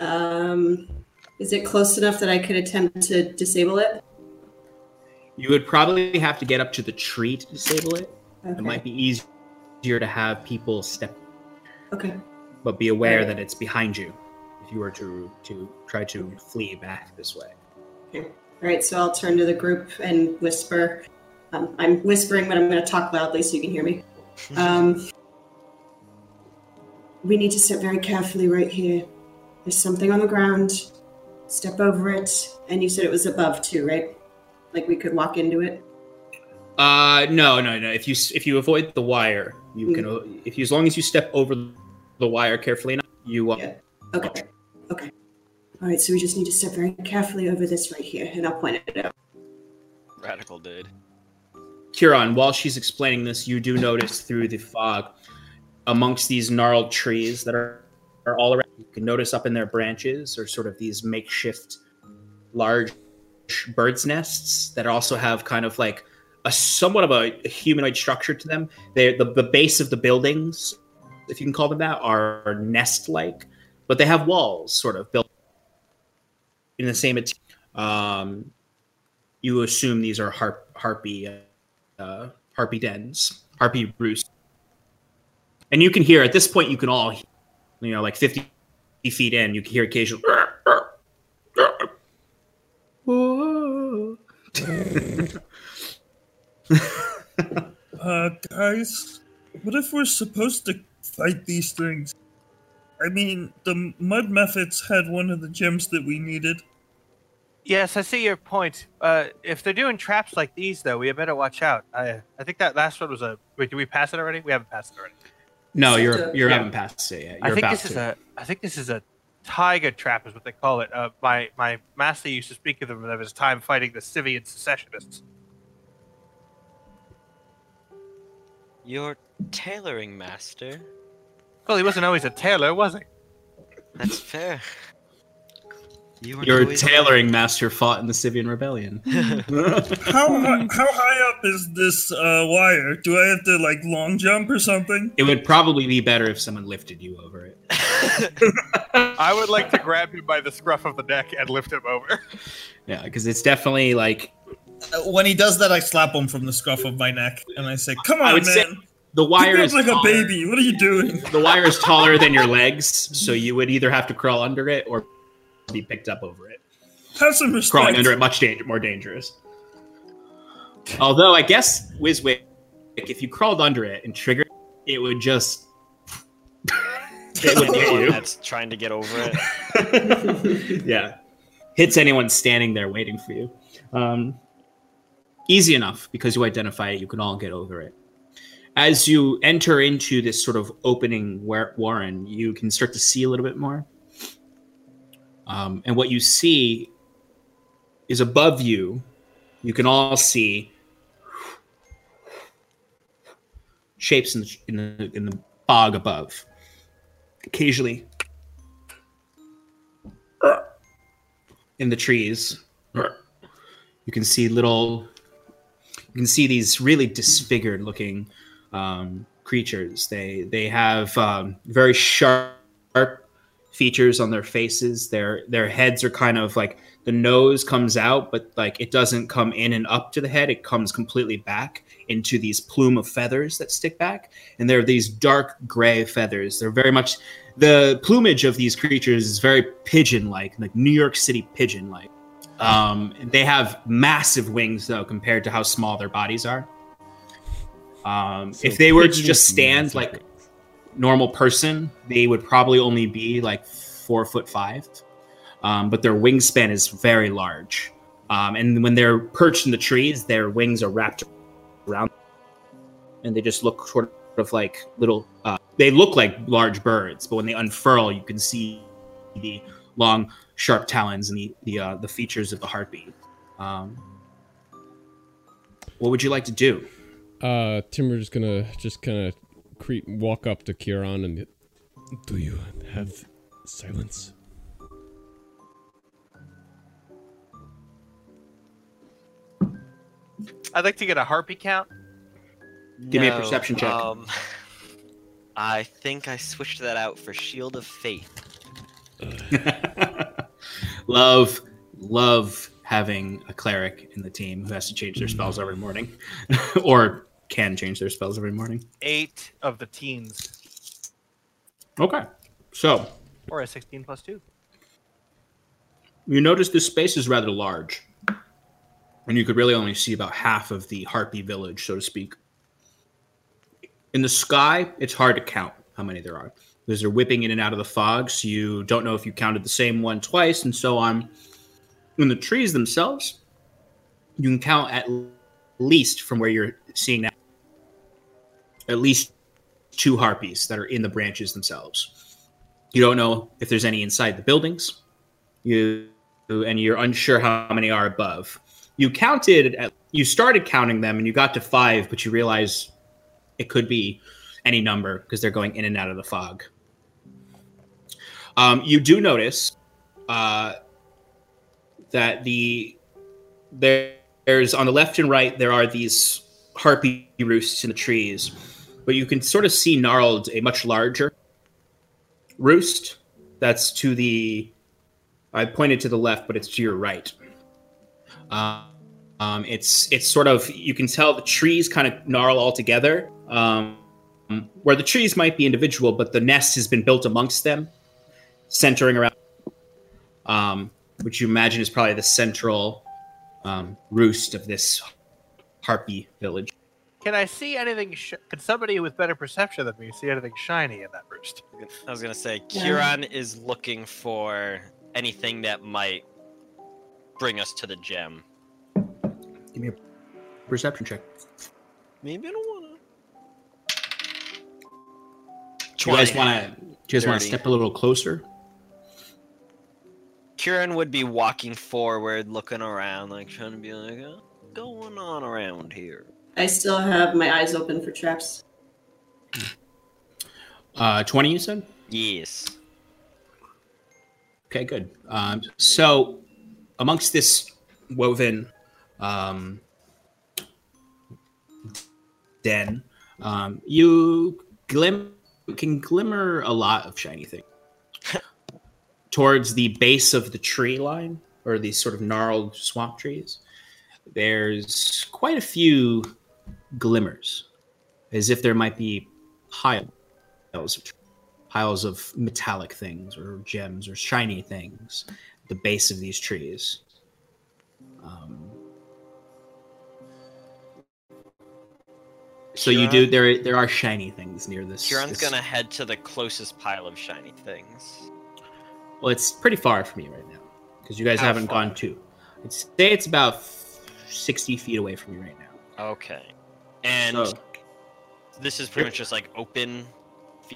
Speaker 7: Um, is it close enough that I could attempt to disable it?
Speaker 2: You would probably have to get up to the tree to disable it.
Speaker 7: Okay.
Speaker 2: It might be easier to have people step,
Speaker 7: Okay.
Speaker 2: but be aware
Speaker 7: Right.
Speaker 2: that it's behind you if you were to to try to flee back this way.
Speaker 7: All right, so I'll turn to the group and whisper. Um, I'm whispering, but I'm going to talk loudly so you can hear me. Um, we need to sit very carefully right here. There's something on the ground. Step over it. And you said it was above, too, right? Like we could walk into it.
Speaker 2: Uh, no, no, no. If you s- if you avoid the wire, you
Speaker 7: Hmm.
Speaker 2: can. o- If you as long as you step over the wire carefully enough, you uh,
Speaker 7: Yeah. Okay. Okay. All right, so we just need to step very carefully over this right here, and I'll point it out.
Speaker 6: Radical dude.
Speaker 2: Kiran, while she's explaining this, you do notice through the fog, amongst these gnarled trees that are, are all around, you can notice up in their branches are sort of these makeshift large bird's nests that also have kind of like a somewhat of a, humanoid structure to them. They the, the base of the buildings, if you can call them that, are nest like, but they have walls sort of built in the same. mate- Um, you assume these are harp harpy. Uh, uh, harpy dens, harpy roost. And you can hear at this point, you can all, you know, like 50 feet in, you can hear occasional.
Speaker 8: Uh, guys, what if we're supposed to fight these things? I mean, the mud methods had one of the gems that we needed.
Speaker 3: yes, I see your point. Uh, if they're doing traps like these, though, we better watch out. I, I think that last one was a. Wait, did we pass it already? We haven't passed it already.
Speaker 2: No, you're you are
Speaker 3: Yeah.
Speaker 2: haven't passed it yet. You're
Speaker 3: I think
Speaker 2: about
Speaker 3: this
Speaker 2: to.
Speaker 3: is a. I think this is a tiger trap, is what they call it. Uh, my my master used to speak of them of his time fighting the Scythian secessionists.
Speaker 6: You're Tailoring master.
Speaker 3: Well, he wasn't always a tailor, was he?
Speaker 6: That's fair. You were
Speaker 2: Your
Speaker 6: always-
Speaker 2: tailoring master fought in the Sivian Rebellion.
Speaker 8: How hi- how high up is this uh, wire? Do I have to like long jump or something?
Speaker 2: it would probably be better if someone lifted you over it.
Speaker 3: I would like to grab him by the scruff of the neck and lift him over.
Speaker 2: Yeah, because it's definitely like
Speaker 5: Uh, When he does that, I slap him from the scruff of my neck and I say, "Come
Speaker 2: I
Speaker 5: on,
Speaker 2: would say
Speaker 5: man!
Speaker 2: the wire
Speaker 8: You're
Speaker 2: is
Speaker 8: like a
Speaker 2: taller-
Speaker 8: baby. What are you doing?
Speaker 2: The wire is taller than your legs, so you would either have to crawl under it or be picked up over it.
Speaker 8: Have some respect."
Speaker 2: Crawling under it much dang- more dangerous. Although I guess Wizwick, if you crawled under it and triggered, it would just it would hit
Speaker 6: Anyone
Speaker 2: you.
Speaker 6: that's trying to get over it.
Speaker 2: yeah. Hits anyone standing there waiting for you. Um, easy enough because you identify it, you can all get over it. As you enter into this sort of opening where Warren, you can start to see a little bit more. Um, and what you see is above you, you can all see shapes in the, in the, in the fog above. Occasionally, in the trees. You can see little, you can see these really disfigured looking um, creatures. They they have um, very sharp features on their faces. Their their heads are kind of like the nose comes out, but like it doesn't come in and up to the head. It comes completely back into these plume of feathers that stick back, and they're these dark gray feathers. They're very much the plumage of these creatures is very pigeon-like, like New York City pigeon-like. Um, they have massive wings though, compared to how small their bodies are. Um,
Speaker 4: So
Speaker 2: if they were to
Speaker 4: pigeon
Speaker 2: just
Speaker 4: with
Speaker 2: stand
Speaker 4: massive
Speaker 2: like
Speaker 4: wings.
Speaker 2: normal person, they would probably only be like four foot five. Um, but their wingspan is very large. Um, and when they're perched in the trees, their wings are wrapped around and they just look sort of like little, uh, they look like large birds, but when they unfurl, you can see the long, sharp talons and the, the, uh, the features of the heartbeat. Um, what would you like to do?
Speaker 4: Uh, Timber's gonna just kind of creep, walk up to Kieran and do you have silence?
Speaker 3: I'd like to get a harpy count.
Speaker 2: Give me a
Speaker 6: No,
Speaker 2: perception check.
Speaker 6: Um, I think I switched that out for Shield of Faith.
Speaker 2: love, love having a cleric in the team who has to change their spells every morning, or can change their spells every morning.
Speaker 3: Eight of the teens,
Speaker 2: Okay. So
Speaker 3: or a sixteen plus two.
Speaker 2: you notice this space is rather large, and you could really only see about half of the Harpy village, so to speak. In the sky, it's hard to count how many there are. Because they're whipping in and out of the fog, so you don't know if you counted the same one twice, and so on. In the trees themselves, you can count at least from where you're seeing that, at least two harpies that are in the branches themselves. You don't know if there's any inside the buildings you and you're unsure how many are above. You counted at, you started counting them and you got to 5 but you realize it could be any number because they're going in and out of the fog. Um, you do notice uh, that the there, there's on the left and right there are these harpy roosts in the trees, but you can sort of see gnarled a much larger roost that's to the I pointed to the left, but it's to your right. Um, um, it's it's sort of you can tell the trees kind of gnarl all together, um, where the trees might be individual, but the nest has been built amongst them, centering around, um, which you imagine is probably the central um, roost of this harpy village.
Speaker 3: Can I see anything? Sh- can somebody with better perception than me see anything shiny in that roost?
Speaker 6: I was gonna say
Speaker 7: Yeah.
Speaker 6: Kieran is looking for anything that might bring us to the gem.
Speaker 2: Give me a perception check.
Speaker 6: Maybe I don't wanna.
Speaker 2: Do you guys
Speaker 6: 20.
Speaker 2: want to? Do you guys want to
Speaker 6: Thirty.
Speaker 2: step a little closer?
Speaker 6: Kieran would be walking forward, looking around, like trying to be like, "Uh, "What's going on around here?"
Speaker 7: I still have my eyes open for traps.
Speaker 2: Uh, 20, you said?
Speaker 6: Yes.
Speaker 2: Okay, good. Um, so, amongst this woven um, den, um, you glim- can glimmer a lot of shiny things. Towards the base of the tree line, or these sort of gnarled swamp trees, there's quite a few glimmers, as if there might be piles of piles of metallic things or gems or shiny things at the base of these trees. Um, so you do there there are shiny things near this.
Speaker 6: Huron's
Speaker 2: this-
Speaker 6: gonna head to the closest pile of shiny things.
Speaker 2: Well, it's pretty far from you right now because you guys
Speaker 6: How
Speaker 2: haven't
Speaker 6: far?
Speaker 2: gone to. I'd say it's about sixty feet away from you right now.
Speaker 6: Okay. And
Speaker 2: So-
Speaker 6: this is pretty much just like open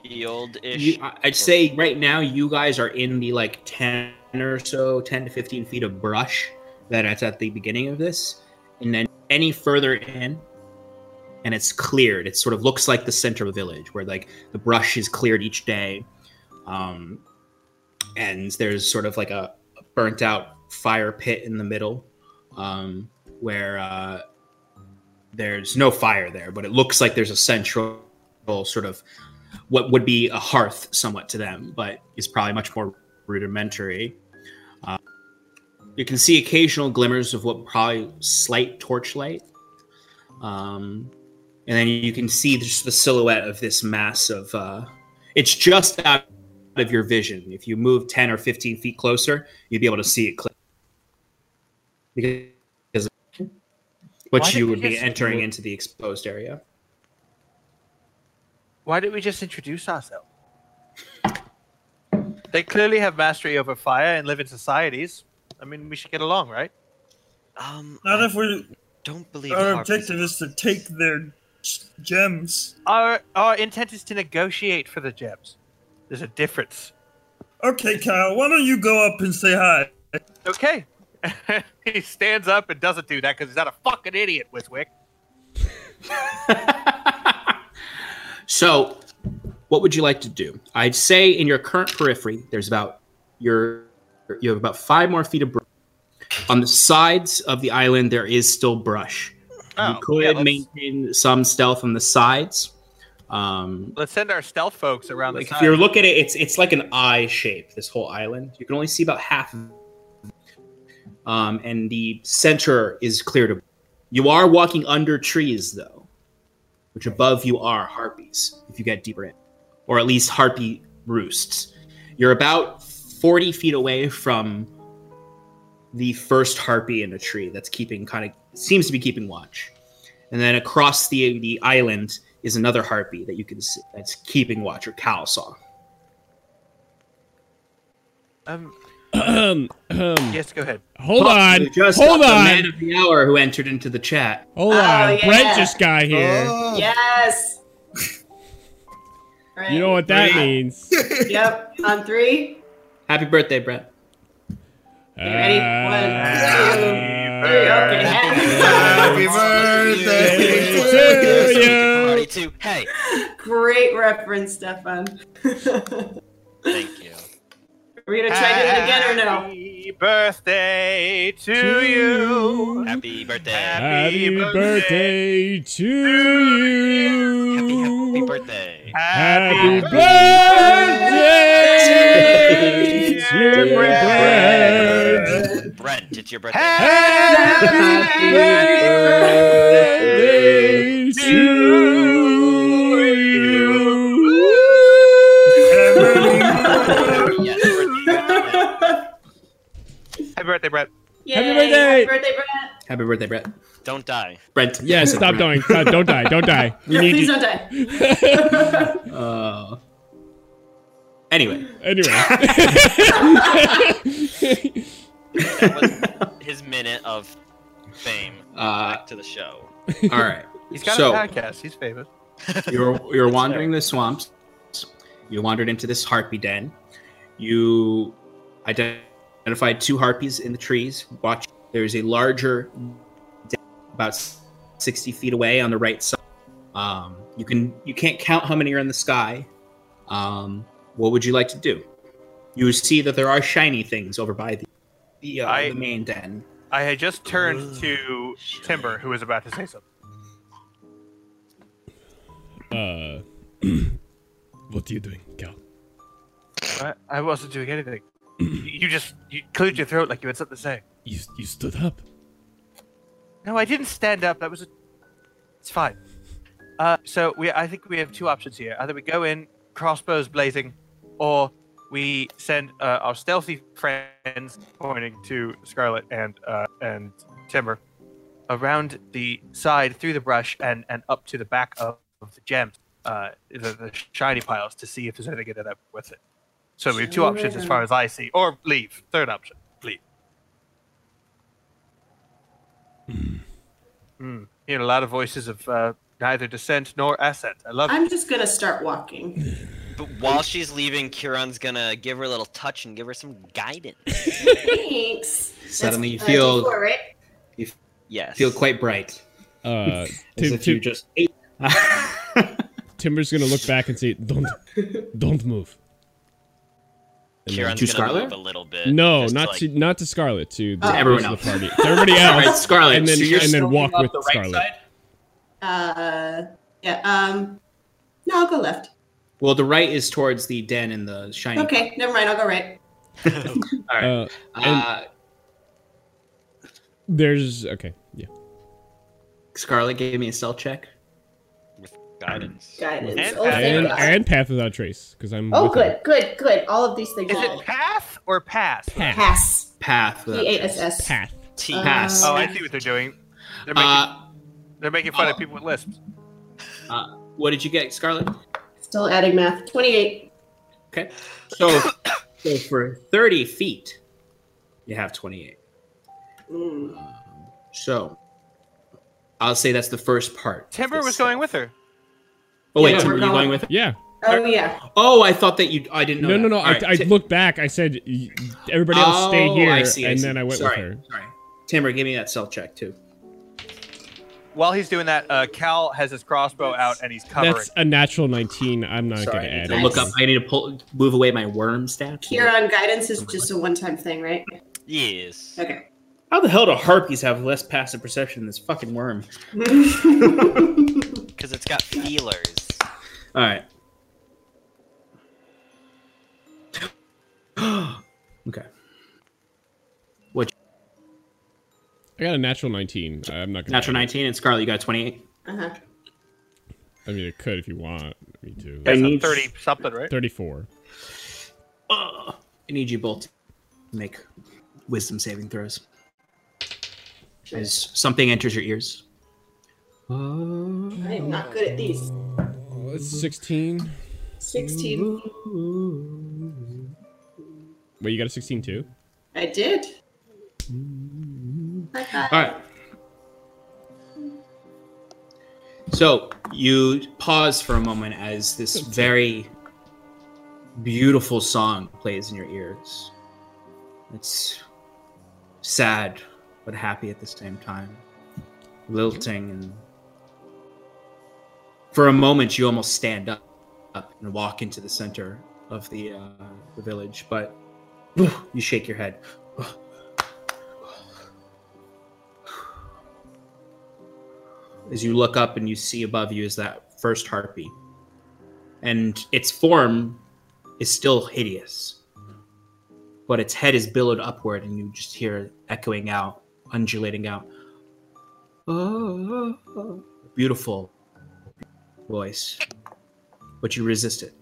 Speaker 6: field ish.
Speaker 2: You, I- I'd say right now you guys are in the like 10 or so, 10 to 15 feet of brush that it's at the beginning of this. And then any further in, and it's cleared. It sort of looks like the center of the village where like the brush is cleared each day. Um, and there's sort of like a burnt out fire pit in the middle um, where uh, there's no fire there, but it looks like there's a central sort of what would be a hearth somewhat to them, but is probably much more rudimentary. Uh, you can see occasional glimmers of what probably slight torchlight. Um, and then you can see just the silhouette of this mass of. Uh, it's just out of your vision. If you move 10 or 15 feet closer, you'd be able to see it clear. Because,
Speaker 3: Why
Speaker 2: but
Speaker 3: did
Speaker 2: you
Speaker 3: we
Speaker 2: would be
Speaker 3: just-
Speaker 2: entering into the exposed area.
Speaker 3: Why did we just introduce ourselves? They clearly have mastery over fire and live in societies. I mean, we should get along, right?
Speaker 6: um,
Speaker 8: Not
Speaker 6: I
Speaker 8: if we're
Speaker 6: don't believe
Speaker 8: our
Speaker 6: Harpy's-
Speaker 8: objective is to take their g- gems.
Speaker 3: Our our intent is to negotiate for the gems. There's a difference.
Speaker 8: Okay, Kyle, why don't you go up and say hi?
Speaker 3: Okay. he stands up and doesn't do that because he's not a fucking idiot, Wiswick.
Speaker 2: So, what would you like to do? I'd say in your current periphery, there's about your you have about five more feet of brush. On the sides of the island, there is still brush.
Speaker 3: Oh,
Speaker 2: you could
Speaker 3: yeah, let's-
Speaker 2: maintain some stealth on the sides. Um,
Speaker 3: Let's send our stealth folks around
Speaker 2: like
Speaker 3: the
Speaker 2: if
Speaker 3: side.
Speaker 2: you're looking at it, it's it's like an eye shape. This whole island, you can only see about half. of it. Um, and the center is cleared. of- You are walking under trees though, which above you are harpies. If you get deeper in, or at least harpy roosts, you're about forty feet away from the first harpy in a tree that's keeping kind of seems to be keeping watch. And then across the the island is another harpy that you can see that's keeping watch or cow saw.
Speaker 3: Um,
Speaker 4: Ahem, ahem.
Speaker 3: yes, go ahead.
Speaker 4: Hold on.
Speaker 2: You just
Speaker 4: Hold
Speaker 2: got The man
Speaker 4: on.
Speaker 2: of the hour who entered into the chat.
Speaker 4: Hold
Speaker 7: Oh,
Speaker 4: on.
Speaker 7: yeah.
Speaker 4: Brent just got here.
Speaker 7: Yes. Right.
Speaker 4: You know what that
Speaker 7: Three.
Speaker 4: means.
Speaker 7: Yep. On three.
Speaker 2: Happy birthday, Brett.
Speaker 7: You ready? One, two, three. Okay.
Speaker 5: Happy
Speaker 4: birthday
Speaker 5: birthday!
Speaker 4: to
Speaker 6: Sneaky
Speaker 4: you.
Speaker 6: Party too. Hey,
Speaker 7: Great reference, Stefan. Are
Speaker 6: thank you.
Speaker 7: we gonna try to do it again or no?
Speaker 3: Happy birthday to,
Speaker 4: To
Speaker 3: you.
Speaker 6: Happy birthday.
Speaker 4: Happy
Speaker 3: Happy
Speaker 4: birthday to you.
Speaker 6: happy birthday.
Speaker 4: Happy
Speaker 7: birthday
Speaker 4: birthday,
Speaker 3: to
Speaker 4: dear Brent.
Speaker 6: Brent, it's your birthday.
Speaker 3: Happy birthday.
Speaker 4: Birthday to you.
Speaker 6: Yes, birthday.
Speaker 3: Happy birthday, Brett.
Speaker 7: Yay.
Speaker 4: Happy birthday.
Speaker 7: Happy birthday, Brett.
Speaker 2: Happy birthday, Brett.
Speaker 6: Don't die.
Speaker 2: Brent.
Speaker 4: Yeah,
Speaker 2: Listen,
Speaker 4: stop
Speaker 2: Brent.
Speaker 4: dying. Stop- Don't die. Don't die.
Speaker 7: Yeah, please don't die.
Speaker 2: Uh, anyway,
Speaker 4: Anyway.
Speaker 6: That was his minute of fame
Speaker 2: uh,
Speaker 6: to the show.
Speaker 2: all right.
Speaker 3: He's got
Speaker 2: So-
Speaker 3: a podcast. He's famous.
Speaker 2: you're you're wandering the swamps. You wandered into this harpy den. You ident- identified two harpies in the trees. Watch. There is a larger den about s- sixty feet away on the right side. Um, You can you can't count how many are in the sky. Um, what would you like to do? You see that there are shiny things over by the the, uh,
Speaker 3: I-
Speaker 2: the main den.
Speaker 3: I had just turned to Timber, who was about to say something.
Speaker 4: Uh, what are you doing, Cal?
Speaker 3: I, I wasn't doing anything. you just you cleared your throat like you had something to say.
Speaker 4: You you stood up.
Speaker 3: No, I didn't stand up. That was a. It's fine. Uh, so we, I think we have two options here. Either we go in, crossbows blazing, or we send uh, our stealthy friends, pointing to Scarlet and uh, and Timber, around the side through the brush and and up to the back of, of the gems, uh, the, the shiny piles, to see if there's anything in there that- with it. So we have two
Speaker 7: Shiny
Speaker 3: options as
Speaker 7: ribbon.
Speaker 3: far as I see, or leave. Third option, leave. Hmm. Hearing a lot of voices of uh, neither dissent nor assent. I love it.
Speaker 7: I'm just gonna start walking.
Speaker 6: But while she's leaving, Kieran's gonna give her a little touch and give her some guidance.
Speaker 7: Thanks.
Speaker 2: Suddenly you
Speaker 7: That's, uh,
Speaker 2: feel
Speaker 7: D4, right?
Speaker 6: Yes.
Speaker 2: feel quite bright,
Speaker 4: Uh,
Speaker 2: as
Speaker 4: Tim-
Speaker 2: if you
Speaker 4: Tim-
Speaker 2: just ate.
Speaker 4: Timber's gonna look back and say, "Don't, don't move." And then-
Speaker 6: Kieran's
Speaker 2: To
Speaker 6: gonna
Speaker 2: Scarlet?
Speaker 6: move a little bit.
Speaker 4: No,
Speaker 6: just
Speaker 4: not
Speaker 6: like-
Speaker 4: to not to Scarlet. To the
Speaker 7: To
Speaker 2: Ah, everyone
Speaker 4: rest of
Speaker 2: else.
Speaker 4: the party. To everybody
Speaker 2: All right,
Speaker 4: else.
Speaker 2: Scarlet,
Speaker 4: and then
Speaker 2: so you're
Speaker 4: and then
Speaker 2: slowly
Speaker 4: walk
Speaker 2: up
Speaker 4: with
Speaker 2: the right
Speaker 4: Scarlet.
Speaker 2: side.
Speaker 7: Uh, yeah. Um, no, I'll go left.
Speaker 2: Well, the right is towards the den and the shiny.
Speaker 7: Okay, never mind. I'll go right.
Speaker 2: All right.
Speaker 4: Uh,
Speaker 2: uh,
Speaker 4: there's okay. Yeah.
Speaker 2: Scarlet gave me a stealth check.
Speaker 6: with guidance.
Speaker 7: Guidance.
Speaker 3: And-
Speaker 7: oh,
Speaker 4: And,
Speaker 7: thank God.
Speaker 4: and path without trace because I'm.
Speaker 7: oh,
Speaker 4: with
Speaker 7: good, good, good. All of these things.
Speaker 3: Is
Speaker 7: all-
Speaker 3: it path or pass?
Speaker 4: Path.
Speaker 7: pass?
Speaker 2: Path.
Speaker 7: P
Speaker 2: without
Speaker 7: A
Speaker 2: trace.
Speaker 7: S S. Um,
Speaker 4: her. Path.
Speaker 6: T. E
Speaker 7: Uh,
Speaker 2: Pass.
Speaker 3: Oh, I see what they're doing. They're making,
Speaker 2: Uh,
Speaker 3: they're making fun
Speaker 5: oh.
Speaker 3: of people with lisps.
Speaker 2: uh, what did you get, Scarlet?
Speaker 7: Still adding math. Twenty-eight.
Speaker 2: Okay. So, so for 30 feet, you have 28.
Speaker 7: Mm.
Speaker 2: So, I'll say that's the first part.
Speaker 3: Timber was going with her.
Speaker 2: Oh wait,
Speaker 7: Yeah,
Speaker 2: Tim,
Speaker 7: we're
Speaker 2: were you
Speaker 7: going-
Speaker 2: going with?
Speaker 4: Yeah.
Speaker 7: Oh yeah.
Speaker 2: Oh, I thought that you. I didn't know.
Speaker 4: No, no,
Speaker 2: that.
Speaker 4: no.
Speaker 2: All
Speaker 4: I,
Speaker 2: right,
Speaker 4: I
Speaker 2: Ti-
Speaker 4: looked back. I said, "Y- "Everybody else, stay
Speaker 2: Oh,
Speaker 4: here,"
Speaker 2: I see, I
Speaker 4: and
Speaker 2: see.
Speaker 4: then I went
Speaker 2: Sorry,
Speaker 4: with her.
Speaker 2: Sorry, Timber, give me that self check too.
Speaker 3: While he's doing that, uh, Cal has his crossbow out and he's covering.
Speaker 4: That's a natural 19. I'm not
Speaker 2: Sorry,
Speaker 4: gonna
Speaker 2: I need
Speaker 4: add.
Speaker 2: to
Speaker 7: it.
Speaker 2: look
Speaker 4: anything.
Speaker 2: up. I need to pull, move away my worm stat.
Speaker 7: Kieran guidance is just a one-time thing, right?
Speaker 6: Yes.
Speaker 7: Okay.
Speaker 2: How the hell do harpies have less passive perception than this fucking worm?
Speaker 6: Because it's got feelers.
Speaker 2: All right. okay.
Speaker 4: I got a natural 19. I'm not gonna.
Speaker 2: Natural 19 and Scarlet, you got 28.
Speaker 7: uh-huh.
Speaker 4: I mean, it could if you want me to.
Speaker 2: I
Speaker 3: That's a
Speaker 2: need-
Speaker 3: 30 something, right?
Speaker 4: 34.
Speaker 2: Ugh. I need you both to make wisdom saving throws. As something enters your ears.
Speaker 7: I am not good at these.
Speaker 4: Oh, it's 16.
Speaker 7: Sixteen.
Speaker 4: Wait, you got a 16 too?
Speaker 7: I did. I got
Speaker 2: All right. So you pause for a moment as this very beautiful song plays in your ears. It's sad but happy at the same time, lilting and for a moment you almost stand up, up and walk into the center of the uh, the village, but you shake your head. as you look up and you see above you is that first harpy. And its form is still hideous, but its head is billowed upward, and you just hear it echoing out, undulating out. Oh, beautiful voice, but you resist it.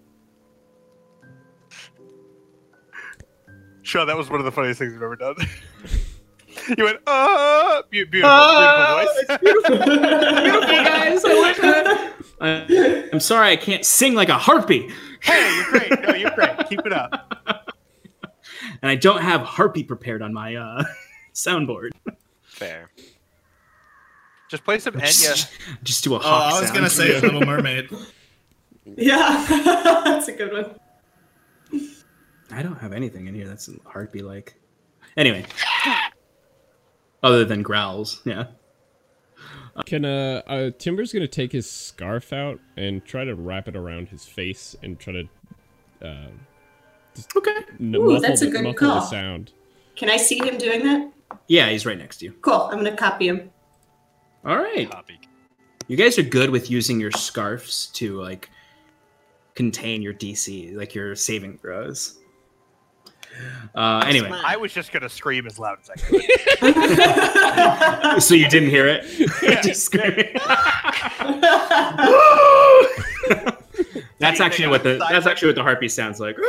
Speaker 3: Sure, that was one of the funniest things we've ever done. you went, oh, be- beautiful,
Speaker 5: Uh,
Speaker 3: beautiful voice.
Speaker 2: I, I'm sorry, I can't sing like a harpy,
Speaker 3: hey, you're great. No, you're great. Keep it up.
Speaker 2: and I don't have harpy prepared on my uh, soundboard.
Speaker 6: Fair.
Speaker 3: Just play some Enya.
Speaker 2: Just, just do a
Speaker 5: Oh,
Speaker 2: hawk
Speaker 5: I was
Speaker 2: sound.
Speaker 5: gonna say Little Mermaid.
Speaker 7: Yeah, that's a good one.
Speaker 2: I don't have anything in here that's heartbeat like. Anyway. Other than growls, yeah.
Speaker 4: Can uh, uh Timber's gonna take his scarf out and try to wrap it around his face and try to uh
Speaker 2: Okay.
Speaker 4: n-
Speaker 7: Ooh,
Speaker 4: muffle,
Speaker 7: that's a
Speaker 4: the-
Speaker 7: good
Speaker 4: muffle the
Speaker 7: call.
Speaker 4: sound.
Speaker 7: Can I see him doing that?
Speaker 2: Yeah, he's right next to you.
Speaker 7: Cool. I'm gonna copy him.
Speaker 2: All right.
Speaker 6: Copy.
Speaker 2: You guys are good with using your scarves to like contain your DC, like your saving throws. Uh, anyway,
Speaker 3: I was just gonna scream as loud as I could.
Speaker 2: so you didn't hear it. Just screaming. that's actually what the that's actually what the harpy sounds like.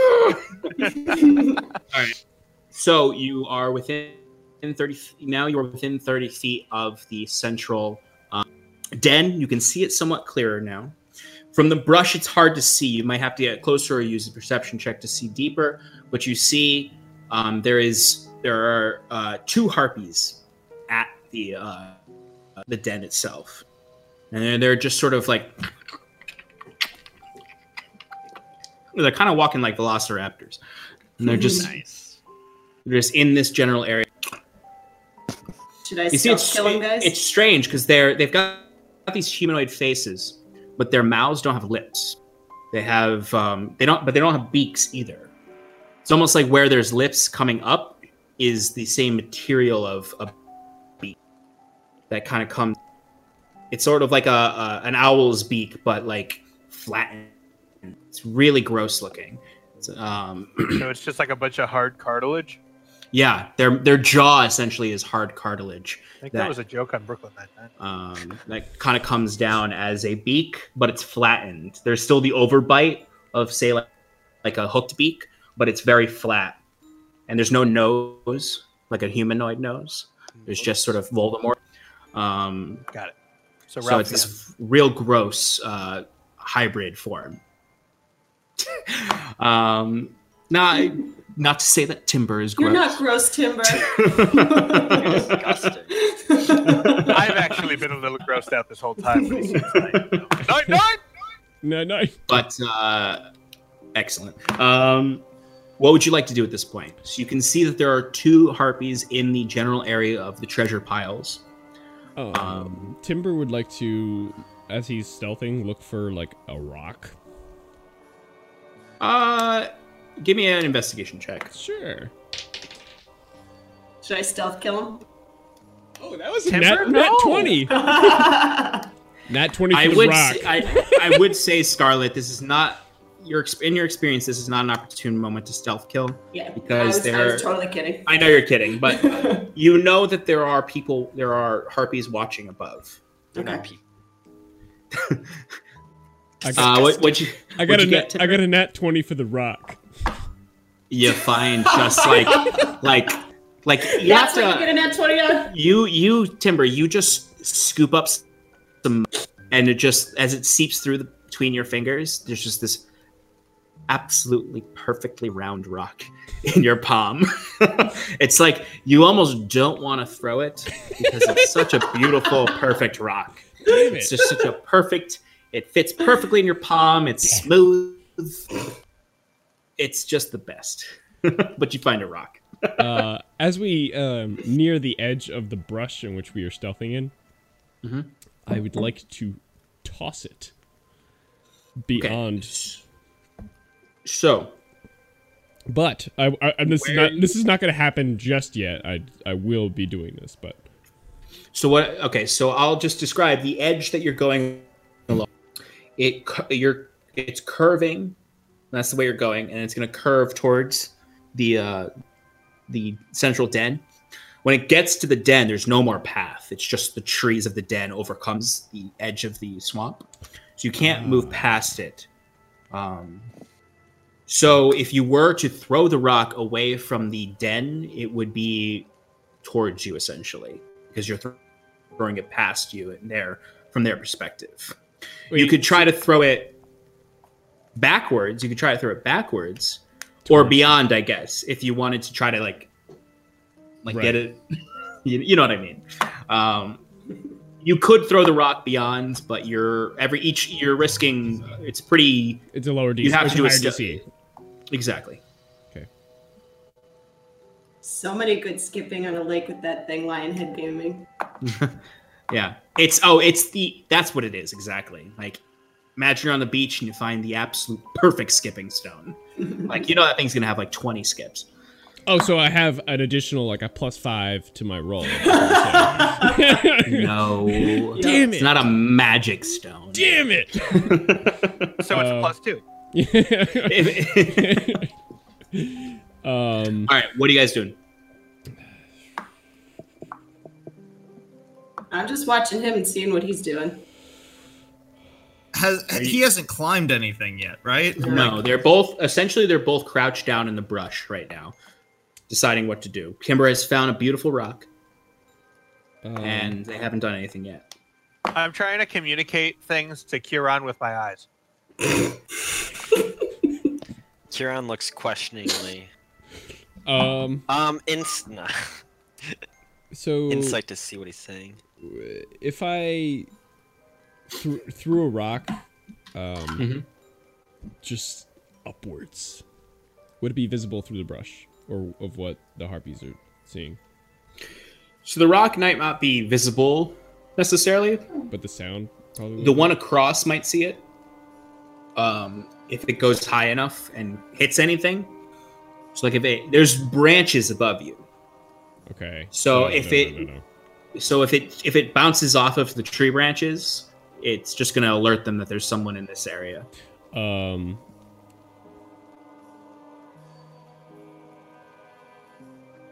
Speaker 2: All right. So you are within in thirty f- now. You are within thirty feet of the central um, den. You can see it somewhat clearer now. From the brush, it's hard to see. You might have to get closer or use a perception check to see deeper. But you see, um, there is there are uh, two harpies at the uh, the den itself, and they're, they're just sort of like they're kind of walking like velociraptors, and they're just
Speaker 6: Nice.
Speaker 2: they're just in this general area.
Speaker 7: Should I
Speaker 2: You see,
Speaker 7: still
Speaker 2: it's
Speaker 7: kill him, guys?
Speaker 2: it's strange because they're they've got these humanoid faces, but their mouths don't have lips. They have um, they don't, but they don't have beaks either. It's almost like where there's lips coming up is the same material of a beak that kind of comes. It's sort of like a, a an owl's beak, but like flattened. It's really gross looking. It's, um,
Speaker 3: so it's just like a bunch of hard cartilage.
Speaker 2: yeah, their their jaw essentially is hard cartilage.
Speaker 3: I think
Speaker 2: That-
Speaker 3: that was a joke on Brooklyn that night.
Speaker 2: um, that kind of comes down as a beak, but it's flattened. There's still the overbite of, say, like, like a hooked beak, but it's very flat. And there's no nose, like a humanoid nose. There's just sort of Voldemort. Um,
Speaker 3: Got it. So,
Speaker 2: so
Speaker 3: Ralph,
Speaker 2: it's this real gross uh, hybrid form. um, not, not to say that timber is
Speaker 7: You're
Speaker 2: gross.
Speaker 7: not gross, Timber.
Speaker 6: You're disgusting.
Speaker 3: I've actually been a little grossed out this whole time. when he said tonight. Night, night!
Speaker 4: No, no.
Speaker 2: but uh, excellent. Um, what would you like to do at this point? So you can see that there are two harpies in the general area of the treasure piles.
Speaker 4: Um,
Speaker 2: Um,
Speaker 4: Timber would like to, as he's stealthing, look for like a rock.
Speaker 2: Uh, give me an investigation check.
Speaker 4: Sure.
Speaker 7: Should I stealth kill him?
Speaker 2: Oh, that was
Speaker 4: Nat, nat twenty. Nat twenty for
Speaker 2: I
Speaker 4: the
Speaker 2: would,
Speaker 4: rock.
Speaker 2: say, I, I would say, Scarlet, this is not your ex- in your experience. This is not an opportune moment to stealth kill.
Speaker 7: yeah, I
Speaker 2: Because
Speaker 7: was, I
Speaker 2: they're-
Speaker 7: was totally kidding.
Speaker 2: I know you're kidding, but you know that there are people, there are harpies watching above.
Speaker 7: Okay.
Speaker 4: I got,
Speaker 2: Uh, what what you?
Speaker 4: I got
Speaker 2: what'd
Speaker 4: a
Speaker 2: you get,
Speaker 4: nat, I got a nat twenty for the rock.
Speaker 2: you find just like like like you
Speaker 7: That's
Speaker 2: have to
Speaker 7: what you get a net 20 on?
Speaker 2: you you timber you just scoop up some and it just as it seeps through the, between your fingers there's just this absolutely perfectly round rock in your palm it's like you almost don't want to throw it because it's such a beautiful perfect rock
Speaker 4: Damn
Speaker 2: it's
Speaker 4: it!
Speaker 2: just such a perfect. It fits perfectly in your palm. It's smooth. It's just the best. but you find a rock.
Speaker 4: uh, as we um, near the edge of the brush in which we are stealthing in,
Speaker 2: Mhm.
Speaker 4: I would like to toss it beyond.
Speaker 2: So
Speaker 4: But I, I, and this is
Speaker 2: Where
Speaker 4: not this is not going to happen just yet. I I will be doing this, but
Speaker 2: So what? Okay, so I'll just describe the edge that you're going along. It cu- you're it's curving. That's the way you're going, and it's going to curve towards the uh, the central den. When it gets to the den, there's no more path. It's just the trees of the den overcomes the edge of the swamp, so you can't move past it. Um, so if you were to throw the rock away from the den, it would be towards you essentially because you're thro- throwing it past you and there from their perspective. you
Speaker 4: Wait,
Speaker 2: could try to throw it backwards. You could try to throw it backwards or beyond, I guess, if you wanted to try to like like
Speaker 4: Right.
Speaker 2: get it. You, you know what I mean? Um, you could throw the rock beyond, but you're every each you're risking. It's pretty
Speaker 4: it's a lower DC.
Speaker 2: you have
Speaker 4: it's
Speaker 2: to do a
Speaker 4: higher
Speaker 2: stealth.
Speaker 4: DC.
Speaker 2: exactly.
Speaker 7: So many good skipping on a lake with that thing Lionhead gaming.
Speaker 2: Yeah. It's oh, it's the that's what it is exactly. Like imagine you're on the beach and you find the absolute perfect skipping stone. like you know that thing's gonna have like 20 skips.
Speaker 4: Oh, so I have an additional like a plus five to my roll.
Speaker 2: No.
Speaker 4: Damn
Speaker 2: It's
Speaker 4: it!
Speaker 2: not a magic stone.
Speaker 4: Damn it!
Speaker 3: So it's a
Speaker 4: Uh,
Speaker 3: plus two.
Speaker 4: um,
Speaker 2: All right, what are you guys doing?
Speaker 7: I'm just watching him and seeing what he's doing.
Speaker 5: Has he hasn't climbed anything yet, right?
Speaker 2: No, they're both essentially they're both crouched down in the brush right now, deciding what to do. Kimber has found a beautiful rock,
Speaker 4: um,
Speaker 2: and they haven't done anything yet.
Speaker 3: I'm trying to communicate things to Kieran with my eyes.
Speaker 6: Kieran looks questioningly.
Speaker 4: um,
Speaker 6: Um, ins- nah.
Speaker 4: so
Speaker 6: insight to see what he's saying.
Speaker 4: if I thr- threw a rock,
Speaker 2: Mhm.
Speaker 4: um, just upwards, would it be visible through the brush or of what the harpies are seeing?
Speaker 2: So the rock might not be visible necessarily.
Speaker 4: But the sound probably
Speaker 2: The one across might see it. Um, if it goes high enough and hits anything, so like if it there's branches above you,
Speaker 4: Okay.
Speaker 2: So
Speaker 4: No,
Speaker 2: if
Speaker 4: no,
Speaker 2: it-
Speaker 4: no, no, no.
Speaker 2: so if it if it bounces off of the tree branches, it's just gonna alert them that there's someone in this area.
Speaker 4: Um.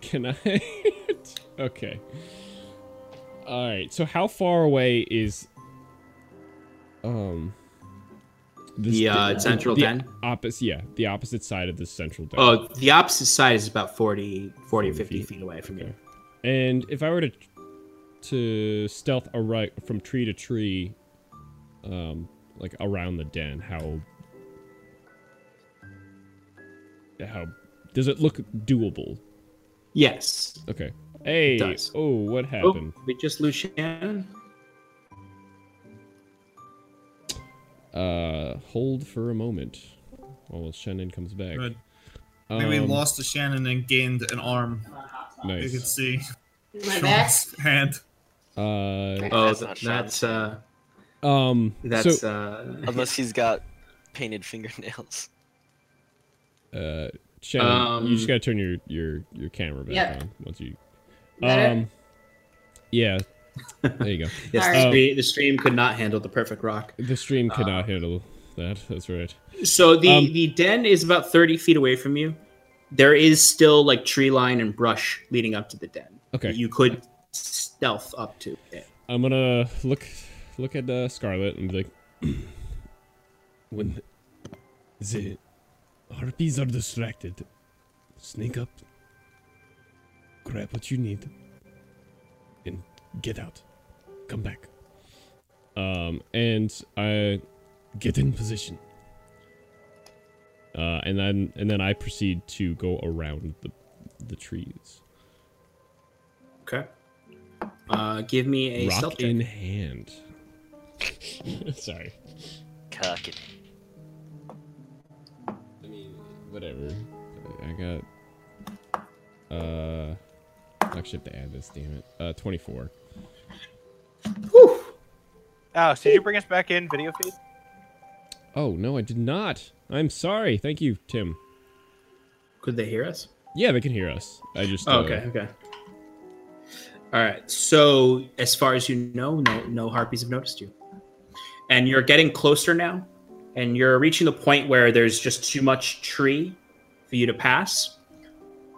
Speaker 4: Can I? okay. All right. So how far away is um this-
Speaker 2: The, uh, central den?
Speaker 4: Opposite, yeah, the opposite side of the central den.
Speaker 2: Oh, the opposite side is about 40, 40 or 50
Speaker 4: feet.
Speaker 2: feet away from you.
Speaker 4: And if I were to to stealth a right from tree to tree, um, like around the den, how how does it look doable?
Speaker 2: Yes.
Speaker 4: Okay. Hey.
Speaker 2: does.
Speaker 4: Oh, what
Speaker 2: Oh,
Speaker 4: happened?
Speaker 2: we just lose Shannon.
Speaker 4: Uh, hold for a moment while Shannon comes back.
Speaker 5: Good.
Speaker 4: Um,
Speaker 5: Maybe we lost a Shannon and gained an arm. You can
Speaker 4: Nice.
Speaker 5: see
Speaker 7: My back.
Speaker 5: Sean's hand.
Speaker 4: Uh,
Speaker 2: Oh,
Speaker 6: That's
Speaker 2: th-
Speaker 6: not Sean.
Speaker 2: that's uh,
Speaker 4: um.
Speaker 2: that's
Speaker 4: so,
Speaker 2: uh,
Speaker 6: Unless he's got painted fingernails.
Speaker 4: uh, Shannon, you just
Speaker 2: um,
Speaker 4: gotta turn your your your camera back
Speaker 7: Yep.
Speaker 4: on once you.
Speaker 7: Better?
Speaker 4: Um. Yeah. There you go. Um,
Speaker 2: yes,
Speaker 7: All
Speaker 2: the,
Speaker 7: right.
Speaker 2: stream, the stream could not handle the perfect rock.
Speaker 4: The stream could not handle that. That's right.
Speaker 2: So the
Speaker 4: Um,
Speaker 2: the den is about thirty feet away from you. There is still like tree line and brush leading up to the den.
Speaker 4: Okay.
Speaker 2: you could stealth up to it.
Speaker 4: I'm gonna look look at uh, Scarlet and be like, when the harpies are distracted, sneak up, grab what you need, and get out. Come back. Um, and I get in position. Uh, and then and then I proceed to go around the the trees,
Speaker 2: Okay. Uh, give me a
Speaker 4: rock
Speaker 2: stealth check.
Speaker 4: in hand. Sorry.
Speaker 6: Cock it.
Speaker 4: I mean, whatever. I got. Uh. I actually have to add this, damn it. Uh, 24.
Speaker 3: Alex, did you bring us back in video feed?
Speaker 4: Oh, no, I did not. I'm sorry. Thank you, Tim.
Speaker 2: Could they hear us?
Speaker 4: Yeah, they can hear us. I just.
Speaker 2: Oh,
Speaker 4: uh,
Speaker 2: okay. Okay. All right. So, as far as you know, no, no harpies have noticed you, and you're getting closer now, and you're reaching the point where there's just too much tree for you to pass.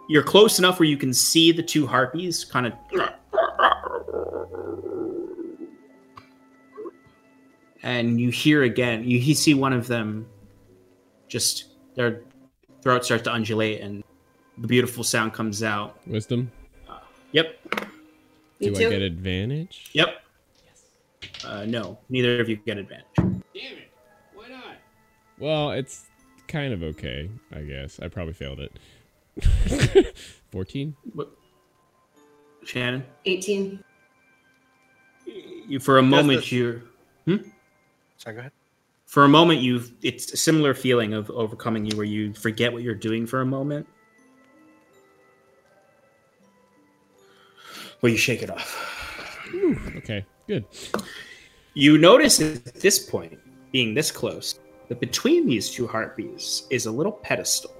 Speaker 2: You're close enough where you can see the two harpies kind of. And you hear again. You he- see one of them, just their throat starts to undulate, and the beautiful sound comes out.
Speaker 4: Wisdom.
Speaker 2: Yep.
Speaker 7: Me
Speaker 4: Do I
Speaker 7: too.
Speaker 4: get advantage?
Speaker 2: Yep. Uh, no, neither of you get advantage.
Speaker 4: Well, it's kind of okay, I guess. I probably failed it. 14?
Speaker 2: What? Shannon,
Speaker 7: 18.
Speaker 2: you for a moment
Speaker 3: this.
Speaker 2: you
Speaker 3: Sorry, go ahead.
Speaker 2: for a moment you it's a similar feeling of overcoming you where you forget what you're doing for a moment. but you shake it off.
Speaker 4: Okay, good.
Speaker 2: You notice at this point, being this close, that between these two heartbeats is a little pedestal.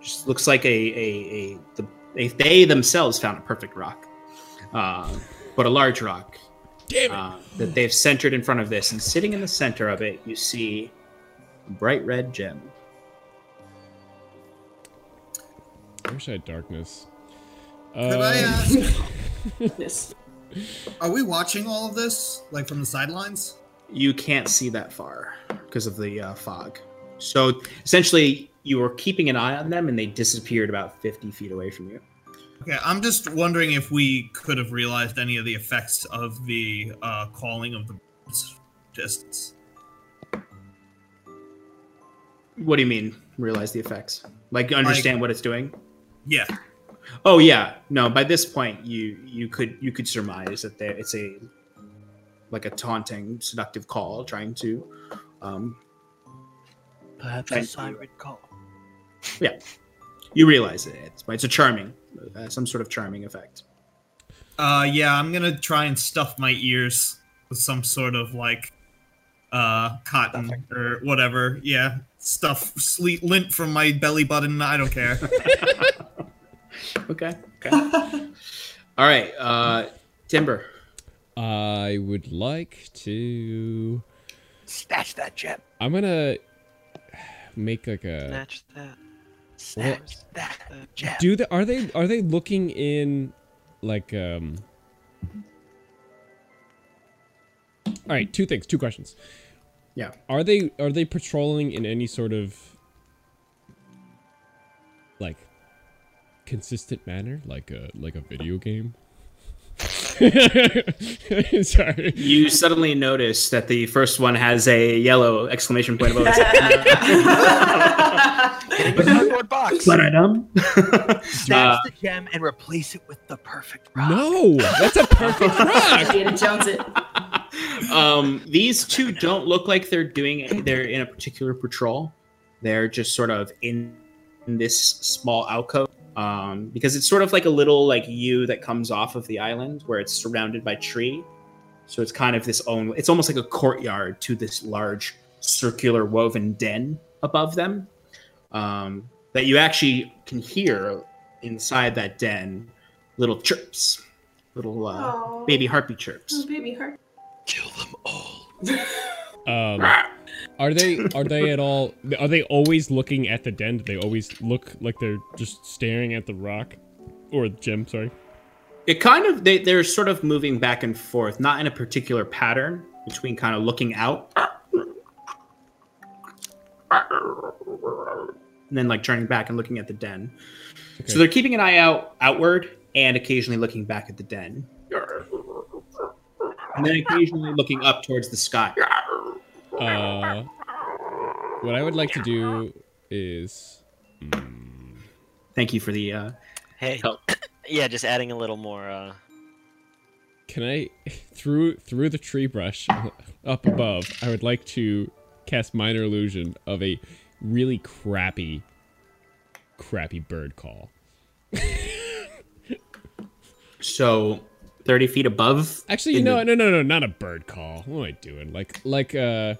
Speaker 2: Just looks like a a, a the, they, they themselves found a perfect rock, uh, but a large rock
Speaker 4: Damn it!
Speaker 2: uh, that they've centered in front of this. And sitting in the center of it, you see a bright red gem.
Speaker 4: I wish I had darkness.
Speaker 9: Could I
Speaker 4: Uh,
Speaker 9: ask,
Speaker 7: This
Speaker 9: are we watching all of this, like from the sidelines?
Speaker 2: you can't see that far because of the uh, fog. So essentially, you were keeping an eye on them, and they disappeared about fifty feet away from you.
Speaker 9: Okay, I'm just wondering if we could have realized any of the effects of the uh, calling of the birds. Just
Speaker 2: What do you mean? Realize the effects? Like understand what it's doing?
Speaker 9: yeah,
Speaker 2: Oh yeah, no. By this point, you you could you could surmise that there it's a like a taunting, seductive call, trying to um,
Speaker 3: Perhaps
Speaker 2: Thank you.
Speaker 3: a siren call.
Speaker 2: you realize it. It's, it's a charming, uh, some sort of charming effect.
Speaker 9: uh, yeah. I'm gonna try and stuff my ears with some sort of like uh, cotton or whatever. Yeah, stuff sleet lint from my belly button. I don't care.
Speaker 2: Okay. Okay. All right, uh, Timber.
Speaker 4: I would like to.
Speaker 3: Snatch that gem.
Speaker 4: I'm gonna make like a.
Speaker 6: Snatch that.
Speaker 3: Snatch that gem.
Speaker 4: Do they are they are they looking in like um All right, two things, two questions.
Speaker 2: Yeah.
Speaker 4: Are they are they patrolling in any sort of like consistent manner like a like a video game? Sorry.
Speaker 2: You suddenly notice that the first one has a yellow exclamation point above
Speaker 3: Take a cardboard box.
Speaker 2: it.
Speaker 3: Snatch
Speaker 2: um, uh,
Speaker 3: the gem and replace it with the perfect rock.
Speaker 4: No, that's a perfect rock.
Speaker 7: Indiana Jones it.
Speaker 2: um, these two don't look like they're doing. They're in a particular patrol. They're just sort of in, in this small alcove um, because it's sort of like a little like U that comes off of the island where it's surrounded by tree. So it's kind of this own. It's almost like a courtyard to this large circular woven den above them um, that you actually can hear inside that den little chirps, little uh,
Speaker 7: Oh,
Speaker 2: baby harpy chirps.
Speaker 7: Oh, baby heart.
Speaker 6: Kill them all.
Speaker 4: Um Are they are they at all are they always looking at the den? Do they always look like they're just staring at the rock or gem, sorry?
Speaker 2: It kind of they, they're sort of moving back and forth, not in a particular pattern, between kind of looking out and then like turning back and looking at the den.
Speaker 4: Okay.
Speaker 2: So they're keeping an eye out outward and occasionally looking back at the den. And then occasionally looking up towards the sky.
Speaker 4: Uh, what I would like to do is
Speaker 2: Thank you for the uh
Speaker 6: Hey.
Speaker 2: Help.
Speaker 6: yeah, just adding a little more. Uh,
Speaker 4: can I through through the tree brush up above, I would like to cast minor illusion of a really crappy crappy bird call.
Speaker 2: so thirty feet above
Speaker 4: Actually, you
Speaker 2: In
Speaker 4: know,
Speaker 2: the-
Speaker 4: no no no, not a bird call. What am I doing? Like like uh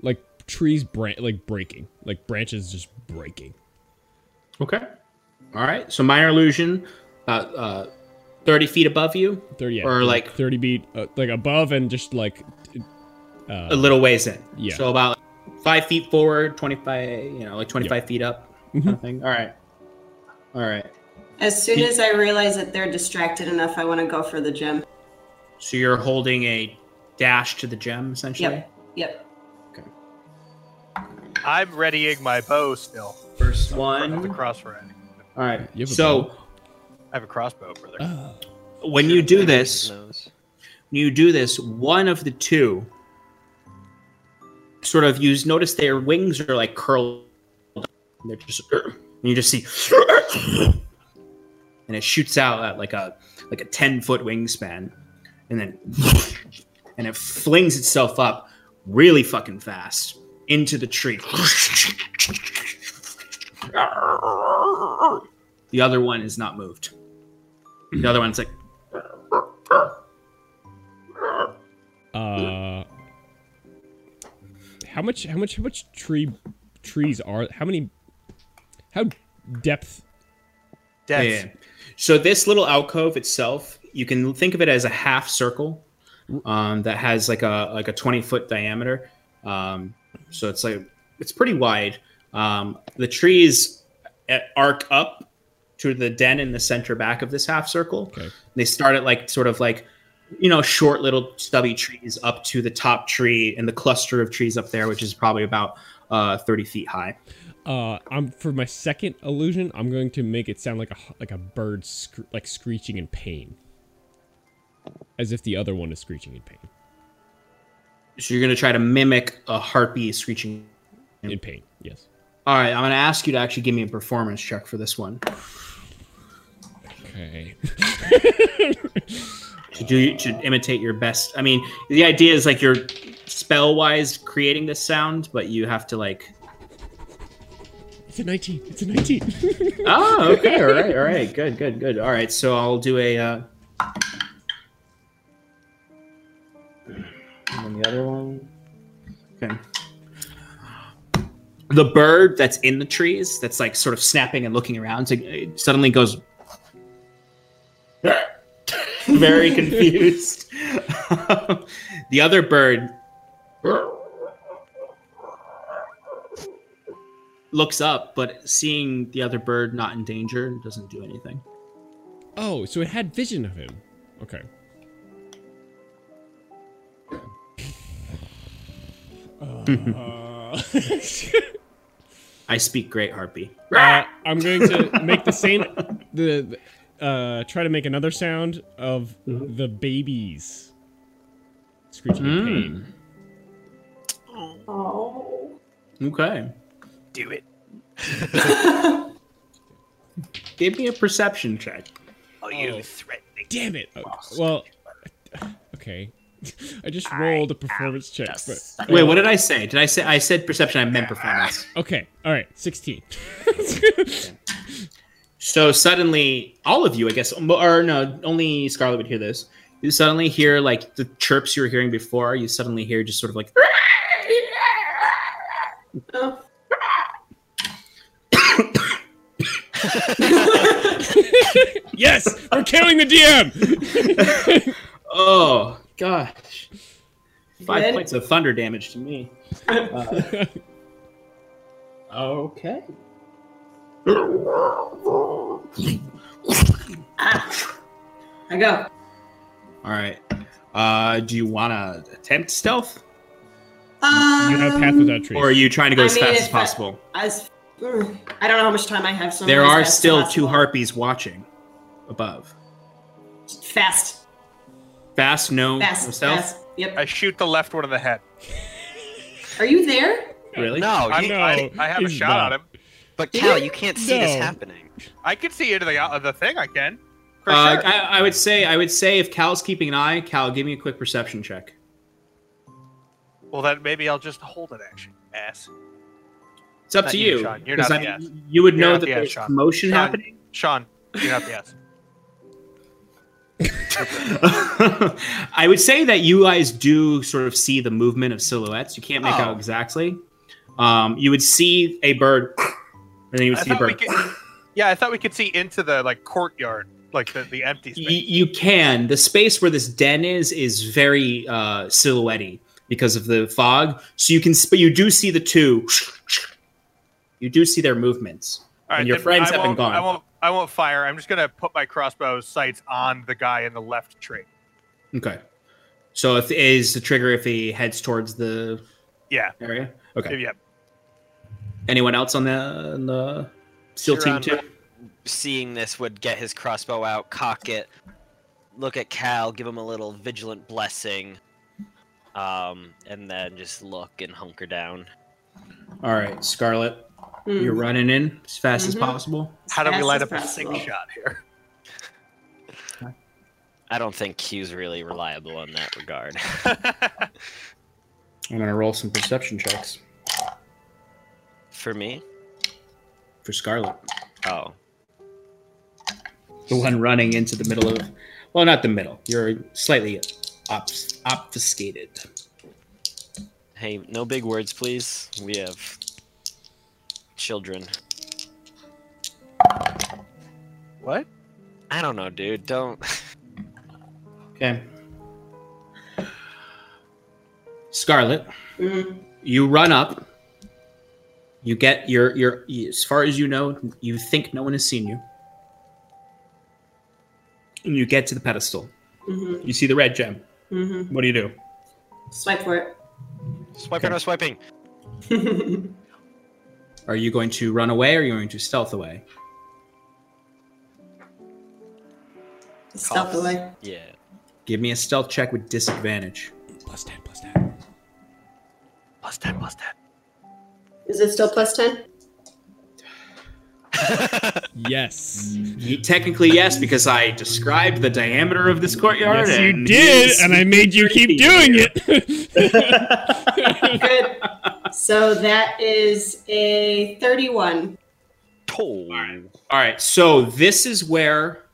Speaker 4: like trees bran- like breaking. Like branches just breaking.
Speaker 2: Okay. All right. So minor illusion, about uh, thirty feet above you,
Speaker 4: 30 yeah,
Speaker 2: Or,
Speaker 4: 30
Speaker 2: like-
Speaker 4: 30 beat uh, like above and just like
Speaker 2: a little ways in.
Speaker 4: yeah.
Speaker 2: So about five feet forward, twenty-five. You know, like twenty-five feet up. Kind of thing. All right. All right.
Speaker 7: As soon as I realize that they're distracted enough, I want to go for the gem.
Speaker 2: So you're holding a dash to the gem, essentially.
Speaker 7: Yep. Yep.
Speaker 3: I'm readying my bow still.
Speaker 2: First
Speaker 3: I have a
Speaker 2: one.
Speaker 3: crossbow. ready.
Speaker 2: All right.
Speaker 4: You have a
Speaker 2: So
Speaker 3: I have a crossbow, brother.
Speaker 4: Ah.
Speaker 2: when you do this,
Speaker 6: nose.
Speaker 2: when you do this, one of the two sort of you notice their wings are like curled. up. They're just and you just see and it shoots out at like a like a ten foot wingspan. And then and it flings itself up really fucking fast into the tree. The other one is not moved. The other one's like,
Speaker 4: Uh, how much? How much? How much tree trees are? How many? How depth?
Speaker 3: Death.
Speaker 2: Yeah. So this little alcove itself, you can think of it as a half circle um, that has like a like a twenty foot diameter. Um, so it's like it's pretty wide. Um, the trees at- arc up to the den in the center back of this half circle.
Speaker 4: Okay.
Speaker 2: They start at like sort of like you know short little stubby trees up to the top tree and the cluster of trees up there, which is probably about uh, thirty feet high.
Speaker 4: Uh, I'm for my second illusion. I'm going to make it sound like a like a bird scr- like screeching in pain, as if the other one is screeching in pain.
Speaker 2: So you're gonna try to mimic a harpy screeching
Speaker 4: In pain. Yes.
Speaker 2: All right, I'm going to ask you to actually give me a performance check for this one.
Speaker 4: Okay.
Speaker 2: To do to imitate your best. I mean, the idea is like you're spell wise creating this sound, but you have to like.
Speaker 4: It's a 19. It's a 19.
Speaker 2: Oh, okay, all right, all right, good, good, good. All right, so I'll do a. Uh... And then the other one. Okay. The bird that's in the trees, that's like sort of snapping and looking around, so it suddenly goes very confused. the other bird looks up, but seeing the other bird not in danger doesn't do anything.
Speaker 4: oh, so it had vision of him. Okay. Uh,
Speaker 2: I speak great harpy.
Speaker 3: Ah!
Speaker 2: Ah!
Speaker 4: Uh, I'm going to make the same. The uh, try to make another sound of
Speaker 2: Mm-hmm.
Speaker 4: the babies screeching
Speaker 2: Mm.
Speaker 4: in pain.
Speaker 7: Oh.
Speaker 2: Uh, Okay.
Speaker 3: Do it.
Speaker 2: Give me a perception check.
Speaker 3: Are you
Speaker 4: Oh.
Speaker 3: threatening?
Speaker 4: Damn
Speaker 2: Oh,
Speaker 4: it! Uh, well, okay. I just rolled a performance check, but
Speaker 2: Wait, what did I say? Did I say I said perception? I meant performance.
Speaker 4: okay. All right, sixteen.
Speaker 2: So suddenly, all of you, I guess, or no, only Scarlet would hear this. You suddenly hear like the chirps you were hearing before. You suddenly hear just sort of like
Speaker 7: Oh.
Speaker 4: yes, we're killing the DM.
Speaker 2: Oh gosh. Five
Speaker 7: Good.
Speaker 2: points of thunder damage to me. Uh, okay.
Speaker 7: Ah. I go.
Speaker 2: All right. Uh, do you want to attempt stealth,
Speaker 7: Um,
Speaker 4: you have path without trees.
Speaker 2: or are you trying to go
Speaker 7: I
Speaker 2: as
Speaker 7: mean,
Speaker 2: fast
Speaker 7: if
Speaker 2: as
Speaker 7: I-
Speaker 2: possible?
Speaker 7: As, ugh, I don't know how much time I have. So I'm
Speaker 2: there
Speaker 7: gonna
Speaker 2: are
Speaker 7: fast
Speaker 2: still
Speaker 7: fast.
Speaker 2: two harpies watching above.
Speaker 7: Fast,
Speaker 2: Fast, no, no
Speaker 7: fast,
Speaker 2: stealth.
Speaker 7: fast. Yep.
Speaker 3: I shoot the left one in the head.
Speaker 7: Are you there?
Speaker 2: Really?
Speaker 6: No,
Speaker 3: I,
Speaker 6: you,
Speaker 4: know.
Speaker 3: I, I have a
Speaker 4: he's
Speaker 3: shot
Speaker 4: not.
Speaker 3: on him.
Speaker 6: but Cal, you can't see this
Speaker 4: No.
Speaker 6: happening.
Speaker 3: I can see into the uh, the thing. I can. For
Speaker 2: Uh,
Speaker 3: sure.
Speaker 2: I, I would say I would say if Cal's keeping an eye, Cal, give me a quick perception check.
Speaker 3: well, then maybe I'll just hold it. Action, ass.
Speaker 2: It's up
Speaker 3: Not
Speaker 2: to
Speaker 3: you,
Speaker 2: you.
Speaker 3: Sean. You're
Speaker 2: 'cause
Speaker 3: not
Speaker 2: I-
Speaker 3: the
Speaker 2: you would
Speaker 3: You're
Speaker 2: know
Speaker 3: not
Speaker 2: that
Speaker 3: the ass,
Speaker 2: there's
Speaker 3: Sean.
Speaker 2: commotion
Speaker 3: Sean.
Speaker 2: happening.
Speaker 3: Sean, you're not the ass.
Speaker 2: I would say that you guys do sort of see the movement of silhouettes. You can't make
Speaker 3: Oh.
Speaker 2: out exactly. Um, you would see a bird, and then you would
Speaker 3: I
Speaker 2: see a
Speaker 3: thought we
Speaker 2: bird.
Speaker 3: could. Yeah, I thought we could see into the like courtyard, like the, the empty
Speaker 2: Y-
Speaker 3: space.
Speaker 2: you can. The space where this den is is very uh, silhouetted because of the fog. So you can, but you do see the two. You do see their movements.
Speaker 3: All
Speaker 2: and your
Speaker 3: then
Speaker 2: friends
Speaker 3: I
Speaker 2: have been
Speaker 3: won't-
Speaker 2: gone.
Speaker 3: I won't. I won't fire. I'm just gonna put my crossbow sights on the guy in the left tree.
Speaker 2: Okay. So if is the trigger if he heads towards the
Speaker 3: Yeah.
Speaker 2: area? Okay.
Speaker 3: Yeah.
Speaker 2: Anyone else on the, on the SEAL team
Speaker 6: Chiron
Speaker 2: too?
Speaker 6: Seeing this would get his crossbow out, cock it, look at Cal, give him a little vigilant blessing, um, and then just look and hunker down.
Speaker 2: All right, Scarlet,
Speaker 7: Hmm.
Speaker 2: you're running in as fast as
Speaker 7: Mhm.
Speaker 2: possible.
Speaker 7: As
Speaker 3: How do we
Speaker 7: fast as
Speaker 3: light up a
Speaker 7: possible.
Speaker 3: six shot here?
Speaker 6: I don't think Q's really reliable in that regard.
Speaker 2: I'm gonna roll some perception checks
Speaker 6: For me?
Speaker 2: for Scarlet.
Speaker 6: Oh.
Speaker 2: the one running into the middle of, well, not the middle. You're slightly obs- obfuscated.
Speaker 6: Hey, no big words, please. We have children.
Speaker 3: What?
Speaker 6: I don't know, dude. Don't.
Speaker 2: Okay. Scarlet,
Speaker 7: Mm-hmm,
Speaker 2: you run up. You get your your as far as you know, you think no one has seen you. And you get to the pedestal.
Speaker 7: Mm-hmm.
Speaker 2: You see the red gem.
Speaker 7: Mm-hmm.
Speaker 2: What do you do?
Speaker 7: Swipe for
Speaker 6: Swiping or swiping?
Speaker 7: it.
Speaker 2: Are you going to run away or are you going to stealth away?
Speaker 7: Stealth away.
Speaker 6: Yeah.
Speaker 2: Give me a stealth check with disadvantage.
Speaker 4: Plus ten, plus ten.
Speaker 3: Plus ten, plus ten.
Speaker 7: Is it still plus 10?
Speaker 4: Yes.
Speaker 2: Ye- Technically, yes, because I described the diameter of this courtyard.
Speaker 4: Yes, you
Speaker 2: and
Speaker 4: did,
Speaker 2: it's-
Speaker 4: and I made you keep doing it.
Speaker 7: Good. so that is a 31.
Speaker 6: Toll.
Speaker 2: All right, so this is where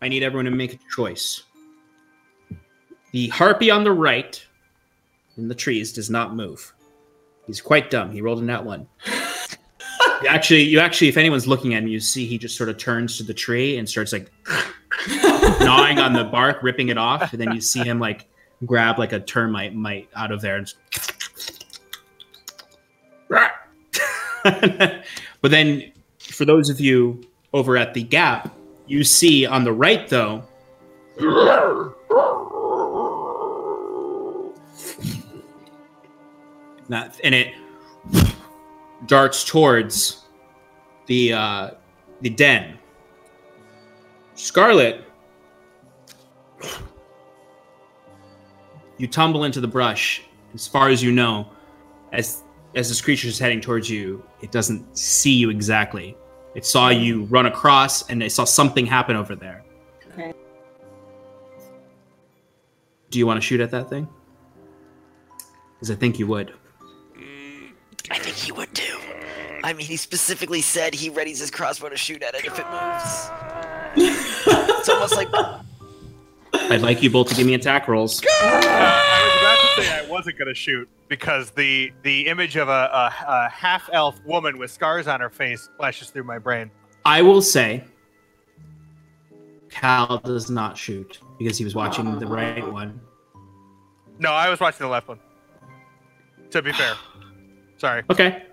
Speaker 2: I need everyone to make a choice. The harpy on the right in the trees does not move. He's quite dumb. He rolled a nat one. You actually, you actually, if anyone's looking at him, you see he just sort of turns to the tree and starts like gnawing on the bark, ripping it off, and then you see him like grab like a termite mite out of there and. just- but then for those of you over at the gap, you see on the right though not and it darts towards the uh the den. Scarlet you tumble into the brush as far as you know as as this creature is heading towards you, it doesn't see you exactly. It saw you run across and it saw something happen over there.
Speaker 7: Okay.
Speaker 2: Do you want to shoot at that thing? Because I think you would.
Speaker 6: I think he would too. I mean, he specifically said he readies his crossbow to shoot at it if it moves. it's almost like
Speaker 2: I'd like you both to give me attack rolls.
Speaker 3: Uh, I was about to say I wasn't gonna shoot because the the image of a, a, a half elf woman with scars on her face flashes through my brain.
Speaker 2: I will say Cal does not shoot because he was watching the right one.
Speaker 3: No, I was watching the left one. To be fair, sorry.
Speaker 2: Okay.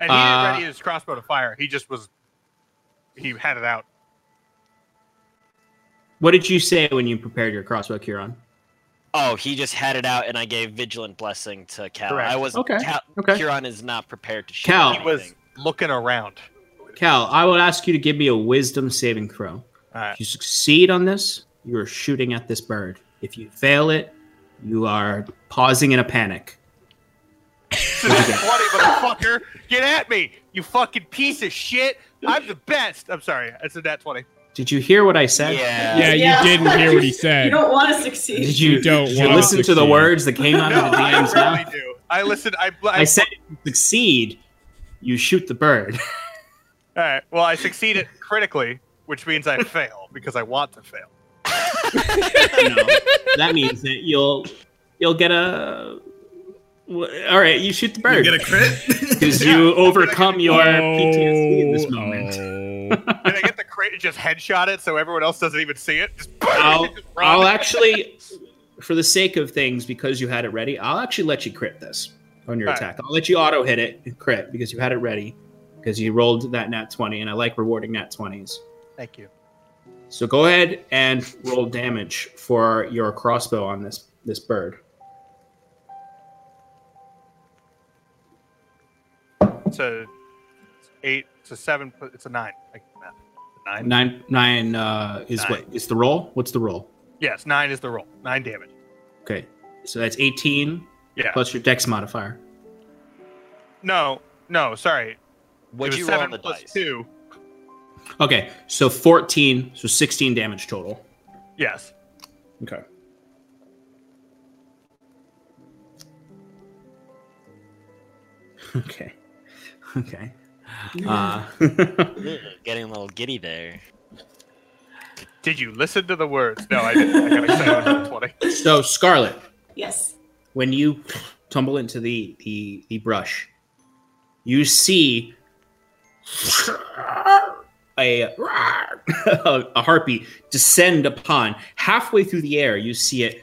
Speaker 3: And he didn't
Speaker 2: Uh,
Speaker 3: ready his crossbow to fire. He just was. He had it out.
Speaker 2: What did you say when you prepared your crossbow, Kieran?
Speaker 6: Oh, he just had it out, and I gave vigilant blessing to Cal.
Speaker 3: Correct.
Speaker 6: I was
Speaker 2: Okay,
Speaker 6: Cal,
Speaker 2: okay.
Speaker 6: Huron is not prepared to shoot.
Speaker 2: Cal.
Speaker 3: He was looking around.
Speaker 2: Cal, I will ask you to give me a wisdom saving throw.
Speaker 3: All right.
Speaker 2: If you succeed on this, you are shooting at this bird. If you fail it, you are pausing in a panic.
Speaker 3: This is 20, motherfucker. Get at me, you fucking piece of shit. I'm the best. I'm sorry. It's a nat 20.
Speaker 2: Did you hear what I said?
Speaker 6: Yeah.
Speaker 4: yeah,
Speaker 7: Yeah.
Speaker 4: you didn't hear what he said.
Speaker 7: You don't want to
Speaker 2: Did
Speaker 7: succeed.
Speaker 2: you,
Speaker 4: You don't
Speaker 2: did
Speaker 4: want
Speaker 2: you
Speaker 4: to
Speaker 2: listen to the
Speaker 4: succeed.
Speaker 2: words that came out
Speaker 3: No,
Speaker 2: of the
Speaker 3: I
Speaker 2: DM's
Speaker 3: really
Speaker 2: mouth?
Speaker 3: do. I listen. I, I,
Speaker 2: I said, if you succeed, you shoot the bird.
Speaker 3: All right. Well, I succeeded critically, which means I fail because I want to fail.
Speaker 2: you know, that means that you'll you'll get a. wh- All right, you shoot the bird
Speaker 5: Get a crit?
Speaker 2: because you overcome your
Speaker 4: Oh,
Speaker 2: PTSD in this moment.
Speaker 4: oh.
Speaker 3: Did I get the crit and just headshot it so everyone else doesn't even see it? Just,
Speaker 2: I'll,
Speaker 3: just
Speaker 2: I'll
Speaker 3: run.
Speaker 2: actually, for the sake of things, because you had it ready, I'll actually let you crit this on your
Speaker 3: All right.
Speaker 2: attack. I'll let you auto hit it and crit because you had it ready because you rolled that nat 20, and I like rewarding nat 20s.
Speaker 3: Thank you.
Speaker 2: So go ahead and roll damage for your crossbow on this this bird.
Speaker 3: It's a it's eight. It's a seven. but It's a nine. I can do math. Nine.
Speaker 2: Nine nine uh, is what is the roll? What's the roll?
Speaker 3: Yes, nine is the roll. Nine damage.
Speaker 2: Okay, so that's 18
Speaker 3: Yeah.
Speaker 2: plus your dex modifier.
Speaker 3: no, no. Sorry.
Speaker 6: What'd
Speaker 3: it was
Speaker 6: you roll
Speaker 3: seven
Speaker 6: on the
Speaker 3: plus
Speaker 6: dice?
Speaker 3: two.
Speaker 2: Okay, so 14, so 16 damage total.
Speaker 3: Yes.
Speaker 2: Okay. Okay. Okay. Uh,
Speaker 6: Ugh, Getting a little giddy there.
Speaker 3: Did you listen to the words? No, I didn't. I got excited about 20.
Speaker 2: So, Scarlet,
Speaker 7: Yes.
Speaker 2: when you tumble into the the, the brush, you see a, a harpy descend upon. Halfway through the air, you see it.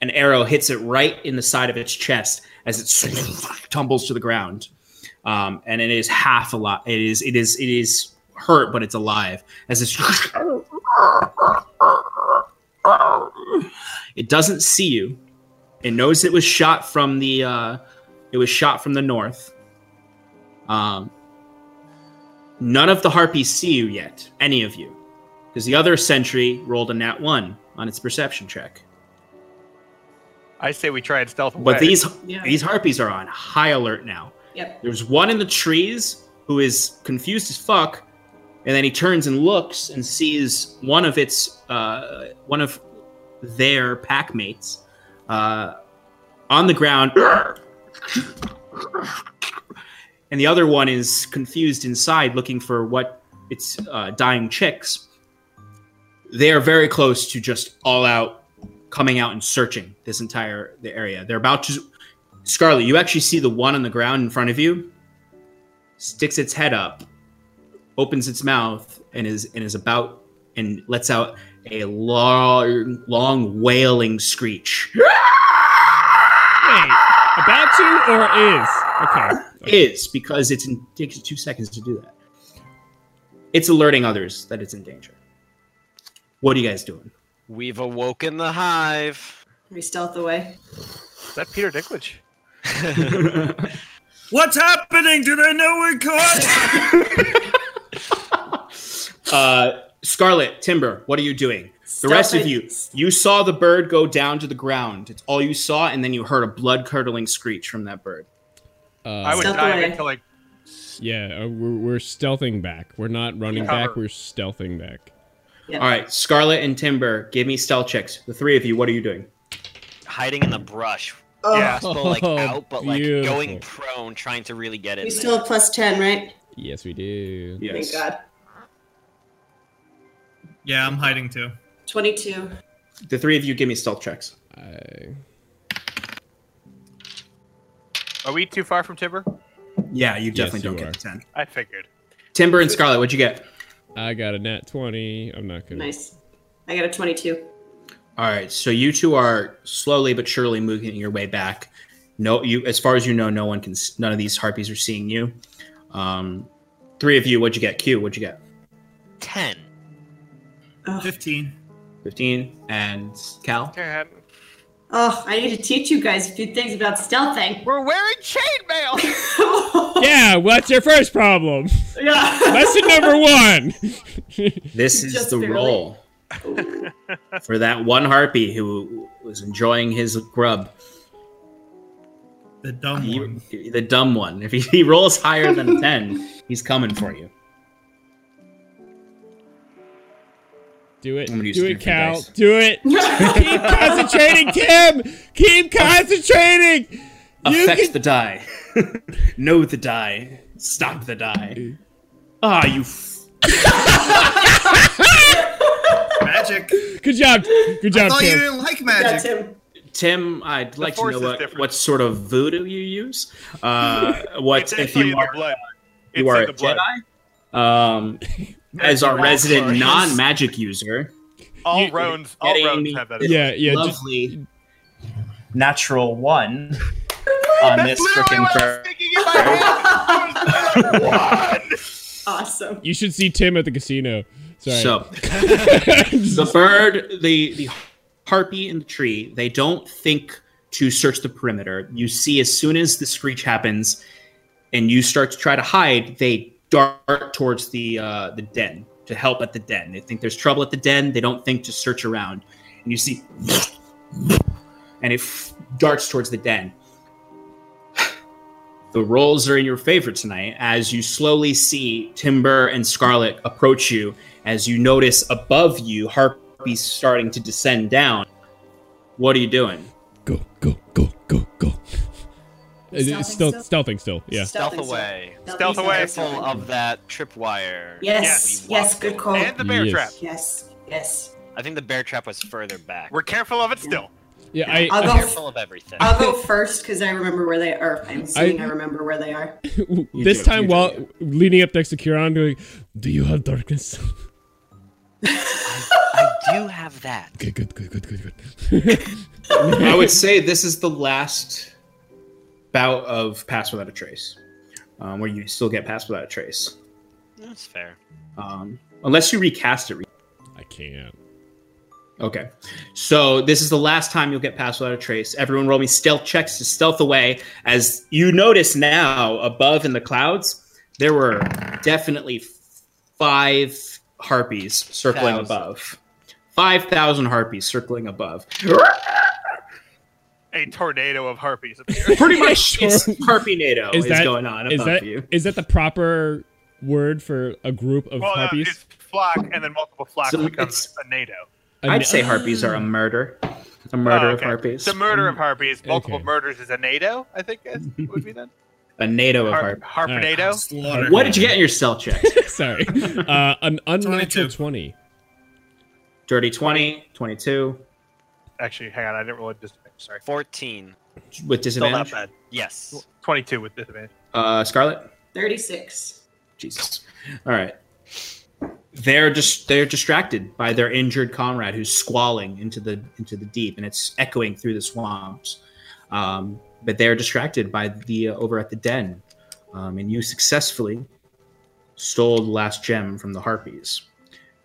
Speaker 2: An arrow hits it right in the side of its chest as it tumbles to the ground, um, and it is half alive. It is it is it is hurt, but it's alive as it's It doesn't see you. It knows it was shot from the uh, it was shot from the north. Um, none of the harpies see you yet, any of you, because the other sentry rolled a nat one on its perception check.
Speaker 3: I say we try and stealth away.
Speaker 2: But these
Speaker 7: Yeah.
Speaker 2: these harpies are on high alert now.
Speaker 7: Yep.
Speaker 2: There's one in the trees who is confused as fuck, and then he turns and looks and sees one of its uh, one of their pack mates uh, on the ground, and the other one is confused inside, looking for what its uh, dying chicks. They are very close to just all out coming out and searching this entire the area. They're about to Scarlet, you actually see the one on the ground in front of you sticks its head up, opens its mouth, and is and is about and lets out a long, long wailing screech.
Speaker 4: Wait, about to or is? Okay.
Speaker 2: Is because it's in, takes two seconds to do that. It's alerting others that it's in danger. What are you guys doing?
Speaker 6: We've awoken the hive.
Speaker 7: We stealth away.
Speaker 3: Is that Peter Dinklage?
Speaker 8: What's happening? Did I know we're caught?
Speaker 2: Uh, Scarlet, Timber, what are you doing? The
Speaker 7: Stealth
Speaker 2: rest of
Speaker 7: it.
Speaker 2: you, you saw the bird go down to the ground. It's all you saw, and then you heard a blood curdling screech from that bird.
Speaker 4: Uh,
Speaker 3: I would
Speaker 7: Stealth
Speaker 3: dive
Speaker 7: away.
Speaker 3: into like
Speaker 4: yeah, uh, we're, we're stealthing back. We're not running back.
Speaker 3: Cover.
Speaker 4: We're stealthing back.
Speaker 7: Yeah.
Speaker 2: All right, Scarlet and Timber, give me stealth checks. The three of you, what are you doing?
Speaker 6: Hiding in the brush.
Speaker 3: yeah.
Speaker 6: So like
Speaker 4: Oh,
Speaker 6: out, but like
Speaker 4: beautiful.
Speaker 6: going prone, trying to really get in.
Speaker 7: We
Speaker 6: there.
Speaker 7: still have plus 10, right?
Speaker 4: Yes, we do.
Speaker 2: Yes.
Speaker 7: Thank God.
Speaker 9: Yeah, I'm hiding too.
Speaker 7: 22.
Speaker 2: The three of you, give me stealth checks.
Speaker 4: I,
Speaker 3: Are we too far from Timber?
Speaker 2: Yeah, you
Speaker 4: definitely don't get the
Speaker 2: ten.
Speaker 3: I figured.
Speaker 2: Timber and Scarlet, what'd you get?
Speaker 4: I got a nat 20. I'm not going to.
Speaker 7: Nice. I got a 22.
Speaker 2: All right, so you two are slowly but surely moving your way back. No, you as far as you know, no one can. s- None of these harpies are seeing you. Um, three of you, what'd you get? Q, what'd you get?
Speaker 6: Ten.
Speaker 7: Oh.
Speaker 9: 15.
Speaker 2: Fifteen and Cal.
Speaker 3: Ten.
Speaker 7: oh, I need to teach you guys a few things about stealthing.
Speaker 3: We're wearing chainmail.
Speaker 4: Yeah, what's your first problem?
Speaker 7: yeah.
Speaker 4: Lesson number one.
Speaker 2: This is
Speaker 7: Just
Speaker 2: the
Speaker 7: barely.
Speaker 2: role for that one harpy who was enjoying his grub.
Speaker 9: The dumb one.
Speaker 2: He- the dumb one. If he, he rolls higher than a 10, he's coming for you.
Speaker 4: do it.
Speaker 2: I'm gonna use
Speaker 4: Do
Speaker 2: the
Speaker 4: it,
Speaker 2: different
Speaker 4: Cal.
Speaker 2: dice.
Speaker 4: Do it. Keep concentrating, Kim. Keep concentrating. You
Speaker 2: Affect
Speaker 4: can-
Speaker 2: the die. know the die. Stop the die. Ah, you. F-
Speaker 9: Magic.
Speaker 4: Good job. Good job,
Speaker 9: Thought you
Speaker 4: Tim.
Speaker 9: didn't like
Speaker 7: That's
Speaker 9: magic.
Speaker 7: him.
Speaker 2: Tim, I'd like to
Speaker 3: force
Speaker 2: know
Speaker 3: is
Speaker 2: what,
Speaker 3: different.
Speaker 2: what sort of voodoo you use. Uh, what if
Speaker 3: actually
Speaker 2: you
Speaker 3: in
Speaker 2: are
Speaker 3: the blood. It's
Speaker 2: you are
Speaker 3: in
Speaker 2: a
Speaker 3: the blood.
Speaker 2: Jedi? Um, as our
Speaker 3: All
Speaker 2: resident
Speaker 3: sorts.
Speaker 2: non-magic user,
Speaker 3: All
Speaker 2: You-
Speaker 3: Roans, all
Speaker 2: getting
Speaker 3: Roans
Speaker 2: me-
Speaker 3: have that.
Speaker 4: Yeah, yeah. Just,
Speaker 2: lovely natural one on this frickin' bird.
Speaker 7: Awesome.
Speaker 4: you should see Tim at the casino. Sorry.
Speaker 2: So the bird, the the harpy in the tree, they don't think to search the perimeter. You see, as soon as the screech happens, and you start to try to hide, they dart towards the uh, the den to help at the den. They think there's trouble at the den. They don't think to search around, and you see, and it f- darts towards the den. The rolls are in your favor tonight as you slowly see Timber and Scarlet approach you as you notice above you harpies starting to descend down. What are you doing?
Speaker 4: go, go, go, go, go. It-
Speaker 7: Stealthing
Speaker 4: It's still
Speaker 7: still?
Speaker 4: stealthing still. Yeah.
Speaker 6: Stealth
Speaker 7: Stealthing, so-
Speaker 6: away.
Speaker 7: Stealthing,
Speaker 3: Stealth away.
Speaker 7: stealthing.
Speaker 6: Full of that tripwire.
Speaker 7: Yes,
Speaker 6: we
Speaker 7: yes,
Speaker 6: walked
Speaker 7: good
Speaker 6: over.
Speaker 2: Oh.
Speaker 7: call.
Speaker 3: And the bear
Speaker 4: Yes.
Speaker 3: trap.
Speaker 7: yes, yes.
Speaker 6: I think the bear trap was further back.
Speaker 3: We're careful of it still.
Speaker 4: Yeah. I,
Speaker 7: I'll
Speaker 6: I'm
Speaker 7: go
Speaker 4: I-
Speaker 7: f-
Speaker 6: careful of everything.
Speaker 7: I'll go first because I remember where they are. I'm assuming I,
Speaker 4: I-
Speaker 7: remember where they are.
Speaker 4: this
Speaker 2: do,
Speaker 4: time
Speaker 2: you do,
Speaker 4: while leaning up next to Kieran, I'm doing, "Do you have darkness?"
Speaker 6: I do have that.
Speaker 4: okay. Good. Good. Good. Good. Good.
Speaker 2: I would say this is the last bout of Pass Without a Trace, um, where you still get Pass Without a Trace.
Speaker 6: That's fair.
Speaker 2: Um, unless you recast it.
Speaker 4: I can't.
Speaker 2: Okay. So this is the last time you'll get Pass Without a Trace. Everyone roll me stealth checks to stealth away. As you notice now, above in the clouds, there were definitely five harpies circling
Speaker 6: Thousand.
Speaker 2: above. 5,000 harpies circling above.
Speaker 3: A tornado of harpies appears.
Speaker 2: Pretty much, it's Harpy NATO is,
Speaker 4: Is that-
Speaker 2: going on
Speaker 4: Is
Speaker 2: above
Speaker 4: that
Speaker 2: you.
Speaker 4: is that the proper word for a group of
Speaker 3: well, no,
Speaker 4: harpies?
Speaker 3: it's flock, and then multiple flocks
Speaker 2: So
Speaker 3: becomes a NATO.
Speaker 4: A
Speaker 2: I'd
Speaker 4: na-
Speaker 2: say harpies are a murder. A murder
Speaker 3: Oh,
Speaker 2: of
Speaker 3: okay.
Speaker 2: harpies.
Speaker 3: The murder of harpies, multiple
Speaker 4: Okay.
Speaker 3: murders is a NATO, I think it would be then.
Speaker 2: a NATO of
Speaker 3: Har-
Speaker 2: harpies.
Speaker 3: harpnado.
Speaker 5: Slaughter.
Speaker 2: What did you get in your stealth check?
Speaker 4: Sorry. Uh, an unnatural
Speaker 5: 22.
Speaker 4: 20.
Speaker 2: Dirty 20, 22,
Speaker 3: Actually, hang on, I didn't roll it. Just sorry.
Speaker 6: 14.
Speaker 2: with
Speaker 6: Still not
Speaker 2: disadvantage.
Speaker 6: bad. Yes.
Speaker 3: Twenty-two with disadvantage.
Speaker 2: Uh, Scarlet?
Speaker 7: Thirty-six.
Speaker 2: Jesus. All right. They're just they're distracted by their injured comrade who's squalling into the into the deep, and it's echoing through the swamps. Um, but they're distracted by the uh, over at the den, um, and you successfully stole the last gem from the harpies.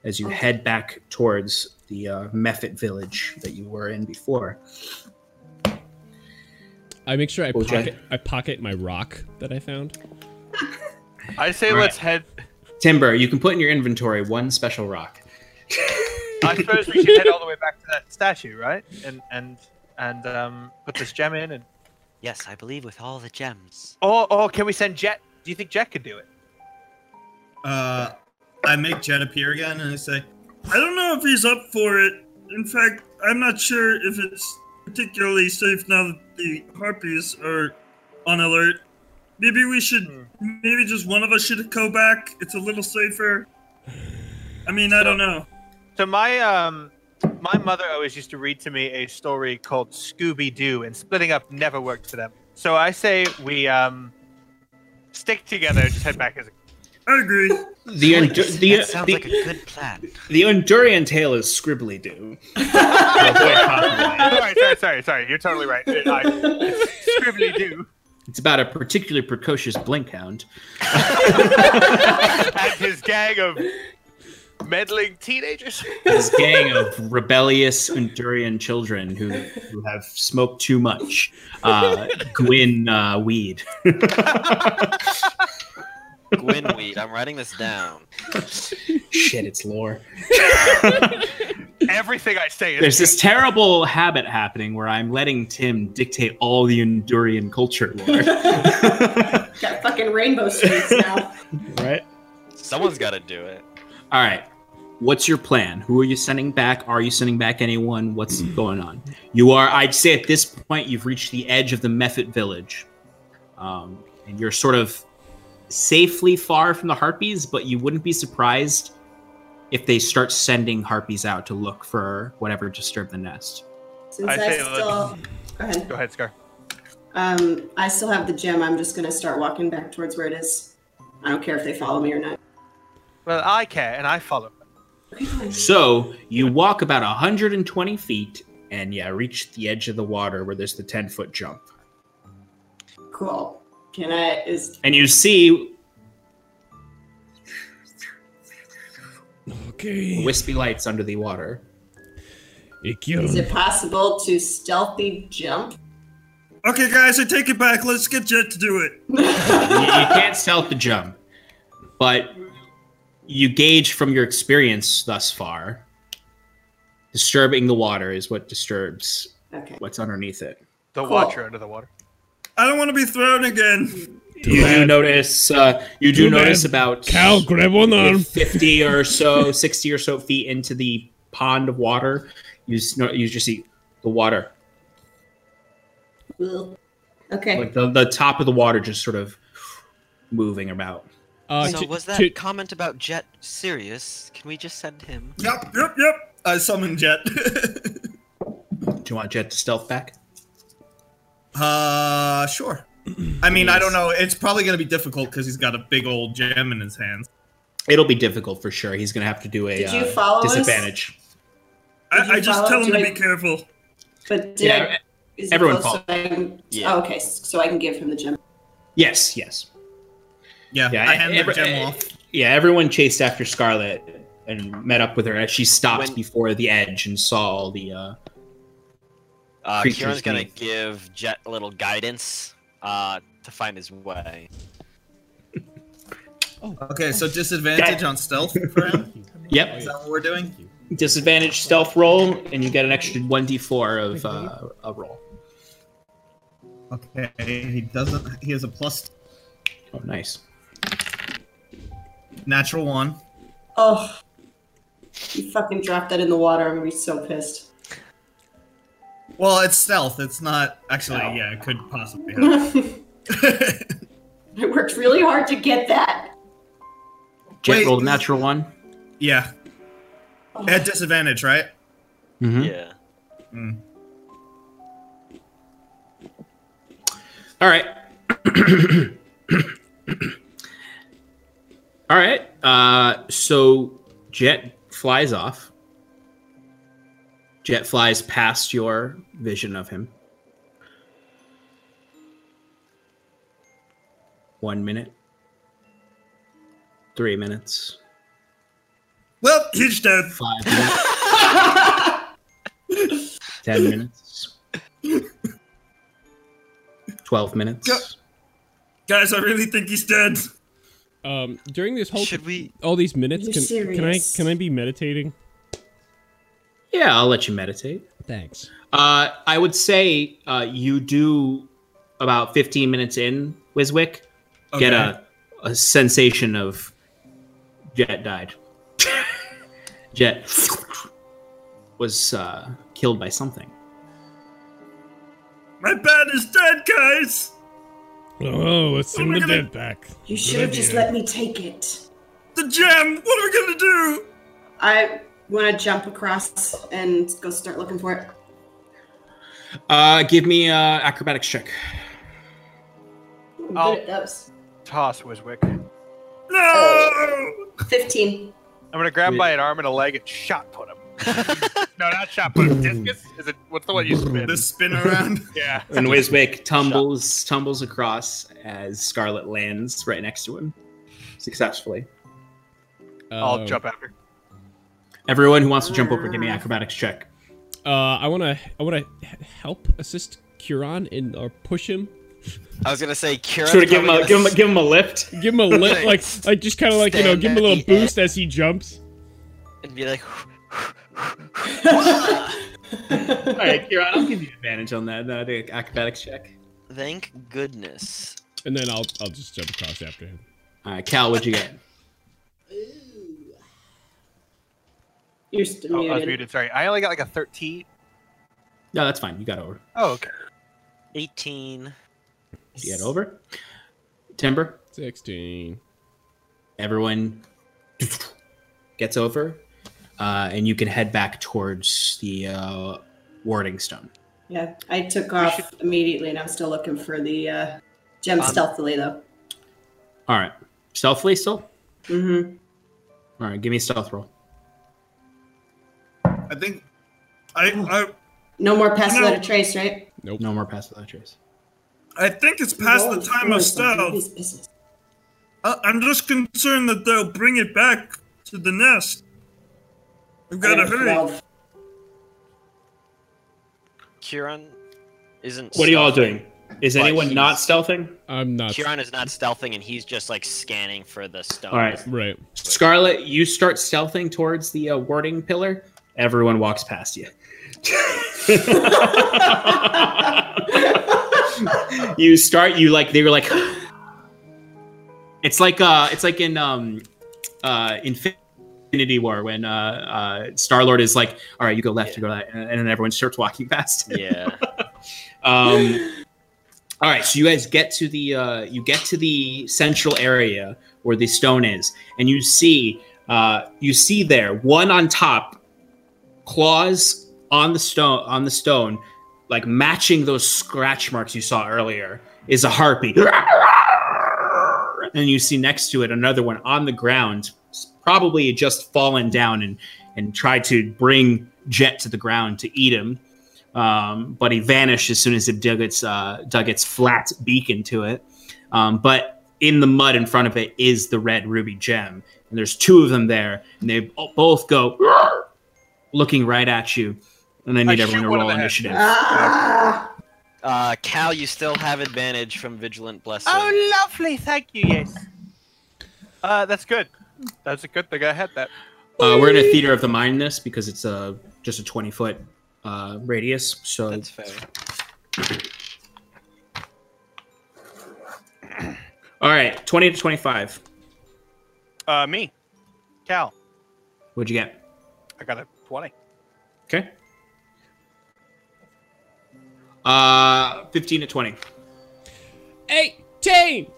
Speaker 2: As
Speaker 6: Oh.
Speaker 2: you head back towards the uh, Mephit village that you were in before,
Speaker 4: I make sure I
Speaker 2: Okay.
Speaker 4: pocket, I pocket my rock that I found.
Speaker 3: I say
Speaker 2: Right.
Speaker 3: let's head.
Speaker 2: Timber, you can put in your inventory one special rock.
Speaker 3: I suppose we should head all the way back to that statue, right? And and and um, put this gem in, and
Speaker 6: Yes, I believe with all the gems.
Speaker 3: or or can we send Jet? Do you think Jet could do it?
Speaker 5: Uh,
Speaker 9: I make Jet appear again and I say,
Speaker 8: I don't know if he's up for it. In fact, I'm not sure if it's particularly safe now that the harpies are on alert. Maybe we should, maybe just one of us should go back. It's a little safer. I mean, I don't know.
Speaker 3: So my um my mother always used to read to me a story called Scooby Doo, and splitting up never worked for them. So I say we um stick together, and just head back as a.
Speaker 8: I agree.
Speaker 2: The,
Speaker 6: Please,
Speaker 2: endu- the,
Speaker 6: that sounds
Speaker 2: the-
Speaker 6: like a good plan.
Speaker 2: The Undurian tale is scribbly do.
Speaker 3: sorry, sorry, sorry, sorry. You're totally right. It- I, it's scribbly Doo
Speaker 2: It's about a particularly precocious blinkhound.
Speaker 3: and his gang of meddling teenagers.
Speaker 2: This gang of rebellious Undurian children who, who have smoked too much uh, Gwyn uh, weed.
Speaker 6: Gwynweed, I'm writing this down.
Speaker 2: Shit, it's lore.
Speaker 3: Everything I say is
Speaker 2: There's this terrible habit happening where I'm letting Tim dictate all the Undurian culture lore.
Speaker 7: Got fucking rainbow streaks now.
Speaker 2: right?
Speaker 6: Someone's got to do it.
Speaker 2: All right. What's your plan? Who are you sending back? Are you sending back anyone? What's going on? You are, I'd say at this point, you've reached the edge of the Mephit village. Um, and you're sort of safely far from the harpies, but you wouldn't be surprised if they start sending harpies out to look for whatever disturbed the nest.
Speaker 7: Since
Speaker 3: I
Speaker 7: I,
Speaker 3: say let's-
Speaker 7: still go ahead.
Speaker 3: Go ahead, Scar.
Speaker 7: Um, I still have the gem. I'm just gonna start walking back towards where it is. I don't care if they follow me or not.
Speaker 3: Well, I care and I follow.
Speaker 7: Okay, fine.
Speaker 2: So you walk about 120 feet and yeah, reach the edge of the water where there's the 10 foot jump.
Speaker 7: Cool. Can I? Is
Speaker 2: And you see
Speaker 4: Okay.
Speaker 2: wispy lights under the water.
Speaker 7: is
Speaker 4: Ikyon.
Speaker 7: it possible to stealthy jump?
Speaker 8: Okay, guys, I take it back. Let's get Jet to do it.
Speaker 2: you, you can't stealth the jump, but you gauge from your experience thus far. Disturbing the water is what disturbs
Speaker 7: Okay.
Speaker 2: what's underneath it.
Speaker 3: The
Speaker 7: Cool.
Speaker 3: Watcher under the water.
Speaker 8: I don't want to be thrown again.
Speaker 2: You do
Speaker 4: bad.
Speaker 2: notice. Uh, you do
Speaker 4: Too bad.
Speaker 2: notice about
Speaker 4: Cal, grab one arm.
Speaker 2: fifty or so, sixty or so feet into the pond of water. You s- no- you just see the water.
Speaker 7: Well, Okay.
Speaker 2: Like the, the top of the water just sort of moving about.
Speaker 4: Uh,
Speaker 6: so
Speaker 4: to-
Speaker 6: was that
Speaker 4: to-
Speaker 6: comment about Jet serious? Can we just send him?
Speaker 5: Yep, yep, yep. I summon Jet.
Speaker 2: Do you want Jet to stealth back?
Speaker 5: uh, sure. I mean, I don't know. It's probably going to be difficult because he's got a big old gem in his hands.
Speaker 2: It'll be difficult for sure. He's gonna have to do a
Speaker 7: Did you
Speaker 2: uh,
Speaker 7: follow us?
Speaker 2: disadvantage.
Speaker 7: Did you
Speaker 8: I, I just
Speaker 7: follow-
Speaker 8: tell him
Speaker 7: do
Speaker 8: to
Speaker 7: I-
Speaker 8: be careful.
Speaker 7: But did
Speaker 2: Yeah,
Speaker 7: I? Is
Speaker 2: everyone
Speaker 7: it close so I can-
Speaker 6: Yeah.
Speaker 7: oh, okay, s- so I can give him the gem.
Speaker 2: Yes, yes.
Speaker 5: Yeah, eh,
Speaker 2: Yeah,
Speaker 5: I hand
Speaker 2: every- eh,
Speaker 5: the gem off.
Speaker 2: Yeah, everyone chased after Scarlet and met up with her as she stopped
Speaker 6: When-
Speaker 2: before the edge and saw all the. Uh,
Speaker 6: Uh,
Speaker 2: Creatures
Speaker 6: Kieran's gonna
Speaker 2: need-
Speaker 6: give Jet a little guidance uh, to find his way.
Speaker 5: Okay, so disadvantage on stealth for him.
Speaker 2: yep,
Speaker 5: Is that what we're doing?
Speaker 2: disadvantage stealth roll, and you get an extra one d four of uh, a roll.
Speaker 5: Okay, he doesn't. He has a plus
Speaker 2: Oh, nice.
Speaker 5: natural one.
Speaker 7: Oh, you fucking dropped that in the water. I'm gonna be so pissed.
Speaker 5: Well, it's stealth. It's not actually.
Speaker 2: Oh.
Speaker 5: Yeah, it could possibly. Happen.
Speaker 7: I worked really hard to get that.
Speaker 2: Jet
Speaker 5: Wait.
Speaker 2: rolled a natural one.
Speaker 5: yeah,
Speaker 8: Oh.
Speaker 5: at disadvantage, right?
Speaker 2: Mhm.
Speaker 6: Yeah.
Speaker 2: All right. All right. Uh, so Jet flies off. Jet flies past your vision of him. One minute. Three minutes.
Speaker 8: Well, he's dead.
Speaker 2: Five minutes. Ten minutes. Twelve minutes.
Speaker 8: Go- Guys, I really think he's dead.
Speaker 4: um, during this whole
Speaker 6: Should we?
Speaker 4: all these minutes,
Speaker 7: You're
Speaker 4: can, can I
Speaker 7: serious.
Speaker 4: can I be meditating?
Speaker 2: Yeah, I'll let you meditate.
Speaker 4: Thanks.
Speaker 2: Uh, I would say uh, you do about 15 minutes in Wiswick get a, a sensation of Jet died. Jet was uh, killed by something.
Speaker 8: My bat is dead, guys.
Speaker 4: Oh, let's send
Speaker 8: my
Speaker 4: the
Speaker 8: God.
Speaker 4: dead back.
Speaker 7: You should have just let me take it.
Speaker 8: The gem. What are we gonna do?
Speaker 7: I want to jump across and go start looking for it.
Speaker 2: Uh, give me uh, acrobatics check.
Speaker 7: I'm good
Speaker 3: Oh.
Speaker 7: at those.
Speaker 3: Toss Wiswick. I'm
Speaker 8: No.
Speaker 7: Fifteen.
Speaker 3: gonna grab him by an arm and a leg and shot put him. no, not shot put him. Discus? Is it? What's the one you spin?
Speaker 5: The spin around.
Speaker 3: Yeah.
Speaker 2: And Wiswick tumbles tumbles across as Scarlet lands right next to him successfully. Oh.
Speaker 4: Oh,
Speaker 3: I'll jump after.
Speaker 2: Everyone who wants to jump over, give me acrobatics check.
Speaker 4: Uh, I wanna I wanna h- help assist Kieran in or push him.
Speaker 6: I was gonna say Kieran.
Speaker 2: Sort of give him a, give him a, give him a lift.
Speaker 4: Give him a lift, like like just kind of like you know
Speaker 6: Stand
Speaker 4: give him a
Speaker 6: at
Speaker 4: little
Speaker 6: the
Speaker 4: boost as he jumps.
Speaker 6: and be like,
Speaker 2: All right, Kieran, I'll give you advantage on that. That acrobatics check.
Speaker 6: thank goodness.
Speaker 4: And then I'll I'll just jump across after him.
Speaker 2: All right, Cal, what'd you get?
Speaker 7: You're still
Speaker 3: Oh, I was
Speaker 7: muted.
Speaker 3: muted. Sorry. I only got like a 13.
Speaker 2: No, that's fine. You got over.
Speaker 3: Oh, okay.
Speaker 6: 18.
Speaker 2: You got over. Timber,
Speaker 4: Sixteen.
Speaker 2: everyone gets over, uh, and you can head back towards the uh, warding stone.
Speaker 7: Yeah, I took off immediately, and I'm still looking for the uh, gem
Speaker 3: Um,
Speaker 7: stealthily though.
Speaker 2: All right, stealthily still.
Speaker 7: Mm-hmm.
Speaker 2: All right, give me a stealth roll.
Speaker 5: I think.
Speaker 8: I
Speaker 7: No more pass
Speaker 8: No.
Speaker 7: without a trace, right?
Speaker 2: No more pass without trace.
Speaker 8: I, I think it's past the time of stealth.
Speaker 7: stealth.
Speaker 5: Uh,
Speaker 8: I, I'm just concerned that they'll bring it back to the nest. We've
Speaker 7: Oh,
Speaker 8: gotta hurry.
Speaker 6: Kieran isn't.
Speaker 2: What are you all
Speaker 6: stealthing.
Speaker 2: doing? Is
Speaker 6: But
Speaker 2: anyone not
Speaker 6: he's-
Speaker 2: stealthing?
Speaker 4: I'm not
Speaker 6: Kieran is not stealthing, and he's just like scanning for the stone.
Speaker 2: All right,
Speaker 4: right.
Speaker 2: Scarlet, you start stealthing towards the uh, warding pillar. Everyone walks past you. you start. You like. They were like. It's like. Uh, it's like in um, uh, Infinity War when uh, uh, Star Lord is like, "All right, you go left, you go right," and, and then everyone starts walking past. Him.
Speaker 6: Yeah.
Speaker 2: Um, All right, so you guys get to the uh, you get to the central area where the stone is, and you see uh, you see there one on top, claws on the stone on the stone, like matching those scratch marks you saw earlier, is a harpy. And you see next to it another one on the ground, probably just fallen down and and tried to bring Jet to the ground to eat him um, but he vanished as soon as it dug its uh, dug its flat beak into it. Um, but in the mud in front of it is the red ruby gem, and there's two of them there, and they bo- both go "Roar," looking right at you, and I need
Speaker 3: shoot
Speaker 2: everyone to
Speaker 3: one of
Speaker 2: roll
Speaker 3: the heads.
Speaker 2: initiative.
Speaker 7: Ah.
Speaker 6: Uh, Cal, you still have advantage from Vigilant Blessing.
Speaker 3: Oh, lovely. Thank you. Yes. Uh, that's good. That's a good thing. I had that.
Speaker 2: Uh, we're in a theater of the mind this because it's a just a 20 foot uh, radius, so
Speaker 6: That's fair.
Speaker 2: all right, 20 to 25.
Speaker 3: Uh, me, Cal.
Speaker 2: What'd you get?
Speaker 3: I got a twenty.
Speaker 2: Okay. Uh, 15 to 20.
Speaker 4: 18!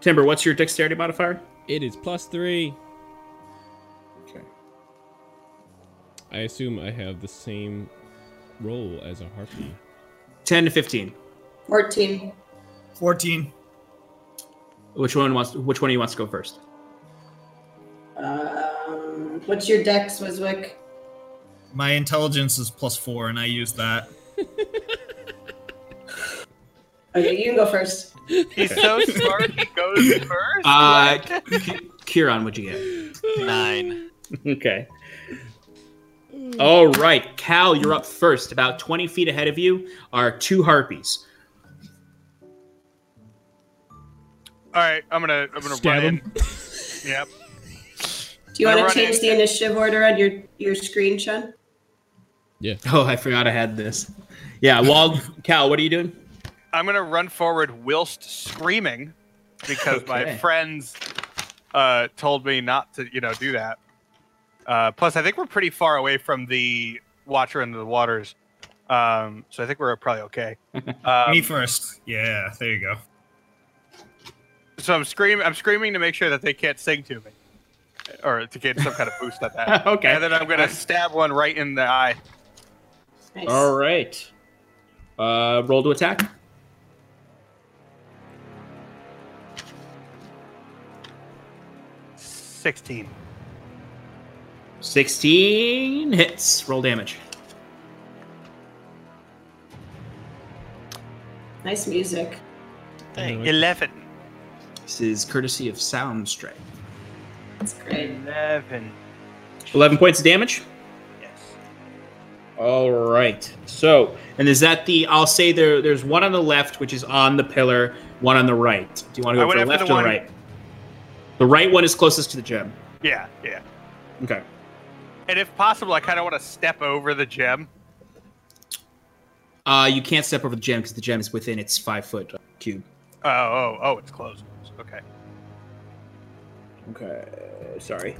Speaker 2: Timber, what's your dexterity modifier?
Speaker 4: It is plus three.
Speaker 2: Okay.
Speaker 4: I assume I have the same role as a harpy.
Speaker 2: 10 to 15.
Speaker 7: 14.
Speaker 9: 14.
Speaker 2: Which one wants? Which one of you wants to go first?
Speaker 7: Um, what's your dex, Wiswick?
Speaker 9: My intelligence is plus four, and I use that.
Speaker 7: Okay, you can go first.
Speaker 3: He's so smart. He goes first.
Speaker 2: Uh,
Speaker 3: like-
Speaker 2: K- Kieran, what'd you
Speaker 6: Nine.
Speaker 2: get? Okay. All right, Cal, you're up first. About 20 feet ahead of you are two harpies.
Speaker 3: All right, I'm gonna I'm gonna
Speaker 4: Stab
Speaker 3: run
Speaker 4: him.
Speaker 3: in. Yep.
Speaker 7: Do you
Speaker 3: I
Speaker 7: want
Speaker 3: run
Speaker 7: to change
Speaker 3: in.
Speaker 7: the initiative order on your, your screen, Sean?
Speaker 2: Oh, I forgot I had this. Yeah, well, Cal, what are you doing?
Speaker 3: I'm gonna run forward whilst screaming because my
Speaker 2: Okay.
Speaker 3: friends uh, told me not to, you know, do that. Uh, plus, I think we're pretty far away from the Watcher into the waters, um, so I think we're probably okay.
Speaker 9: Me
Speaker 3: Um,
Speaker 9: first. Yeah, there you go.
Speaker 3: so I'm scream I'm screaming to make sure that they can't sing to me, or to get some kind of boost at that.
Speaker 2: Okay.
Speaker 3: And then I'm gonna stab one right in the eye.
Speaker 7: Nice.
Speaker 2: All right. Uh, roll to attack.
Speaker 3: Sixteen.
Speaker 2: 16 hits. Roll damage.
Speaker 7: Nice music.
Speaker 4: Thank
Speaker 3: Eleven.
Speaker 2: This is courtesy of Sound Strike.
Speaker 7: That's great.
Speaker 3: Eleven.
Speaker 2: 11 points of damage.
Speaker 3: Yes.
Speaker 2: All right. So, and is that the? I'll say there. There's one on the left, which is on the pillar. One on the right. Do you want to
Speaker 3: I
Speaker 2: go
Speaker 3: went
Speaker 2: for the
Speaker 3: after
Speaker 2: left
Speaker 3: the
Speaker 2: or
Speaker 3: one-
Speaker 2: the right? The right one is closest to the gem.
Speaker 3: Yeah. Yeah.
Speaker 2: Okay.
Speaker 3: And if possible, I kind of want to step over the gem.
Speaker 2: Uh, you can't step over the gem because the gem is within its five foot cube.
Speaker 3: Oh, oh, oh, it's closed. Okay.
Speaker 2: Okay. Sorry.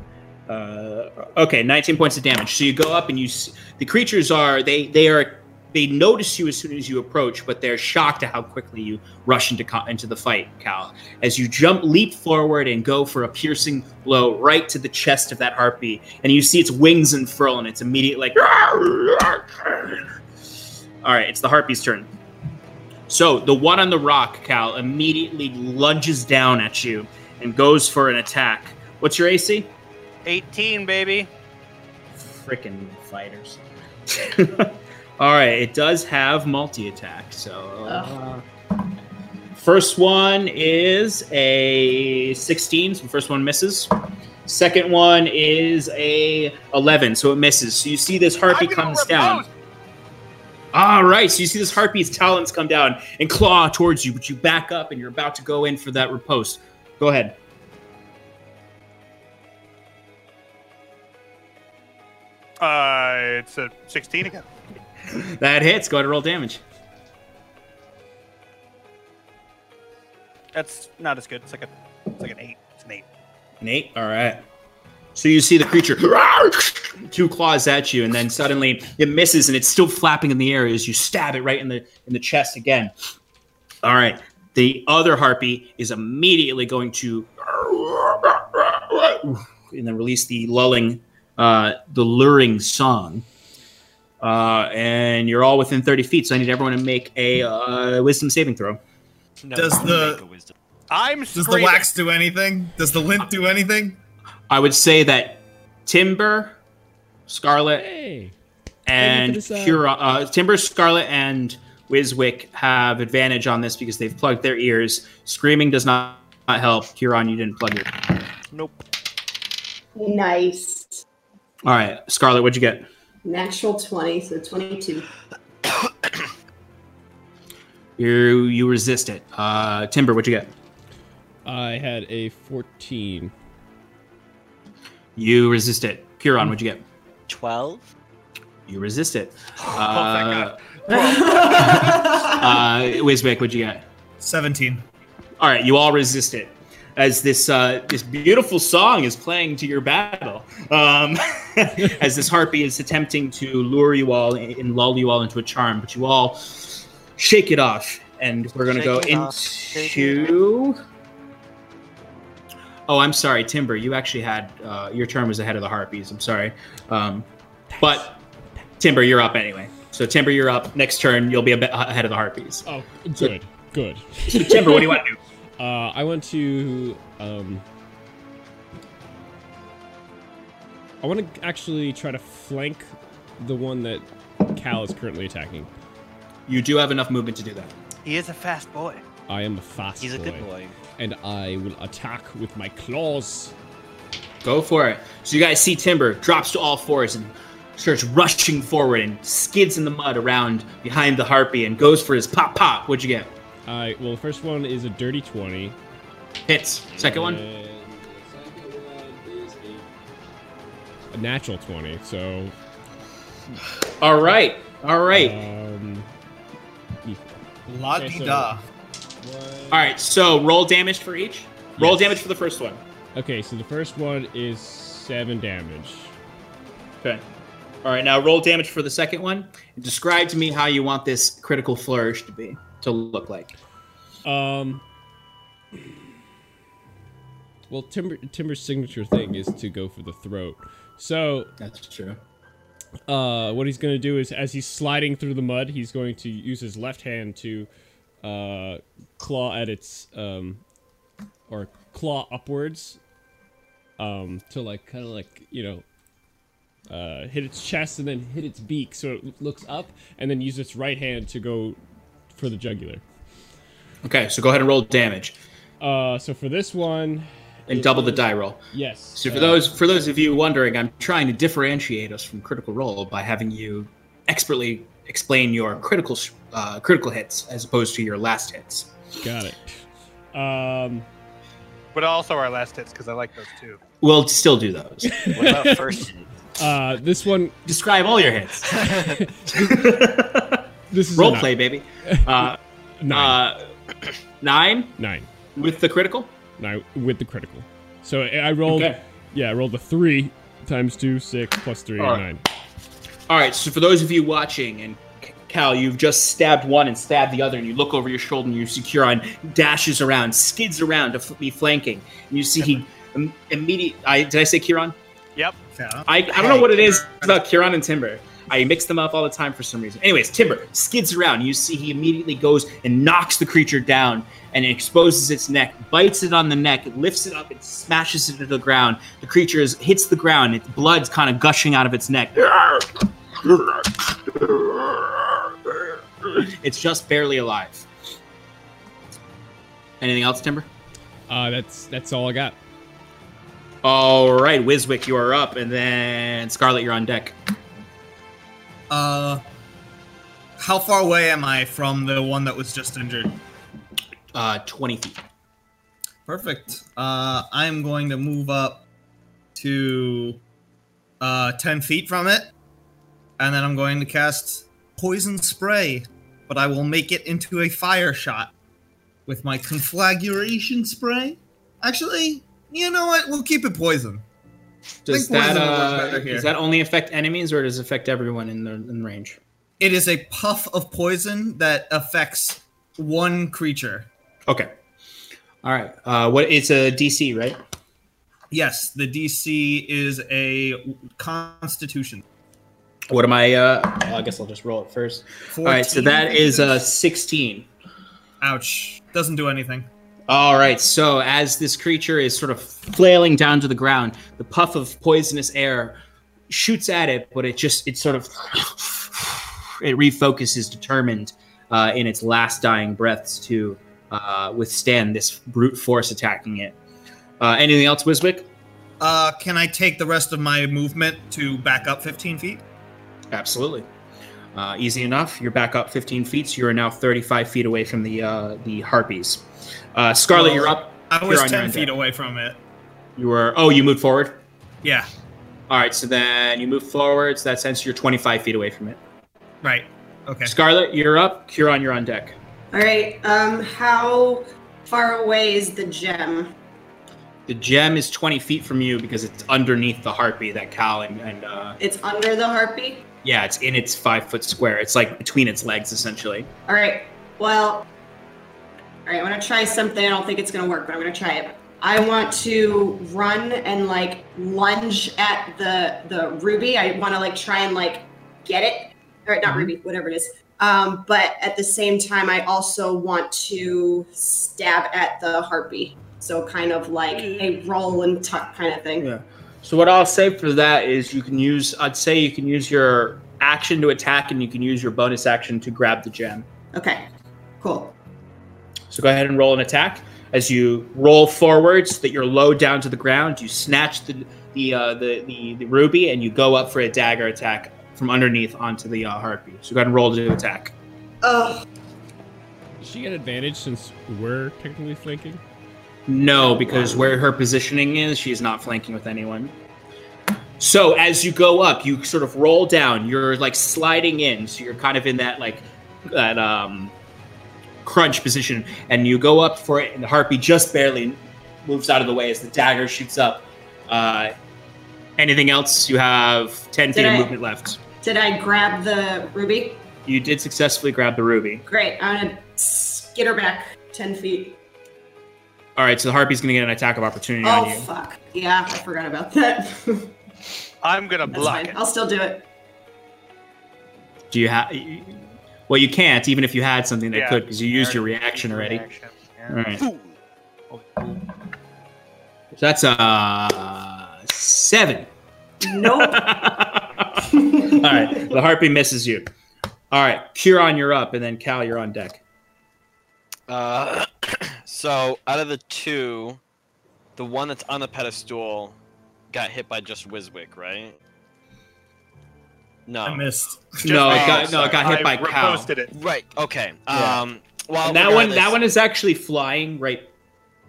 Speaker 2: Uh, okay. 19 points of damage. So you go up and you. s the creatures are they they are they notice you as soon as you approach, but they're shocked at how quickly you rush into co- into the fight, Cal. As you jump, leap forward, and go for a piercing blow right to the chest of that harpy, and you see its wings unfurl, and it's immediate like. All right, it's the harpy's turn. So the one on the rock, Cal, immediately lunges down at you and goes for an attack. What's your AC?
Speaker 3: 18, baby.
Speaker 2: Frickin' fighters. All right, it does have multi attack. So, uh, first one is a 16, so the first one misses. Second one is a 11, so it misses. So you see this harpy
Speaker 3: I'm gonna
Speaker 2: comes down.
Speaker 3: repose.
Speaker 2: All right, so you see this harpy's talons come down and claw towards you, but you back up and you're about to go in for that riposte. Go ahead.
Speaker 3: Uh, it's a 16 again.
Speaker 2: That hits. Go ahead and roll damage.
Speaker 3: That's not as good. It's like a, it's like an eight. It's an eight.
Speaker 2: Nate. All right. So you see the creature, two claws at you, and then suddenly it misses, and it's still flapping in the air as you stab it right in the in the chest again. All right, the other harpy is immediately going to, and then release the lulling, uh, the luring song. Uh, and you're all within 30 feet, so I need everyone to make a uh, wisdom saving throw.
Speaker 6: No,
Speaker 5: Does the-
Speaker 6: make a wisdom.
Speaker 3: I'm
Speaker 5: Does the
Speaker 3: screaming.
Speaker 5: wax do anything? Does the lint do anything?
Speaker 2: I would say that Timber, Scarlet,
Speaker 4: Hey.
Speaker 2: and
Speaker 4: Maybe for this, uh,
Speaker 2: Hura, uh, Timber, Scarlet, and Wiswick have advantage on this because they've plugged their ears. Screaming does not, not help. Huron, you didn't plug your.
Speaker 6: Nope.
Speaker 7: Nice.
Speaker 2: All right, Scarlet, what'd you get?
Speaker 7: Natural 20, so 22.
Speaker 2: You you resist it. Uh, Timber, what'd you get?
Speaker 4: I had a 14.
Speaker 2: You resist it. Huron, what'd you get?
Speaker 6: Twelve.
Speaker 2: You resist it.
Speaker 3: God.
Speaker 2: Uh, uh, Wiswick, what'd you get?
Speaker 5: 17.
Speaker 2: All right, you all resist it as this uh, this beautiful song is playing to your battle. Um, as this harpy is attempting to lure you all and lull you all into a charm, but you all shake it off, and we're gonna
Speaker 3: Shake
Speaker 2: go
Speaker 3: it off, shake it
Speaker 2: into. Oh, I'm sorry, Timber. You actually had uh, your turn was ahead of the harpies. I'm sorry, um, but Timber, you're up anyway. So Timber, you're up. Next turn, you'll be a bit ahead of the harpies.
Speaker 4: Oh, good. Good.
Speaker 2: So Timber, what do you want to do?
Speaker 4: Uh, I want to. Um, I want to actually try to flank the one that Cal is currently attacking.
Speaker 2: You do have enough movement to do that.
Speaker 3: He is a fast boy.
Speaker 4: I am a fast
Speaker 6: He's a
Speaker 4: boy,
Speaker 6: good boy.
Speaker 4: and I will attack with my claws.
Speaker 2: Go for it. So you guys see Timber drops to all fours and starts rushing forward and skids in the mud around behind the harpy and goes for his pop pop. What'd you get?
Speaker 4: I well, the first one is a dirty twenty.
Speaker 2: Hits. Second one.
Speaker 4: And the second one is a- a natural twenty. So
Speaker 2: All right. All right.
Speaker 4: um,
Speaker 5: La di da.
Speaker 2: all right. So roll damage for each. Roll
Speaker 4: Yes.
Speaker 2: damage for the first one.
Speaker 4: okay. So the first one is seven damage.
Speaker 2: Okay. All right. Now roll damage for the second one. Describe to me how you want this critical flourish to be to look like.
Speaker 4: Um. Well, Timber Timber's signature thing is to go for the throat. So,
Speaker 2: That's true.
Speaker 4: uh, what he's going to do is, as he's sliding through the mud, he's going to use his left hand to uh, claw at its um, or claw upwards, um, to like kind of like you know. Uh, hit its chest and then hit its beak so it looks up and then use its right hand to go for the jugular
Speaker 2: Okay. So go ahead and roll damage
Speaker 4: uh so for this one
Speaker 2: and double the die roll.
Speaker 4: Yes.
Speaker 2: So for
Speaker 4: uh,
Speaker 2: those for those of you wondering, I'm trying to differentiate us from Critical Role by having you expertly explain your critical sh- uh, critical hits as opposed to your last hits.
Speaker 4: got it. Um,
Speaker 3: But also our last hits because I like those too.
Speaker 2: We'll still do those.
Speaker 6: What about first?
Speaker 4: uh, this one,
Speaker 2: Describe all your hits.
Speaker 4: this is a
Speaker 2: Role
Speaker 4: ni-
Speaker 2: play, baby. Uh,
Speaker 4: nine,
Speaker 2: uh, nine
Speaker 4: nine,
Speaker 2: with the critical.
Speaker 4: nine with the critical. So I I rolled,
Speaker 2: Okay.
Speaker 4: yeah, I rolled a three times two, six plus three,
Speaker 2: All right.
Speaker 4: nine.
Speaker 2: All right. So for those of you watching, and Cal, you've just stabbed one and stabbed the other, and you look over your shoulder and you see Curon dashes around, skids around to f- be flanking, and you see he Im- immediate. I, did I say Curon?
Speaker 3: Yep.
Speaker 5: Yeah.
Speaker 2: I, I don't know what it is about Kiran and Timber. I mix them up all the time for some reason. Anyways, Timber skids around. You see, he immediately goes and knocks the creature down and exposes its neck, bites it on the neck, lifts it up, and smashes it to the ground. The creature is, hits the ground. Its blood's kind of gushing out of its neck. It's just barely alive. Anything else, Timber?
Speaker 4: Uh, that's that's all I got.
Speaker 2: All right, Wiswick, you are up, and then Scarlet, you're on deck.
Speaker 5: Uh, how far away am I from the one that was just injured?
Speaker 2: Uh, 20 feet.
Speaker 5: Perfect. Uh, I'm going to move up to uh, 10 feet from it. And then I'm going to cast Poison Spray. But I will make it into a fire shot with my Conflagration Spray. Actually, you know what? We'll keep it poison.
Speaker 2: Does
Speaker 9: think
Speaker 2: that
Speaker 9: poison will work
Speaker 2: uh,
Speaker 9: better here.
Speaker 2: does that only affect enemies, or does it affect everyone in the in range?
Speaker 9: It is a puff of poison that affects one creature.
Speaker 2: Okay. All right. Uh, what it's a DC, right?
Speaker 9: Yes, the DC is a Constitution.
Speaker 2: What am I? Uh, I guess I'll just roll it first. All right. So
Speaker 9: 14
Speaker 2: that is uh,
Speaker 9: creatures?
Speaker 2: sixteen.
Speaker 9: ouch. Doesn't do anything.
Speaker 2: All right, so as this creature is sort of flailing down to the ground, the puff of poisonous air shoots at it, but it just, it sort of, it refocuses determined uh, in its last dying breaths to uh, withstand this brute force attacking it. Uh, anything else, Wiswick?
Speaker 9: Uh, can I take the rest of my movement to back up 15 feet?
Speaker 2: Absolutely. Uh, easy enough. You're back up 15 feet, so you are now 35 feet away from the uh, the harpies. Uh, Scarlet,
Speaker 9: Well,
Speaker 2: you're up.
Speaker 9: I
Speaker 2: You're
Speaker 9: was
Speaker 2: on your
Speaker 9: 10
Speaker 2: end
Speaker 9: feet
Speaker 2: deck.
Speaker 9: away from it.
Speaker 2: You were, oh, you moved forward?
Speaker 9: Yeah,
Speaker 2: All right, so then you move forward. So that sense you're 25 feet away from it.
Speaker 9: right. Okay.
Speaker 2: Scarlet, you're up. Huron, you're on deck.
Speaker 7: All right. Um, how far away is the gem?
Speaker 2: The gem is 20 feet from you because it's underneath the harpy, that cow, and, and uh,
Speaker 7: It's under the harpy.
Speaker 2: yeah, it's in its five foot square. It's like between its legs, essentially.
Speaker 7: All right. Well, all right. I'm gonna try something. I don't think it's gonna work, but I'm gonna try it. I want to run and like lunge at the the ruby. I want to like try and like get it. All right, not ruby, whatever it is. Um, but at the same time, I also want to stab at the harpy. So kind of like a roll and tuck kind of thing.
Speaker 2: Yeah. So what I'll say for that is you can use, I'd say you can use your action to attack, and you can use your bonus action to grab the gem.
Speaker 7: Okay. Cool.
Speaker 2: So go ahead and roll an attack. As you roll forward so that you're low down to the ground, you snatch the the uh, the, the the ruby and you go up for a dagger attack from underneath onto the uh, harpy. So go ahead and roll to attack.
Speaker 7: Oh,
Speaker 4: Does she get advantage since we're technically flanking?
Speaker 2: No, because where her positioning is, she's not flanking with anyone. So as you go up, you sort of roll down. You're like sliding in, so you're kind of in that like that um crunch position, and you go up for it, and the harpy just barely moves out of the way as the dagger shoots up. Uh, anything else? You have ten feet
Speaker 7: Did
Speaker 2: of
Speaker 7: I-
Speaker 2: movement left.
Speaker 7: did I grab the ruby?
Speaker 2: You did successfully grab the ruby.
Speaker 7: Great. I'm gonna s- get her back ten feet.
Speaker 2: All right, so the harpy's going to get an attack of opportunity
Speaker 7: Oh
Speaker 2: on you.
Speaker 7: fuck! Yeah, I forgot about that. That's
Speaker 3: I'm gonna block
Speaker 7: fine.
Speaker 3: it.
Speaker 7: I'll still do it.
Speaker 2: Do you have? Well, you can't, even if you had something that
Speaker 3: Yeah.
Speaker 2: could, because you used your reaction already.
Speaker 3: Reaction, yeah.
Speaker 2: All right. So
Speaker 3: Fool. Oh,
Speaker 2: that's uh seven.
Speaker 7: Nope.
Speaker 2: All right, the harpy misses you. All right, Curon, you're up, and then Cal, you're on deck.
Speaker 6: Uh, so out of the two, the one that's on the pedestal got hit by just Wiswick, right? No.
Speaker 5: I missed.
Speaker 2: no, it
Speaker 6: me.
Speaker 2: got no,
Speaker 6: Sorry,
Speaker 2: it got hit
Speaker 3: I
Speaker 2: by Cal.
Speaker 3: reposted it.
Speaker 6: Right. Okay.
Speaker 2: Yeah.
Speaker 6: Um. Well,
Speaker 2: And that one, that
Speaker 6: regardless-
Speaker 2: one is actually flying right,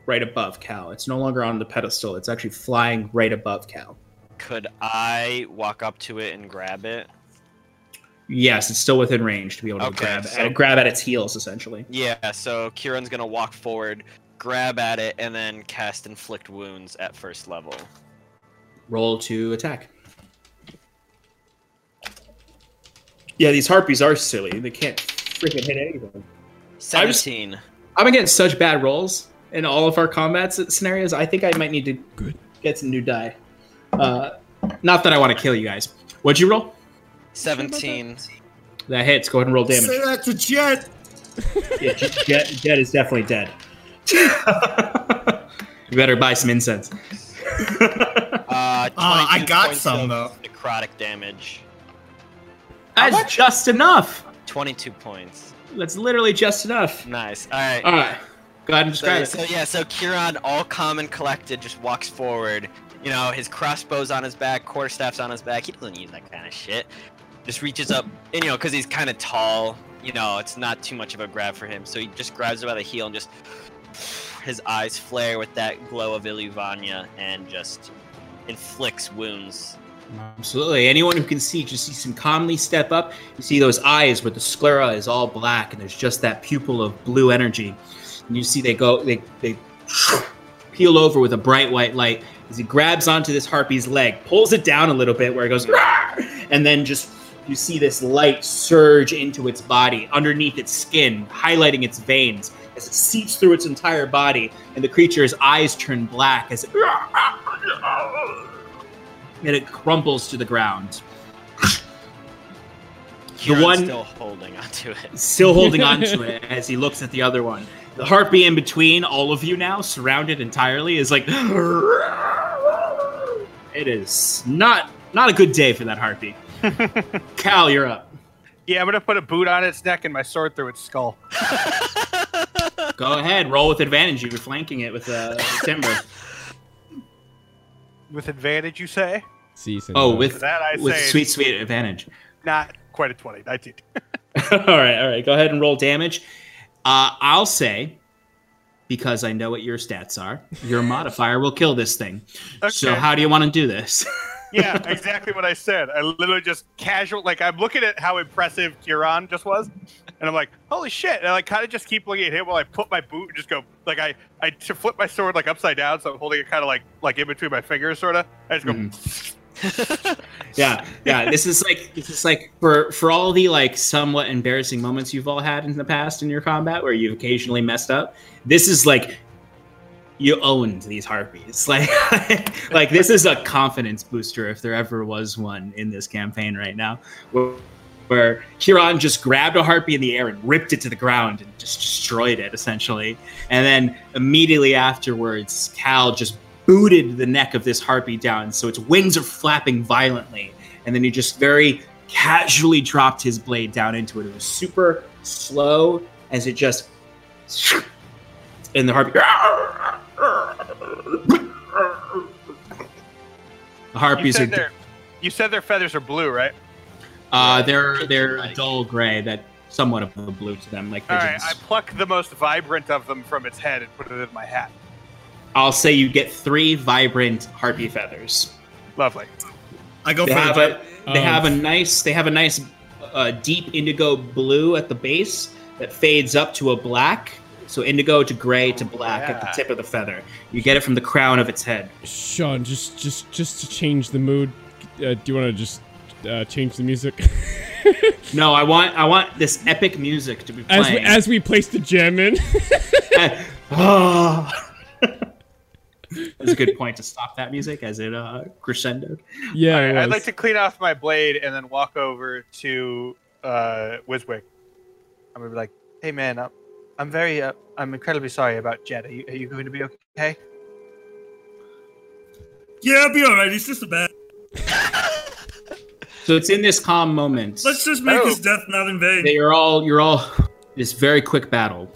Speaker 2: right above Cal. It's no longer on the pedestal. It's actually flying right above Cal.
Speaker 6: Could I walk up to it and grab it?
Speaker 2: Yes, it's still within range to be able to
Speaker 6: Okay,
Speaker 2: grab,
Speaker 6: so-
Speaker 2: grab at its heels, essentially.
Speaker 6: Yeah. So Kieran's gonna walk forward, grab at it, and then cast inflict wounds at first level.
Speaker 2: roll to attack. Yeah, these harpies are silly. They can't freaking hit anyone.
Speaker 6: Seventeen.
Speaker 2: I'm against such bad rolls in all of our combat s- scenarios. I think I might need to
Speaker 4: Good.
Speaker 2: get some new die. Uh, not that I want to kill you guys. What'd you roll?
Speaker 6: Seventeen.
Speaker 2: That hits. Go ahead and roll
Speaker 5: Say
Speaker 2: damage.
Speaker 5: that to Jet.
Speaker 2: Yeah, J- Jet, Jet is definitely dead. you better buy some incense.
Speaker 6: Uh,
Speaker 9: Uh, I
Speaker 6: 22
Speaker 9: got
Speaker 6: points
Speaker 9: some,
Speaker 6: of Necrotic damage.
Speaker 2: That's just enough.
Speaker 6: Twenty-two points.
Speaker 2: That's literally just enough.
Speaker 6: Nice. All right.
Speaker 2: All right. Go ahead and
Speaker 6: So,
Speaker 2: describe
Speaker 6: so
Speaker 2: it.
Speaker 6: yeah, so Kieran, all calm and collected, just walks forward. You know, his crossbow's on his back, quarterstaff's on his back. He doesn't use that kind of shit. Just reaches up, and you know, because he's kind of tall, you know, it's not too much of a grab for him. So he just grabs her by the heel and just his eyes flare with that glow of Illuvania and just inflicts wounds.
Speaker 2: Absolutely. Anyone who can see just sees him calmly step up. You see those eyes where the sclera is all black and there's just that pupil of blue energy. And you see they go they they peel over with a bright white light As he grabs onto this harpy's leg, pulls it down a little bit where it goes, "Rar!" and then just you see this light surge into its body, underneath its skin, highlighting its veins as it seeps through its entire body, and the creature's eyes turn black as it and it crumbles to the ground.
Speaker 6: Kieran's
Speaker 2: one-
Speaker 6: still holding onto it.
Speaker 2: still holding on to it as he looks at the other one. The harpy in between all of you now, surrounded entirely, is like it is not not a good day for that harpy. Cal, you're up.
Speaker 3: Yeah, I'm gonna put a boot on its neck and my sword through its skull.
Speaker 2: Go ahead, roll with advantage. You were flanking it with uh, timber.
Speaker 3: With advantage, you say?
Speaker 4: See, uh, Senor.
Speaker 2: Oh, with
Speaker 3: That I
Speaker 2: with
Speaker 3: say is
Speaker 2: sweet sweet advantage.
Speaker 3: not quite a 20. 19.
Speaker 2: all right, all right. Go ahead and roll damage. Uh, I'll say because I know what your stats are. Your modifier will kill this thing.
Speaker 3: Okay.
Speaker 2: So how do you want to do this?
Speaker 3: yeah, exactly what I said. I literally just casual, like I'm looking at how impressive Kieran just was, and I'm like, holy shit! And I like, kind of just keep looking at him while I put my boot and just go, like I, I t- flip my sword like upside down, so I'm holding it kind of like, like in between my fingers, sort of. I just go,
Speaker 2: Mm-hmm. yeah yeah this is like this is like for for all the like somewhat embarrassing moments you've all had in the past in your combat where you've occasionally messed up this is like you owned these harpies like like this is a confidence booster if there ever was one in this campaign right now where, where Kiran just grabbed a harpy in the air and ripped it to the ground and just destroyed it essentially and then immediately afterwards Cal just booted the neck of this harpy down so its wings are flapping violently and then he just very casually dropped his blade down into it it was super slow as it just and the harpy the
Speaker 3: you
Speaker 2: harpies are
Speaker 3: said their, you said their feathers are blue, right?
Speaker 2: uh they're they're a dull gray that somewhat of a blue to them like
Speaker 3: All
Speaker 2: pigeons.
Speaker 3: right, I pluck the most vibrant of them from its head and put it in my hat.
Speaker 2: i'll say you get three vibrant harpy feathers
Speaker 3: Lovely.
Speaker 9: I go
Speaker 2: they
Speaker 9: for
Speaker 2: have
Speaker 9: the
Speaker 2: a they
Speaker 4: Um,
Speaker 2: have a nice they have a nice uh, deep indigo blue at the base that fades up to a black so indigo to gray to
Speaker 9: Oh,
Speaker 2: black at the
Speaker 3: Yeah.
Speaker 2: tip of the feather you get it from the crown of its head
Speaker 4: Sean, just just just to change the mood, uh, do you want to just uh, change the music
Speaker 2: no i want i want this epic music to be playing
Speaker 4: as we, as we place the gem in?
Speaker 2: oh. that's a good point to stop that music as it uh, crescendoed
Speaker 4: yeah, it
Speaker 3: I'd
Speaker 4: was.
Speaker 3: like to clean off my blade and then walk over to uh, Wiswick. I'm gonna be like, "Hey, man, I'm, I'm very, uh, I'm incredibly sorry about Jed. Are you, are you going to be okay?"
Speaker 8: Yeah, I'll be alright. He's just a bad.
Speaker 2: so it's in this calm moment
Speaker 8: Let's just make
Speaker 3: Oh.
Speaker 8: his death not in vain.
Speaker 2: that you're all you're all this very quick battle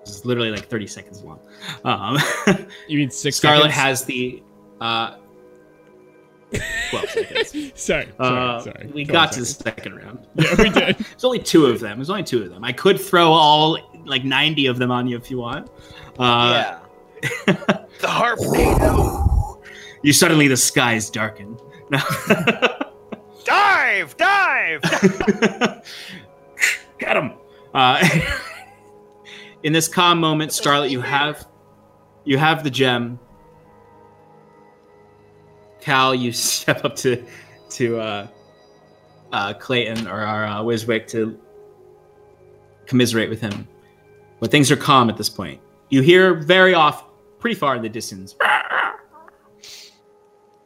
Speaker 2: it's literally like 30 seconds long um,
Speaker 4: you mean six.
Speaker 2: scarlet
Speaker 4: seconds?
Speaker 2: has the uh 12 seconds
Speaker 4: Sorry, sorry,
Speaker 2: Uh,
Speaker 4: sorry.
Speaker 2: we
Speaker 4: 12
Speaker 2: got to the
Speaker 4: seconds.
Speaker 2: second round
Speaker 4: Yeah, we did.
Speaker 2: there's only two of them there's only two of them i could throw all like 90 of them on you if you want uh,
Speaker 6: yeah. the harp.
Speaker 2: you suddenly the skies darken No.
Speaker 3: Dive, dive.
Speaker 2: Got him. Uh, in this calm moment, Scarlet, you have you have the gem. Cal, you step up to to uh, uh, Clayton or our uh, Wiswick to commiserate with him. But things are calm at this point. You hear very off, pretty far in the distance.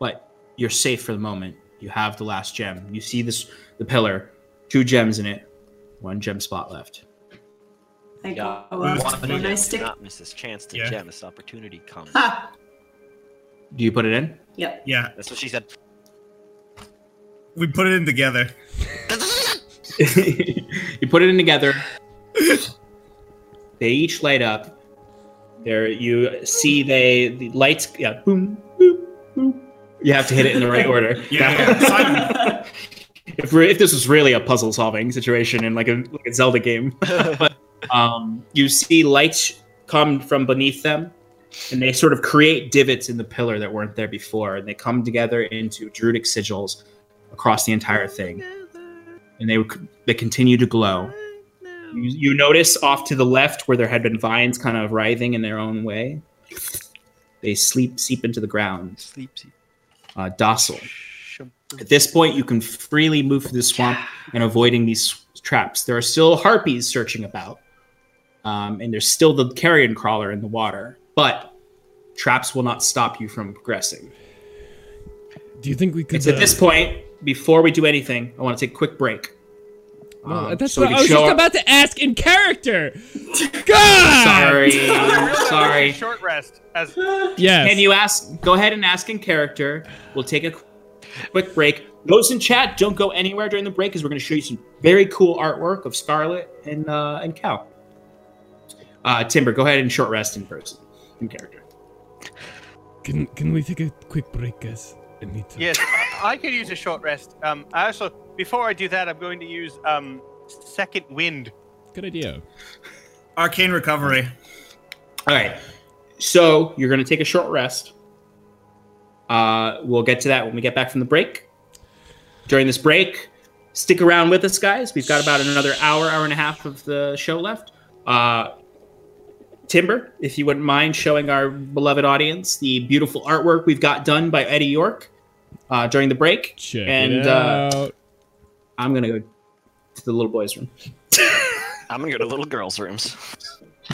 Speaker 2: But you're safe for the moment. You have the last gem. You see this the pillar, two gems in it, one gem spot left.
Speaker 7: I go
Speaker 6: Yeah.
Speaker 7: up and I stick.
Speaker 6: Not miss this chance to
Speaker 9: Yeah.
Speaker 6: gem. This opportunity comes.
Speaker 7: Ha!
Speaker 2: Do you put it in?
Speaker 7: Yep.
Speaker 9: yeah.
Speaker 6: That's what she said.
Speaker 9: We put it in together.
Speaker 2: you put it in together. they each light up. There, you see they the lights. Yeah, boom, boom, boom. You have to hit it in the right order.
Speaker 9: Yeah, yeah. Simon,
Speaker 2: if, we're, if this was really a puzzle solving situation in like a, like a Zelda game, but, um, you see lights come from beneath them, and they sort of create divots in the pillar that weren't there before, and they come together into druidic sigils across the entire thing, and they they continue to glow. You, you notice off to the left where there had been vines kind of writhing in their own way. They sleep seep into the ground,
Speaker 6: Sleep, sleep.
Speaker 2: uh, docile.
Speaker 6: Shum-
Speaker 2: At this point, you can freely move through the swamp and avoiding these traps. There are still harpies searching about, um, and there's still the carrion crawler in the water, but traps will not stop you from progressing.
Speaker 4: Do you think we could?
Speaker 2: It's at
Speaker 4: uh,
Speaker 2: this point, before we do anything, I want to take a quick break.
Speaker 4: no,
Speaker 2: Um,
Speaker 4: Oh, that's
Speaker 2: so
Speaker 4: what
Speaker 2: we
Speaker 4: I
Speaker 2: can
Speaker 4: was
Speaker 2: show
Speaker 4: just
Speaker 2: our-
Speaker 4: about to ask in character. God.
Speaker 2: Sorry, sorry.
Speaker 3: Short rest. As
Speaker 4: Yes.
Speaker 2: Can you ask? Go ahead and ask in character. We'll take a quick break. Those in chat, don't go anywhere during the break because we're going to show you some very cool artwork of Scarlet and uh, and Cow. Uh, Timber, go ahead and short rest in person, in character.
Speaker 4: Can Can we take a quick break, guys? I need to.
Speaker 3: yes, I, I could use a short rest. Um, I also before I do that, I'm going to use um second wind.
Speaker 4: Good idea.
Speaker 9: Arcane recovery.
Speaker 2: All right. So you're going to take a short rest. Uh, we'll get to that when we get back from the break. During this break, stick around with us, guys. We've got about another hour, hour and a half of the show left. Uh, Timber, if you wouldn't mind showing our beloved audience the beautiful artwork we've got done by Eddie York uh, during the break,
Speaker 4: Check
Speaker 2: and
Speaker 4: it
Speaker 2: Uh,
Speaker 4: out.
Speaker 2: I'm going to go to the little boys' room.
Speaker 6: I'm gonna go to little girls' rooms.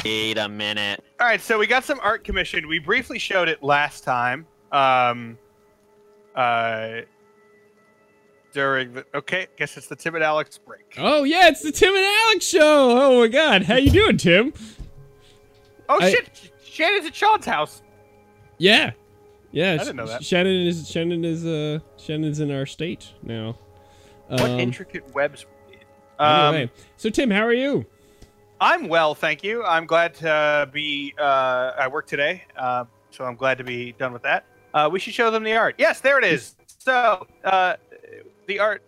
Speaker 6: Wait a minute.
Speaker 3: All right, so we got some art commissioned. We briefly showed it last time. Um, uh, during the okay, guess it's the Tim and Alex break.
Speaker 4: oh yeah, it's the Tim and Alex show. Oh my God, how you doing, Tim?
Speaker 3: Oh
Speaker 4: I-
Speaker 3: shit! Shannon's at Sean's house.
Speaker 4: Yeah. Yeah,
Speaker 3: didn't know
Speaker 4: Sh-
Speaker 3: that.
Speaker 4: Shannon is Shannon is uh Shannon's in our state now.
Speaker 3: What
Speaker 4: Um,
Speaker 3: intricate webs. we did. Um,
Speaker 4: anyway. so Tim, how are you?
Speaker 3: I'm well, thank you. I'm glad to be. Uh, I work today, uh, so I'm glad to be done with that. Uh, we should show them the art. Yes, there it is. So uh, the art.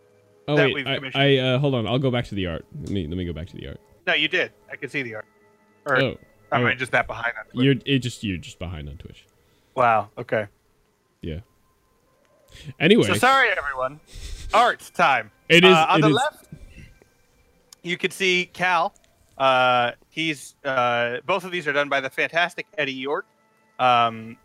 Speaker 4: Oh
Speaker 3: that
Speaker 4: wait,
Speaker 3: we've
Speaker 4: I,
Speaker 3: commissioned.
Speaker 4: I uh, hold on. I'll go back to the art. Let me let me go back to the art.
Speaker 3: No, you did. I can see the art. Or
Speaker 4: Oh,
Speaker 3: I mean,
Speaker 4: alright.
Speaker 3: just that behind. on Twitter.
Speaker 4: you're it just you're just behind on Twitch.
Speaker 3: Wow. Okay.
Speaker 4: Anyway,
Speaker 3: So sorry, everyone. Art time.
Speaker 4: It is.
Speaker 3: uh, on
Speaker 4: it
Speaker 3: the
Speaker 4: is-
Speaker 3: left, you can see Cal. Uh, he's uh, both of these are done by the fantastic Eddie York. Um,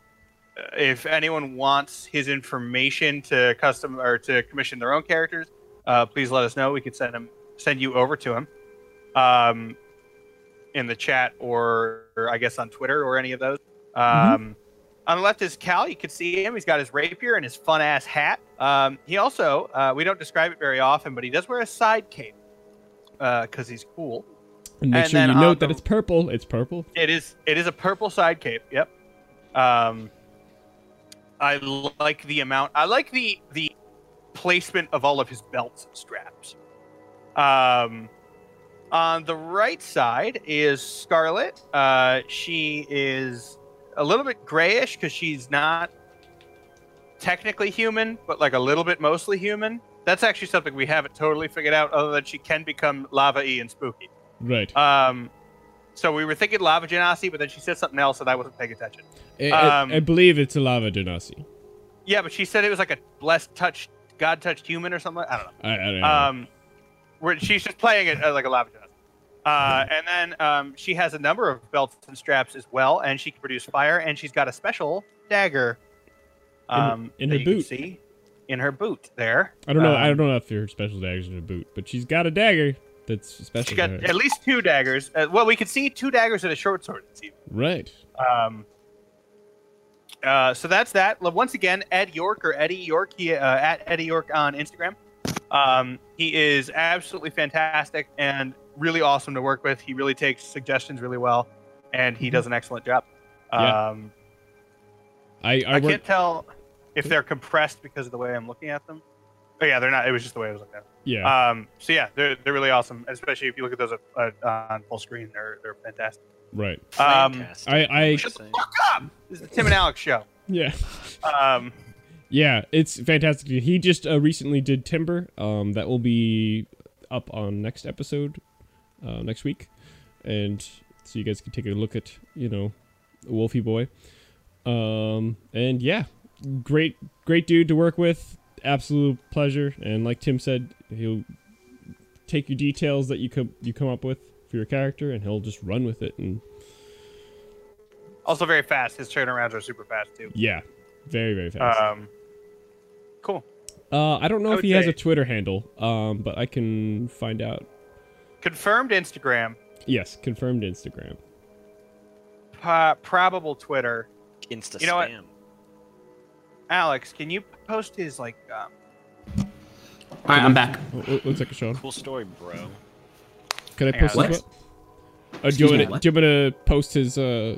Speaker 3: if anyone wants his information to custom or to commission their own characters, uh, please let us know. We can send him send you over to him um, in the chat or, or I guess on Twitter or any of those. Um,
Speaker 4: Mm-hmm.
Speaker 3: On the left is Cal. You can see him. He's got his rapier and his fun ass hat. Um, he also, uh, we don't describe it very often, but he does wear a side cape because he's cool.
Speaker 4: and make
Speaker 3: and
Speaker 4: sure
Speaker 3: then
Speaker 4: you
Speaker 3: on
Speaker 4: note that
Speaker 3: the-
Speaker 4: it's purple. It's purple.
Speaker 3: It is it is a purple side cape. Yep. Um, I like the amount. I like the the placement of all of his belts and straps. Um, on the right side is Scarlet. Uh, she is a little bit grayish because she's not technically human, but like a little bit mostly human. That's actually something we haven't totally figured out, other than she can become lava-y and spooky.
Speaker 4: Right.
Speaker 3: Um, so we were thinking lava genasi, but then she said something else, and I wasn't paying attention.
Speaker 4: I, I-
Speaker 3: um,
Speaker 4: I believe it's a lava genasi.
Speaker 3: Yeah, but she said it was like a blessed touch, God touched human or something. I don't know.
Speaker 4: I, I don't know.
Speaker 3: Um, where she's just playing it uh, like a lava genasi. Uh, and then um, she has a number of belts and straps as well, and she can produce fire, and she's got a special dagger. Um,
Speaker 4: in
Speaker 3: that
Speaker 4: her
Speaker 3: you can
Speaker 4: boot.
Speaker 3: see in her boot there.
Speaker 4: I don't know. I
Speaker 3: um,
Speaker 4: don't know if your special dagger's in a boot, but she's got a dagger that's special.
Speaker 3: She
Speaker 4: to
Speaker 3: got
Speaker 4: her.
Speaker 3: at least two daggers. Uh, well, we could see two daggers and a short sword. It seems.
Speaker 4: Right.
Speaker 3: Um, uh, so that's that. Lo- Once again, Ed York or Eddie York, he, uh, at Eddie York on Instagram. Um, he is absolutely fantastic and really awesome to work with. He really takes suggestions really well, and he does an excellent job.
Speaker 4: Mm-hmm. Yeah.
Speaker 3: Um,
Speaker 4: I I,
Speaker 3: I,
Speaker 4: work,
Speaker 3: can't tell if they're compressed because of the way I'm looking at them. Oh yeah, they're not. It was just the way I was looking at them.
Speaker 4: yeah.
Speaker 3: Um, so yeah, they're, they're really awesome, especially if you look at those uh, uh, on full screen. They're they're fantastic.
Speaker 4: right.
Speaker 3: Um,
Speaker 6: Fantastic.
Speaker 4: I I
Speaker 3: shut the fuck up. This is the Tim and Alex show.
Speaker 4: yeah.
Speaker 3: Um,
Speaker 4: Yeah, it's fantastic. He just uh, recently did Timber. Um, that will be up on next episode, uh, next week, and so you guys can take a look at you know, Wolfie Boy. Um, and yeah, great, great dude to work with. Absolute pleasure. And like Tim said, he'll take your details that you come you come up with for your character, and he'll just run with it. And
Speaker 3: Also very fast. His turnarounds are super fast too.
Speaker 4: Yeah, very very fast.
Speaker 3: Um, cool.
Speaker 4: Uh, I don't know
Speaker 3: I
Speaker 4: if
Speaker 3: would
Speaker 4: he has
Speaker 3: say-
Speaker 4: a Twitter handle, um, but I can find out.
Speaker 3: Confirmed Instagram,
Speaker 4: Yes, confirmed Instagram.
Speaker 3: po- probable Twitter.
Speaker 6: Insta
Speaker 3: You know what?
Speaker 6: spam.
Speaker 3: Alex, can you post his like? Um,
Speaker 2: All right, I'm back.
Speaker 4: Oh, oh, One second, Sean.
Speaker 6: Cool story, bro.
Speaker 4: Can I
Speaker 3: Hang
Speaker 4: post
Speaker 3: on.
Speaker 4: this?
Speaker 2: What?
Speaker 4: one? Uh, do you
Speaker 2: Excuse
Speaker 4: want
Speaker 2: me,
Speaker 4: me to-
Speaker 2: what?
Speaker 4: do you want me to post his? Uh,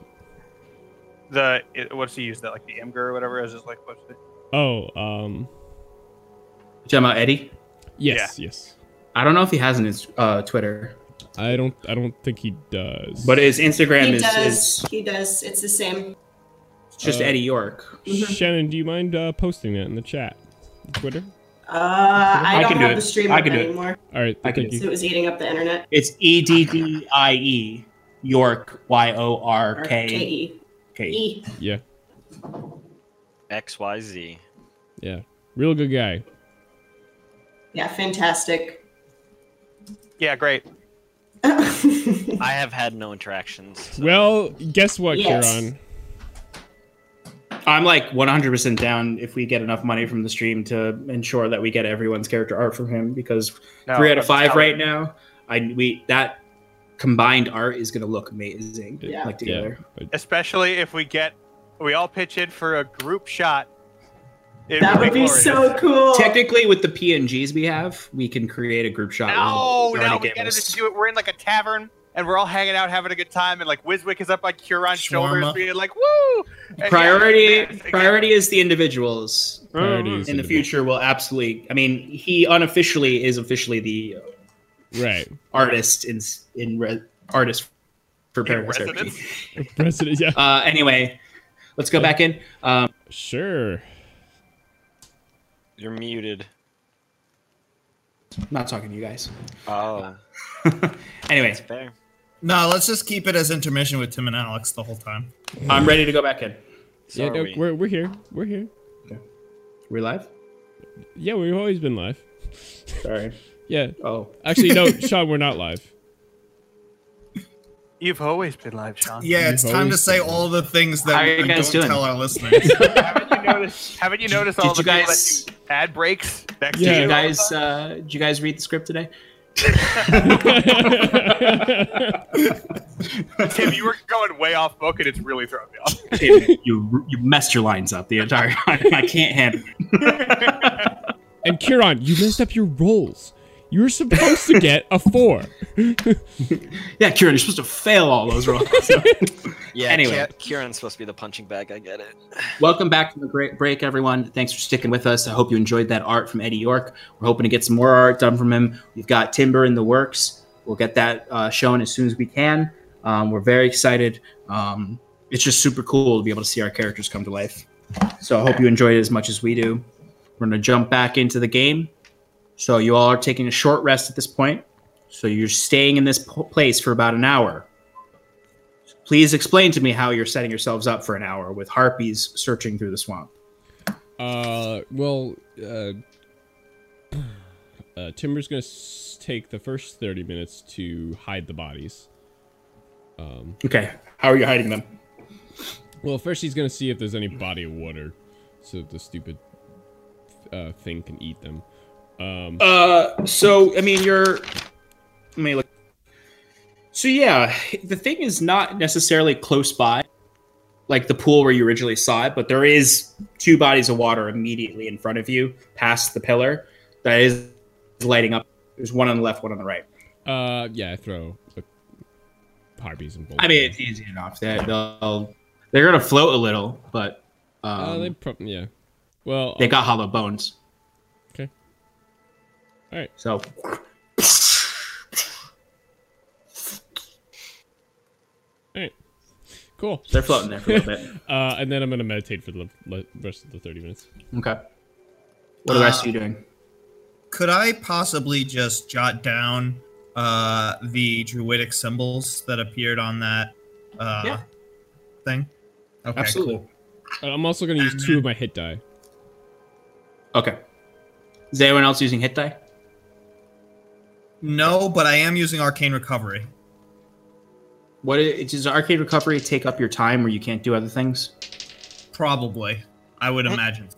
Speaker 3: the it, what's he use that like the Imgur or whatever is his like what's it?
Speaker 4: oh, um,
Speaker 2: Gemma Eddie.
Speaker 4: yes, yes.
Speaker 2: I don't know if he has an Inst- uh, Twitter,
Speaker 4: I don't, I don't think he does.
Speaker 2: but his Instagram
Speaker 7: He
Speaker 2: is,
Speaker 7: does.
Speaker 2: is
Speaker 7: He does. It's the same.
Speaker 2: just
Speaker 4: Uh,
Speaker 2: Eddie York.
Speaker 4: Shannon, do you mind uh, posting that in the chat, Twitter?
Speaker 7: Uh, I,
Speaker 2: I
Speaker 7: don't
Speaker 2: can do
Speaker 7: have
Speaker 2: it.
Speaker 7: the stream
Speaker 2: I
Speaker 7: up
Speaker 2: can do it.
Speaker 7: anymore.
Speaker 4: All right,
Speaker 2: I can
Speaker 4: thank
Speaker 7: So
Speaker 4: you.
Speaker 7: it was eating up the internet.
Speaker 2: It's E D D I E York Y O R
Speaker 7: Or
Speaker 2: K
Speaker 7: K-E.
Speaker 2: K.
Speaker 7: E.
Speaker 4: Yeah,
Speaker 6: X Y Z.
Speaker 4: yeah. Real good guy.
Speaker 7: Yeah, fantastic.
Speaker 3: Yeah, great.
Speaker 7: All
Speaker 6: I have had no interactions. so-
Speaker 4: Well, guess what,
Speaker 7: Yes.
Speaker 4: Kieran?
Speaker 2: I'm like 100% down if we get enough money from the stream to ensure that we get everyone's character art from him because
Speaker 3: No,
Speaker 2: three out of
Speaker 3: Oh, that's
Speaker 2: five
Speaker 3: how-
Speaker 2: right now. I we that combined art is gonna look amazing.
Speaker 7: Yeah.
Speaker 2: Like together.
Speaker 3: Especially if we get, we all pitch in for a group shot. It'd
Speaker 7: that would be
Speaker 3: glorious.
Speaker 7: so cool.
Speaker 2: Technically, with the PNGs we have, we can create a group shot.
Speaker 3: No,
Speaker 2: with
Speaker 3: no,
Speaker 2: Johnny
Speaker 3: we gotta
Speaker 2: Gamos.
Speaker 3: just do it. We're in like a tavern and we're all hanging out, having a good time, and like Wizwick is up on Curon's shoulders,
Speaker 9: Shawarma.
Speaker 3: being like, "Woo!" And yeah,
Speaker 2: Priority
Speaker 3: it's- it's-
Speaker 2: priority is the individuals.
Speaker 4: Priorities
Speaker 2: In the
Speaker 4: individual.
Speaker 2: future, will absolutely. I mean, he unofficially is officially the
Speaker 4: Right.
Speaker 2: artist in in re, artist for Paradise
Speaker 3: residence?
Speaker 2: RP.
Speaker 4: President. Yeah.
Speaker 2: Uh, anyway, let's go back in. Um,
Speaker 4: Sure.
Speaker 6: You're muted.
Speaker 2: not talking to you guys.
Speaker 6: Oh,
Speaker 2: Anyway,
Speaker 6: that's fair.
Speaker 9: No, let's just keep it as intermission with Tim and Alex the whole time.
Speaker 2: I'm ready to go back in.
Speaker 6: So
Speaker 4: yeah.
Speaker 6: are
Speaker 4: No,
Speaker 6: we.
Speaker 4: We're we're here. We're here.
Speaker 2: We live?
Speaker 4: Yeah, we've always been live.
Speaker 2: Sorry.
Speaker 4: Yeah.
Speaker 2: Oh,
Speaker 4: Actually, no, Sean, we're not live.
Speaker 3: You've always been live, Sean.
Speaker 9: Yeah, it's
Speaker 4: You've
Speaker 9: time to
Speaker 4: always
Speaker 9: say
Speaker 4: been-
Speaker 9: all the things
Speaker 2: How
Speaker 9: that
Speaker 2: are you
Speaker 9: we
Speaker 2: guys
Speaker 9: don't
Speaker 2: doing?
Speaker 9: tell our listeners.
Speaker 3: haven't you noticed? Haven't you noticed all
Speaker 2: did
Speaker 3: the
Speaker 2: you
Speaker 3: people
Speaker 2: guys-
Speaker 3: that do ad breaks next
Speaker 4: Yeah.
Speaker 3: to
Speaker 2: did
Speaker 3: you
Speaker 2: you
Speaker 3: all the
Speaker 2: guys
Speaker 3: time?
Speaker 2: uh, did you guys read the script today?
Speaker 3: Tim, you were going way off book, and it's really throwing me off.
Speaker 2: Tim, you you messed your lines up the entire time. I can't handle. it.
Speaker 4: and Kieran, you messed up your rolls. You were supposed to get a four.
Speaker 2: Yeah, Kieran, you're supposed to fail all those roles.
Speaker 6: Yeah.
Speaker 2: Anyway.
Speaker 6: Ki- Kieran's supposed to be the punching bag. I get it.
Speaker 2: Welcome back from the great break, everyone. Thanks for sticking with us. I hope you enjoyed that art from Eddie York. We're hoping to get some more art done from him. We've got Timber in the works. We'll get that uh, shown as soon as we can. Um, we're very excited. Um, it's just super cool to be able to see our characters come to life. So I hope you enjoyed it as much as we do. We're going to jump back into the game. So you all are taking a short rest at this point. So you're staying in this po- place for about an hour. Please explain to me how you're setting yourselves up for an hour with harpies searching through the swamp.
Speaker 4: Uh, well, uh, uh, Timber's gonna s- take the first thirty minutes to hide the bodies. Um,
Speaker 2: Okay. How are you hiding them?
Speaker 4: Well, first he's gonna see if there's any body of water, so that the stupid uh, thing can eat them. Um,
Speaker 2: Uh, so I mean, you're. Let me look. So yeah, the thing is not necessarily close by, like the pool where you originally saw it, but there is two bodies of water immediately in front of you, past the pillar, that is lighting up. There's one on the left, one on the right.
Speaker 4: uh, yeah, I throw the harpies and bullets.
Speaker 2: I mean, it's easy enough. They, they'll they're gonna float a little, but um,
Speaker 4: uh, they prob- yeah. Well,
Speaker 2: they got hollow bones.
Speaker 4: Okay. Alright.
Speaker 2: So.
Speaker 4: cool.
Speaker 2: They're floating there for a little bit.
Speaker 4: Uh, and then I'm gonna meditate for the le- rest of the thirty minutes.
Speaker 2: Okay. What are the
Speaker 9: Uh,
Speaker 2: rest of you doing?
Speaker 9: Could I possibly just jot down uh, the druidic symbols that appeared on that uh,
Speaker 2: Yeah.
Speaker 9: thing? Okay,
Speaker 2: Absolutely.
Speaker 4: And Uh, I'm also gonna use two of my hit die.
Speaker 2: Okay. Is anyone else using hit die?
Speaker 9: cool. No, but I am using arcane recovery.
Speaker 2: What i- does arcade recovery take up your time where you can't do other things?
Speaker 9: Probably, I would imagine.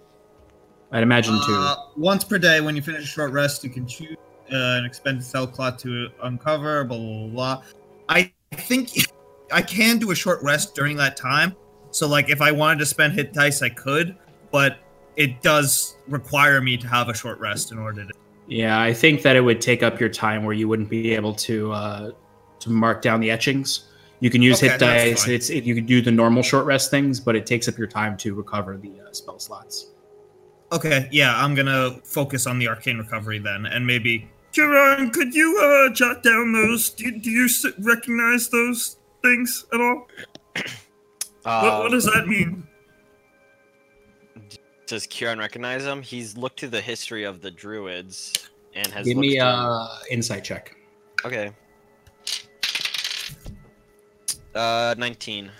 Speaker 2: I'd imagine
Speaker 9: Uh,
Speaker 2: too.
Speaker 9: once per day, when you finish a short rest, you can choose uh, an expended cell plot to uncover. Blah blah blah. I think I can do a short rest during that time. So, like, if I wanted to spend hit dice, I could, but it does require me to have a short rest in order to.
Speaker 2: Yeah, I think that it would take up your time where you wouldn't be able to uh, to mark down the etchings. You can use
Speaker 9: Okay,
Speaker 2: hit
Speaker 9: that's
Speaker 2: dice.
Speaker 9: fine.
Speaker 2: It's it, you can do the normal short rest things, but it takes up your time to recover the uh, spell slots.
Speaker 9: Okay, yeah, I'm gonna focus on the arcane recovery then, and maybe.
Speaker 8: Kiran, could you uh, jot down those? Do, do you s- recognize those things at all? what, what
Speaker 6: Um,
Speaker 8: does that mean?
Speaker 6: Does Kieran recognize him? He's looked through the history of the druids and has
Speaker 2: Give
Speaker 6: looked
Speaker 2: me
Speaker 6: through-
Speaker 2: uh insight check.
Speaker 6: Okay. Uh, 19.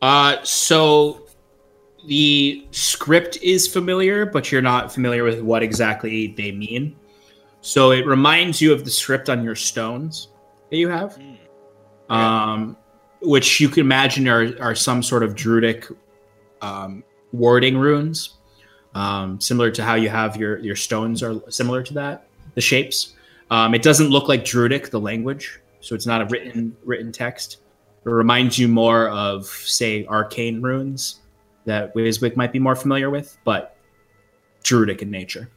Speaker 2: Uh, so the script is familiar, but you're not familiar with what exactly they mean. So it reminds you of the script on your stones that you have,
Speaker 6: Hmm.
Speaker 2: um, which you can imagine are, are some sort of druidic um, wording runes, um, similar to how you have your your stones are similar to that. The shapes. Um, it doesn't look like druidic, the language, so it's not a written written text. It reminds you more of, say, arcane runes that Wizwick might be more familiar with, but druidic in nature.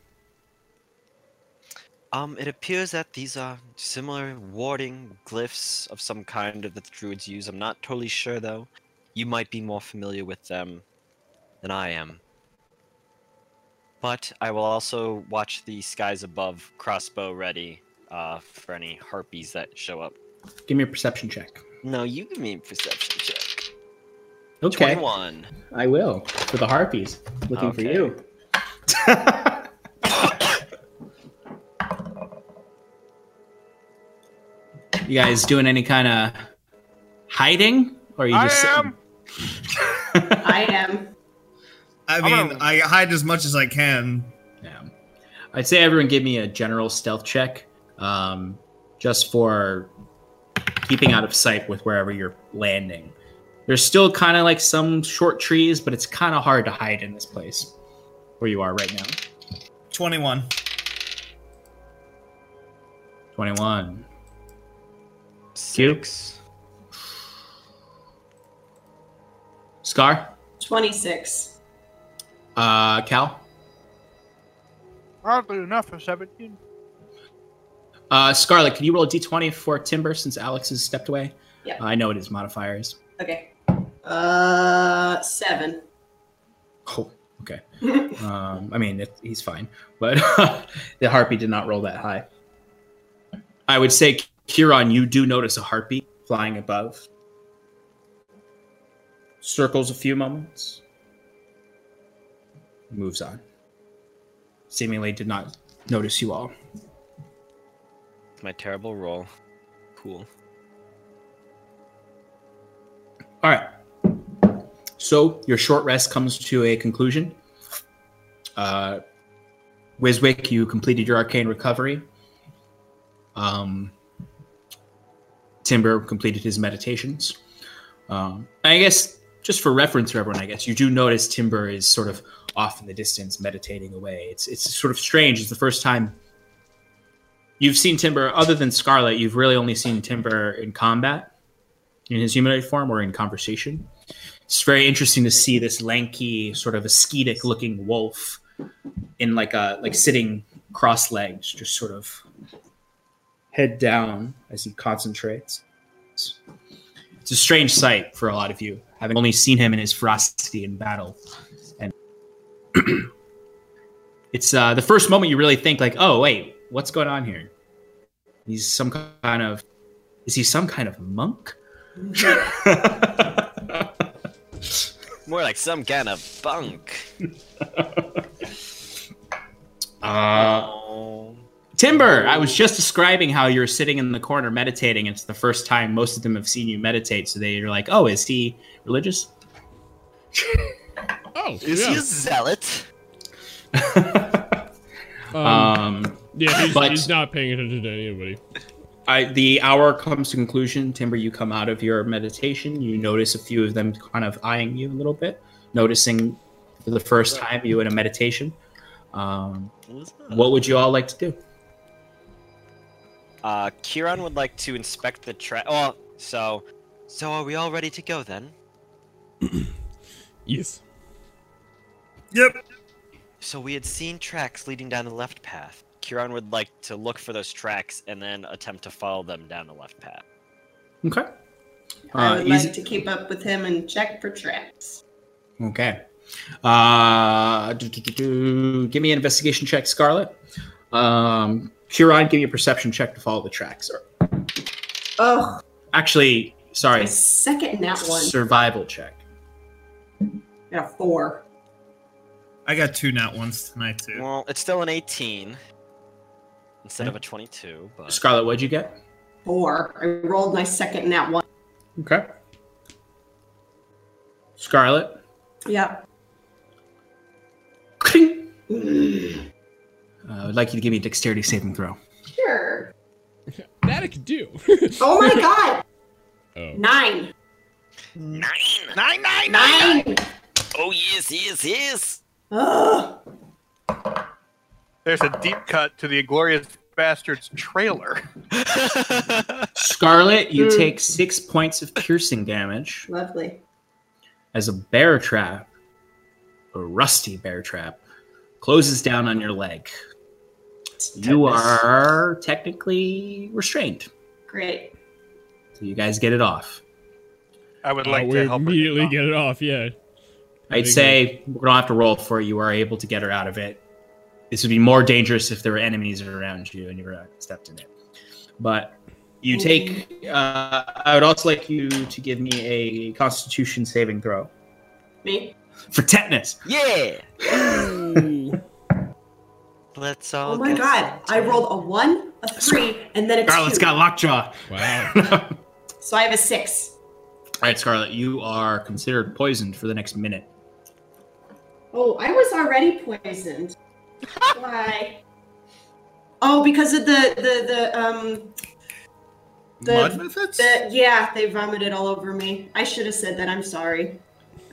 Speaker 6: Um, it appears that these are similar warding glyphs of some kind that the druids use. I'm not totally sure though. You might be more familiar with them than I am. But I will also watch the skies above crossbow ready uh, for any harpies that show up.
Speaker 2: Give me a perception check.
Speaker 6: No, you give me a perception check.
Speaker 2: Okay,
Speaker 6: 21.
Speaker 2: I will for the harpies looking for
Speaker 6: Okay.
Speaker 2: you. you guys doing any kind of hiding, or are you
Speaker 3: I
Speaker 2: just sitting?
Speaker 3: am.
Speaker 7: I am.
Speaker 9: I
Speaker 3: I'm
Speaker 9: mean,
Speaker 3: gonna-
Speaker 9: I hide as much as I can.
Speaker 2: Yeah. I'd say everyone give me a general stealth check, um, just for keeping out of sight with wherever you're landing. There's still kind of like some short trees, but it's kind of hard to hide in this place where you are right now.
Speaker 9: 21.
Speaker 2: 21.
Speaker 6: Six.
Speaker 2: Scar?
Speaker 7: 26.
Speaker 2: Uh, Cal?
Speaker 3: Oddly enough, for 17.
Speaker 2: Uh, Scarlet, can you roll a d20 for Timber since Alex has stepped away?
Speaker 7: Yeah.
Speaker 2: I know what his modifier is.
Speaker 7: Okay. Uh, seven.
Speaker 2: Oh, okay. um, I mean, it, he's fine, but the harpy did not roll that high. I would say, Kiron, you do notice a harpy flying above. Circles a few moments, moves on. Seemingly did not notice you all.
Speaker 6: My terrible roll. Cool.
Speaker 2: All right. So your short rest comes to a conclusion. Uh, Wiswick, you completed your arcane recovery. Um, Timber completed his meditations. Um, I guess just for reference for everyone, I guess you do notice Timber is sort of off in the distance meditating away. It's it's sort of strange. It's the first time you've seen Timber, other than Scarlet, you've really only seen Timber in combat in his humanoid form or in conversation. It's very interesting to see this lanky, sort of ascetic looking wolf in like a like sitting cross legged, just sort of head down as he concentrates. It's a strange sight for a lot of you, having only seen him in his ferocity in battle. And it's uh, the first moment you really think like, oh wait, what's going on here? He's some kind of is he some kind of monk?
Speaker 6: More like some kind of bunk.
Speaker 2: Uh,
Speaker 6: Oh.
Speaker 2: Timber, I was just describing how you're sitting in the corner meditating. It's the first time most of them have seen you meditate, so they're like, "Oh, is he religious?"
Speaker 4: Oh,
Speaker 6: Is
Speaker 4: yeah.
Speaker 6: he a zealot?
Speaker 4: um,
Speaker 2: Um,
Speaker 4: yeah, he's,
Speaker 2: but- Uh, Um,
Speaker 4: Um, he's not paying attention to anybody.
Speaker 2: I, the hour comes to conclusion. Timber, you come out of your meditation. You notice a few of them kind of eyeing you a little bit, noticing for the first time you in a meditation. Um, what would you all like to do?
Speaker 6: Uh, Kiran would like to inspect the trap. Oh, so, so are we all ready to go then?
Speaker 4: Yes.
Speaker 8: Yep.
Speaker 6: So we had seen tracks leading down the left path. Kiran would like to look for those tracks and then attempt to follow them down the left path.
Speaker 2: Okay.
Speaker 7: I
Speaker 2: Uh,
Speaker 7: would
Speaker 2: easy-
Speaker 7: like to keep up with him and check for traps.
Speaker 2: Okay. Uh, do, do, do, do. Give me an investigation check, Scarlet. Um, Huron, give me a perception check to follow the tracks. Or
Speaker 7: Oh,
Speaker 2: actually,
Speaker 7: I
Speaker 2: sorry,
Speaker 7: second that one.
Speaker 2: survival check.
Speaker 7: Got a four.
Speaker 9: I got two nat ones tonight too.
Speaker 6: Well, it's still an 18 instead of a 22, but
Speaker 2: Scarlet, what'd you get?
Speaker 7: Four. I rolled my second that one.
Speaker 2: Okay. Scarlet.
Speaker 7: Yeah.
Speaker 2: Kling. Uh, I'd like you to give me a dexterity saving throw.
Speaker 7: Sure.
Speaker 4: That I could do.
Speaker 7: Oh my god.
Speaker 4: oh.
Speaker 7: Nine.
Speaker 6: nine, nine, nine,
Speaker 7: Nine.
Speaker 6: Oh yes, yes, yes.
Speaker 7: Ugh.
Speaker 3: There's a deep cut to the Inglorious Bastards trailer.
Speaker 2: Scarlet, you take six points of piercing damage.
Speaker 7: Lovely.
Speaker 2: as a bear trap, a rusty bear trap, closes down on your leg. You
Speaker 6: Tetanus.
Speaker 2: are technically restrained.
Speaker 7: Great.
Speaker 2: So you guys get it off.
Speaker 3: I would
Speaker 4: Uh,
Speaker 3: like
Speaker 4: we
Speaker 3: to help her
Speaker 4: immediately
Speaker 3: off.
Speaker 4: get it off. Yeah.
Speaker 2: I'd say we don't have to roll for it. You are able to get her out of it. This would be more dangerous if there were enemies around you and you were not stepped in it. But you take. Uh, I would also like you to give me a Constitution saving throw
Speaker 7: Me.
Speaker 2: for tetanus.
Speaker 6: Yeah.
Speaker 2: Hmm.
Speaker 6: Let's all.
Speaker 7: Oh my
Speaker 6: get
Speaker 7: god. I
Speaker 6: started.
Speaker 7: rolled a one, a three, and then a
Speaker 2: Scarlet's
Speaker 7: two.
Speaker 2: got lockjaw.
Speaker 4: Wow.
Speaker 7: So I have a six.
Speaker 2: All right, Scarlet, you are considered poisoned for the next minute.
Speaker 7: Oh, I was already poisoned. Why? Oh, because of the the the um The-
Speaker 9: Mud methods?
Speaker 7: the yeah, they vomited all over me. I should have said that. I'm sorry.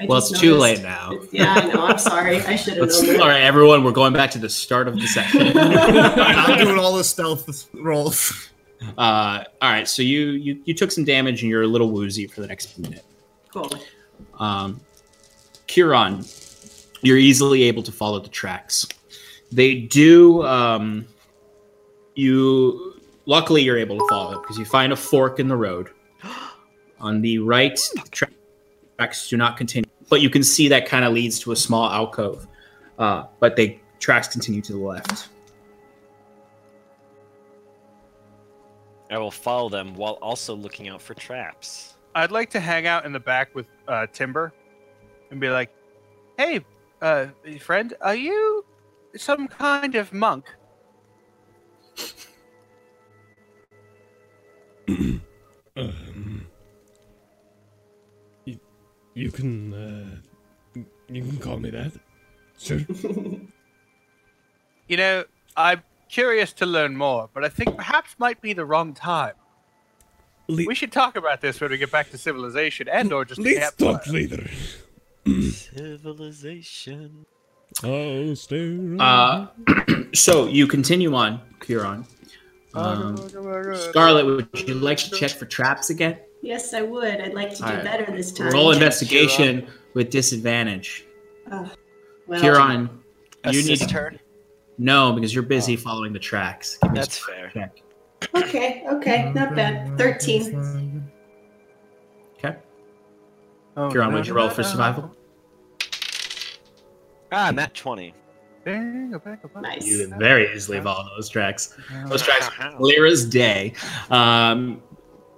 Speaker 7: I
Speaker 2: well, it's
Speaker 7: just
Speaker 2: too late
Speaker 7: noticed.
Speaker 2: now.
Speaker 7: It's- Yeah, I know. I'm sorry. I should have
Speaker 2: Let's-
Speaker 7: known
Speaker 2: all
Speaker 7: that.
Speaker 2: right, everyone, we're going back to the start of the session.
Speaker 9: And I'm doing all the stealth rolls.
Speaker 2: uh, all right, so you, you you took some damage and you're a little woozy for the next minute.
Speaker 7: Cool.
Speaker 2: Um, Kiran, you're easily able to follow the tracks. They do. Um, you luckily you're able to follow because you find a fork in the road. On the right, the tra- tracks do not continue, but you can see that kind of leads to a small alcove. Uh, but they tracks continue to the left.
Speaker 6: I will follow them while also looking out for traps.
Speaker 3: I'd like to hang out in the back with uh, Timber and be like, hey, uh, friend, are you some kind of monk?
Speaker 4: Um, you, you can uh, you can call me that. Sure.
Speaker 3: You know, I'm curious to learn more, but I think perhaps might be the wrong time.
Speaker 4: Le-
Speaker 3: We should talk about this when we get back to civilization and or just a
Speaker 4: Let's
Speaker 3: campfire.
Speaker 4: talk later.
Speaker 6: Civilization.
Speaker 4: Oh, stay.
Speaker 2: Uh, so you continue on, Kiran. Um, Scarlet, would you like to check for traps again?
Speaker 7: Yes, I would. I'd like to do
Speaker 2: All right.
Speaker 7: better this time.
Speaker 2: Roll investigation with disadvantage.
Speaker 7: Well,
Speaker 2: Kiran, you need
Speaker 6: Assist
Speaker 2: to
Speaker 6: turn.
Speaker 2: no because you're busy following the tracks. Give me a
Speaker 6: That's fair.
Speaker 2: check.
Speaker 7: Okay, okay, not bad. Thirteen.
Speaker 2: Okay.
Speaker 3: Oh,
Speaker 2: Kiran, would you roll for survival?
Speaker 6: Ah, Matt twenty.
Speaker 7: Nice.
Speaker 2: You very easily follow those tracks. Those tracks are clear as day. Um,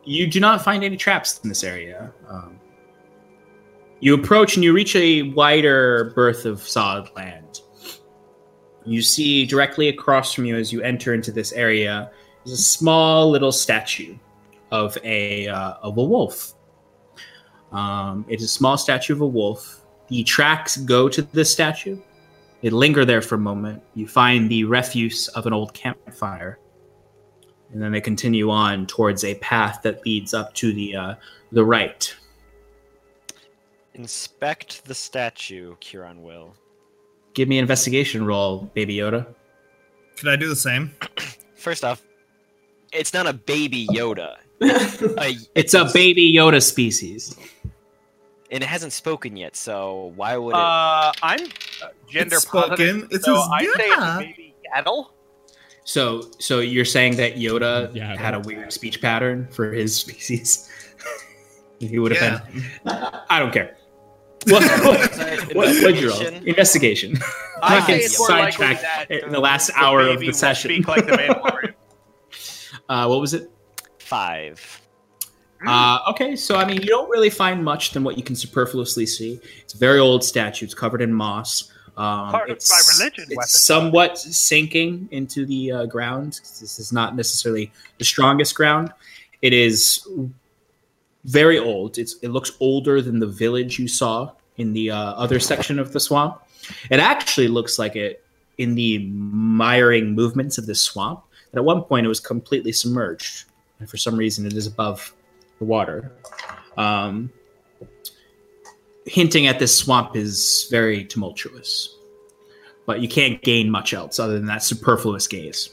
Speaker 2: you do not find any traps in this area. Um, you approach and you reach a wider berth of solid land. You see directly across from you as you enter into this area is a small little statue of a uh, of a wolf. Um, it is a small statue of a wolf. The tracks go to this statue. They linger there for a moment. You find the refuse of an old campfire. and then they continue on towards a path that leads up to the uh, the right.
Speaker 6: Inspect the statue, Kiran will.
Speaker 2: Give me an investigation roll, Baby Yoda.
Speaker 9: Could I do the same?
Speaker 6: First off, it's not a baby Yoda. Uh, A-
Speaker 2: It's a Baby Yoda species.
Speaker 6: and it hasn't spoken yet, so why would it?
Speaker 3: Uh, I'm uh, gender
Speaker 9: It's
Speaker 3: positive,
Speaker 9: spoken. It
Speaker 3: so
Speaker 9: says,
Speaker 3: I say it's
Speaker 9: "Yeah."
Speaker 3: maybe Yaddle.
Speaker 2: So, so you're saying that Yoda
Speaker 4: Yeah,
Speaker 2: had a weird speech pattern for his species? he would have been. I don't care. What?
Speaker 6: Sorry,
Speaker 2: what, what what'd you roll?
Speaker 6: investigation?
Speaker 2: Investigation. I
Speaker 3: I
Speaker 2: can
Speaker 3: say it's more likely
Speaker 2: sidetrack
Speaker 3: that
Speaker 2: in the last hour of the session.
Speaker 3: Speak like the Mandalorian.
Speaker 2: Uh, what was it?
Speaker 6: Five.
Speaker 3: Mm.
Speaker 2: Uh, okay, so I mean, you don't really find much than what you can superfluously see. It's a very old statue. It's covered in moss. Um,
Speaker 3: Part of
Speaker 2: it's,
Speaker 3: my religion,
Speaker 2: It's
Speaker 3: weapon.
Speaker 2: somewhat sinking into the uh, ground. This is not necessarily the strongest ground. It is very old. It's it looks older than the village you saw in the uh, other section of the swamp. It actually looks like it in the miring movements of this swamp. That at one point it was completely submerged, and for some reason it is above the water. Um, hinting at this swamp is very tumultuous, but you can't gain much else other than that superfluous gaze.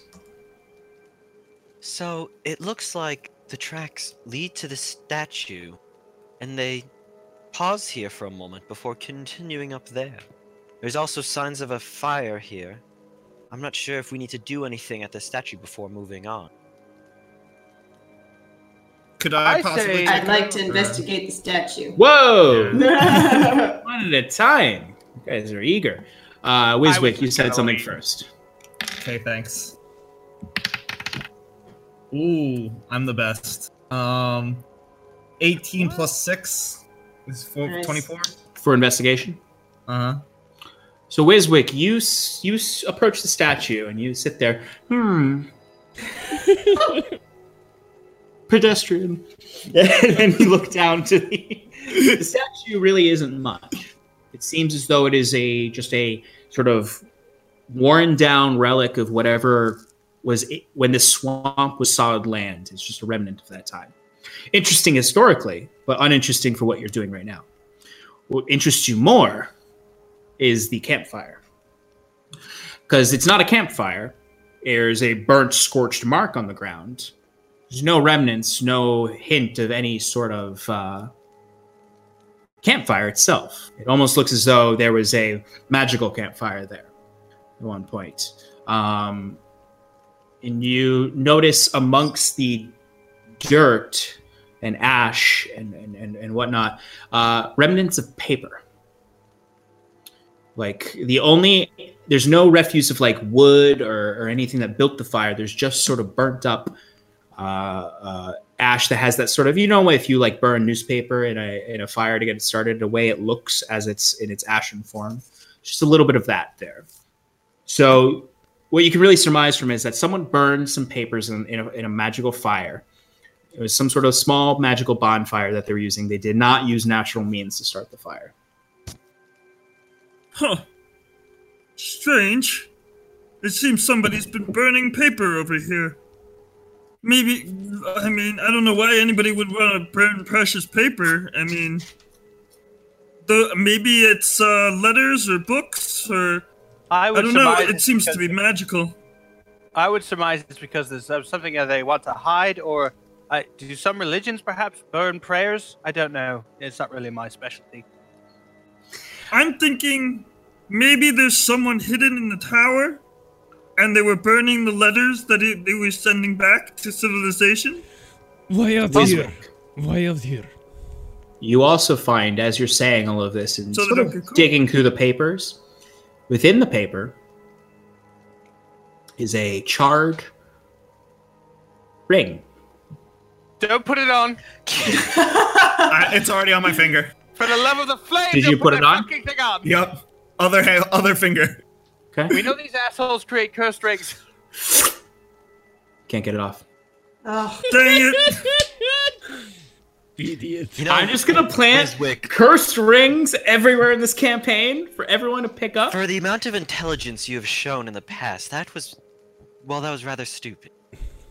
Speaker 6: So it looks like the tracks lead to the statue, and they pause here for a moment before continuing up there. There's also signs of a fire here. I'm not sure if we need to do anything at the statue before moving on.
Speaker 9: Could I,
Speaker 3: I
Speaker 9: possibly?
Speaker 3: say-
Speaker 9: check
Speaker 7: I'd
Speaker 9: it
Speaker 7: like
Speaker 9: out,
Speaker 7: to
Speaker 9: or-
Speaker 7: investigate the statue.
Speaker 2: Whoa!
Speaker 7: I
Speaker 2: One at a time. You guys are eager. Uh, Wizwick,
Speaker 3: was
Speaker 2: you
Speaker 3: just
Speaker 2: said
Speaker 3: gonna
Speaker 2: something
Speaker 3: leave.
Speaker 2: first.
Speaker 9: Okay, thanks. Ooh, I'm the best. Um, 18 plus six is four,
Speaker 7: Nice.
Speaker 9: 24.
Speaker 2: For investigation?
Speaker 9: Uh huh.
Speaker 2: So Wiswick, you s- you s- approach the statue and you sit there. Hmm. Pedestrian. and then you look down to the, the statue. Really isn't much. It seems as though it is a just a sort of worn down relic of whatever was it, when this swamp was solid land. It's just a remnant of that time. Interesting historically, but uninteresting for what you're doing right now. What interests you more is the campfire. Because it's not a campfire. There's a burnt, scorched mark on the ground. There's no remnants, no hint of any sort of uh, campfire itself. It almost looks as though there was a magical campfire there at one point. Um, and you notice amongst the dirt and ash and, and, and, and whatnot uh, remnants of paper like the only there's no refuse of like wood or, or anything that built the fire there's just sort of burnt up uh, uh, ash that has that sort of you know if you like burn newspaper in a in a fire to get it started the way it looks as it's in its ashen form just a little bit of that there so what you can really surmise from is that someone burned some papers in, in, a, in a magical fire it was some sort of small magical bonfire that they were using they did not use natural means to start the fire
Speaker 8: Huh. Strange. It seems somebody's been burning paper over here. Maybe, I mean, I don't know why anybody would want to burn precious paper. I mean, the, maybe it's uh, letters or books or.
Speaker 3: I
Speaker 8: I
Speaker 3: would
Speaker 8: don't know.
Speaker 3: surmise
Speaker 8: It
Speaker 3: it's
Speaker 8: seems to
Speaker 3: because-
Speaker 8: be magical.
Speaker 3: I would surmise it's because there's uh, something that they want to hide, or I, do some religions perhaps burn prayers? I don't know. It's not really my specialty.
Speaker 8: I'm thinking maybe there's someone hidden in the tower and they were burning the letters that it, they were sending back to civilization.
Speaker 4: Why out
Speaker 2: Wizwick.
Speaker 4: here? Why out here?
Speaker 2: You also find, as you're saying all of this and
Speaker 8: So they
Speaker 2: sort
Speaker 8: don't
Speaker 2: of
Speaker 8: get caught.
Speaker 2: digging through the papers, within the paper is a charred ring.
Speaker 3: Don't put it on.
Speaker 9: I, it's already on my finger.
Speaker 3: For the love of the flame!
Speaker 2: Did
Speaker 3: don't
Speaker 2: you put it
Speaker 3: that
Speaker 2: on?
Speaker 3: Fucking thing on.
Speaker 9: Yep. Other ha- other finger.
Speaker 2: Okay,
Speaker 3: We know these assholes create cursed rings.
Speaker 2: can't get it off.
Speaker 7: oh,
Speaker 8: Dang it.
Speaker 4: Idiot.
Speaker 6: You
Speaker 2: I'm just gonna plant cursed rings everywhere in this campaign for everyone to pick up.
Speaker 6: for the amount of intelligence you have shown in the past, that was, well, that was rather stupid.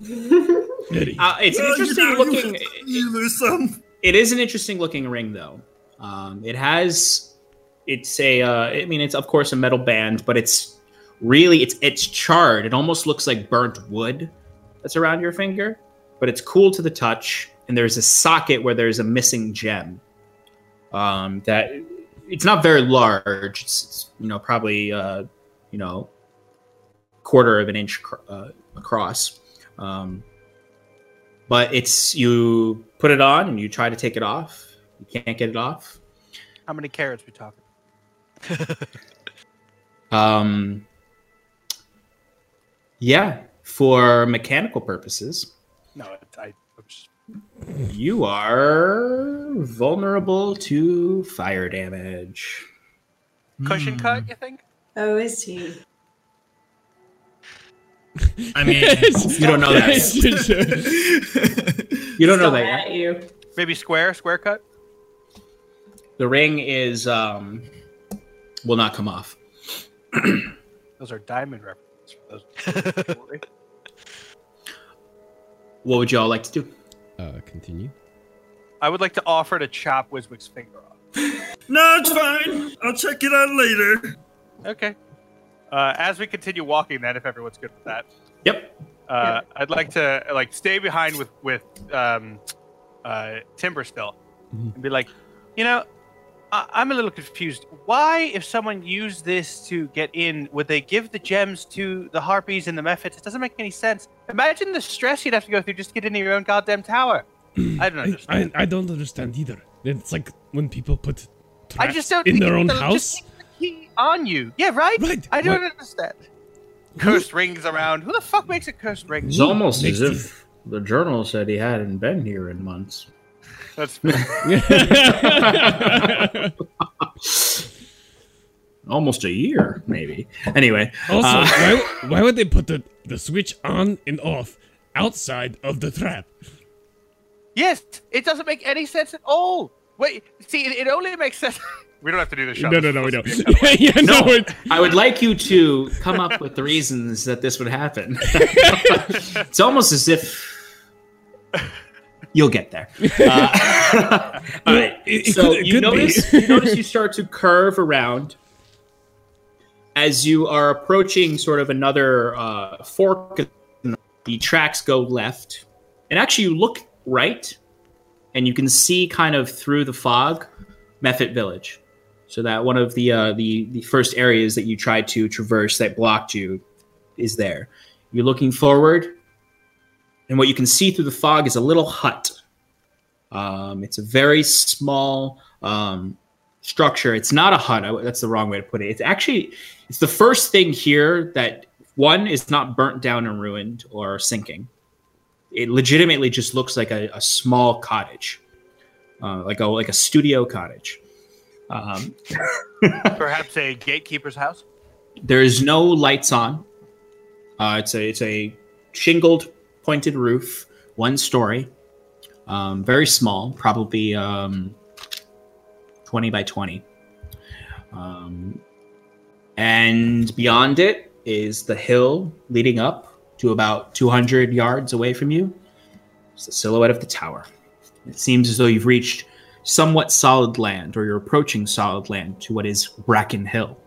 Speaker 2: Uh, it's an
Speaker 8: Well, you
Speaker 2: interesting
Speaker 8: know,
Speaker 2: looking.
Speaker 8: You, you lose some.
Speaker 2: It is an interesting looking ring, though. Um, it has, it's a, uh, I mean, it's of course a metal band, but it's really, it's it's charred. It almost looks like burnt wood that's around your finger, but it's cool to the touch. And there's a socket where there's a missing gem. Um, that it's not very large. It's, it's you know probably uh, you know quarter of an inch cr- uh, across. Um, but it's you put it on and you try to take it off. You can't get it off.
Speaker 3: How many carrots we talking?
Speaker 2: Um, yeah, for mechanical purposes,
Speaker 3: No, I- I, I'm just
Speaker 2: you are vulnerable to fire damage.
Speaker 3: cushion cut. You think?
Speaker 7: Oh, is he?
Speaker 9: I mean,
Speaker 2: You don't know that. You don't know
Speaker 7: Still
Speaker 2: that yet.
Speaker 7: at you.
Speaker 3: Maybe square, square cut.
Speaker 2: The ring is um, will not come off.
Speaker 3: Those are diamond references. For those
Speaker 2: What would you all like to do?
Speaker 4: Uh, continue.
Speaker 3: I would like to offer to chop Wiswick's finger off.
Speaker 8: No, it's fine. I'll check it out later.
Speaker 3: Okay. Uh, as we continue walking, then, if everyone's good with that,
Speaker 2: Yep.
Speaker 3: uh, I'd like to like stay behind with with um, uh, Timber still,
Speaker 4: Mhm.
Speaker 3: and be like, you know, I- I'm a little confused. Why, if someone used this to get in, would they give the gems to the harpies and the methods? It doesn't make any sense. Imagine the stress you'd have to go through just to get into your own goddamn tower. I don't
Speaker 4: I,
Speaker 3: understand.
Speaker 4: I, I don't understand either. It's like when people put
Speaker 3: I,
Speaker 4: traps
Speaker 3: just don't
Speaker 4: in
Speaker 3: think
Speaker 4: their own
Speaker 3: they'll
Speaker 4: house.
Speaker 3: Just keep the key on you, yeah, right?
Speaker 4: Right.
Speaker 3: I don't understand. Cursed rings around. Who the fuck makes a cursed ring?
Speaker 2: It's almost
Speaker 4: Makes
Speaker 2: as if the journal said he hadn't been here in months.
Speaker 3: That's
Speaker 2: Almost a year, maybe. Anyway.
Speaker 4: also,
Speaker 2: uh,
Speaker 4: why, why would they put the, the switch on and off outside of the trap?
Speaker 3: yes. It doesn't make any sense at all. Wait, see, it, it only makes sense. we don't have to do this.
Speaker 4: No,
Speaker 3: Sean.
Speaker 4: no, no, we don't. yeah, no,
Speaker 2: No.
Speaker 4: it-
Speaker 2: I would like you to come up with the reasons that this would happen. it's almost as if you'll get there. Uh, all right.
Speaker 4: It- it
Speaker 2: so
Speaker 4: could- it
Speaker 2: you
Speaker 4: could be.
Speaker 2: notice you notice you start to curve around as you are approaching sort of another uh, fork. The tracks go left, and actually you look right, and you can see kind of through the fog, Mephit Village. So that one of the uh, the the first areas that you tried to traverse that blocked you is there. You're looking forward, and what you can see through the fog is a little hut. Um, it's a very small um, structure. It's not a hut. I, that's the wrong way to put it. It's actually it's the first thing here that one is not burnt down and ruined or sinking. It legitimately just looks like a, a small cottage, uh, like a like a studio cottage. Um,
Speaker 3: Perhaps a gatekeeper's house.
Speaker 2: there is no lights on. Uh, it's a it's a shingled, pointed roof, one story, um, very small, probably um, twenty by twenty. Um, and beyond it is the hill leading up to about two hundred yards away from you. It's the silhouette of the tower. It seems as though you've reached somewhat solid land, or you're approaching solid land to what is Bracken Hill.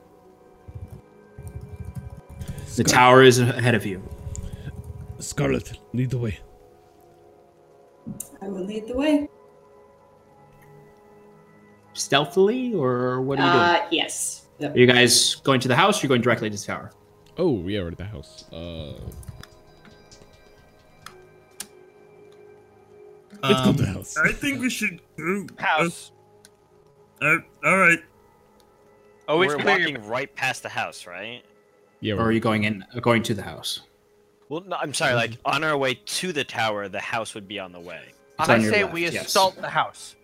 Speaker 2: The tower is ahead of you.
Speaker 4: Scarlet, lead the way.
Speaker 7: I will lead the way.
Speaker 2: Stealthily, or what are you doing?
Speaker 7: Uh, yes. Yep.
Speaker 2: Are you guys going to the house or are you going directly to the tower?
Speaker 4: Oh, we are at the house. Uh, let's
Speaker 9: um,
Speaker 4: go to
Speaker 3: Um,
Speaker 4: the house.
Speaker 8: I think we should go.
Speaker 3: House.
Speaker 8: Uh, all right.
Speaker 3: Oh, it's
Speaker 6: We're
Speaker 3: clear.
Speaker 6: walking right past the house, right?
Speaker 4: Yeah,
Speaker 2: Or are
Speaker 4: we're,
Speaker 2: you going in going to the house?
Speaker 6: Well, no, I'm sorry. Like on our way to the tower, the house would be on the way.
Speaker 2: It's
Speaker 3: I
Speaker 2: on your
Speaker 3: say
Speaker 2: left,
Speaker 3: we
Speaker 2: yes.
Speaker 3: assault the house.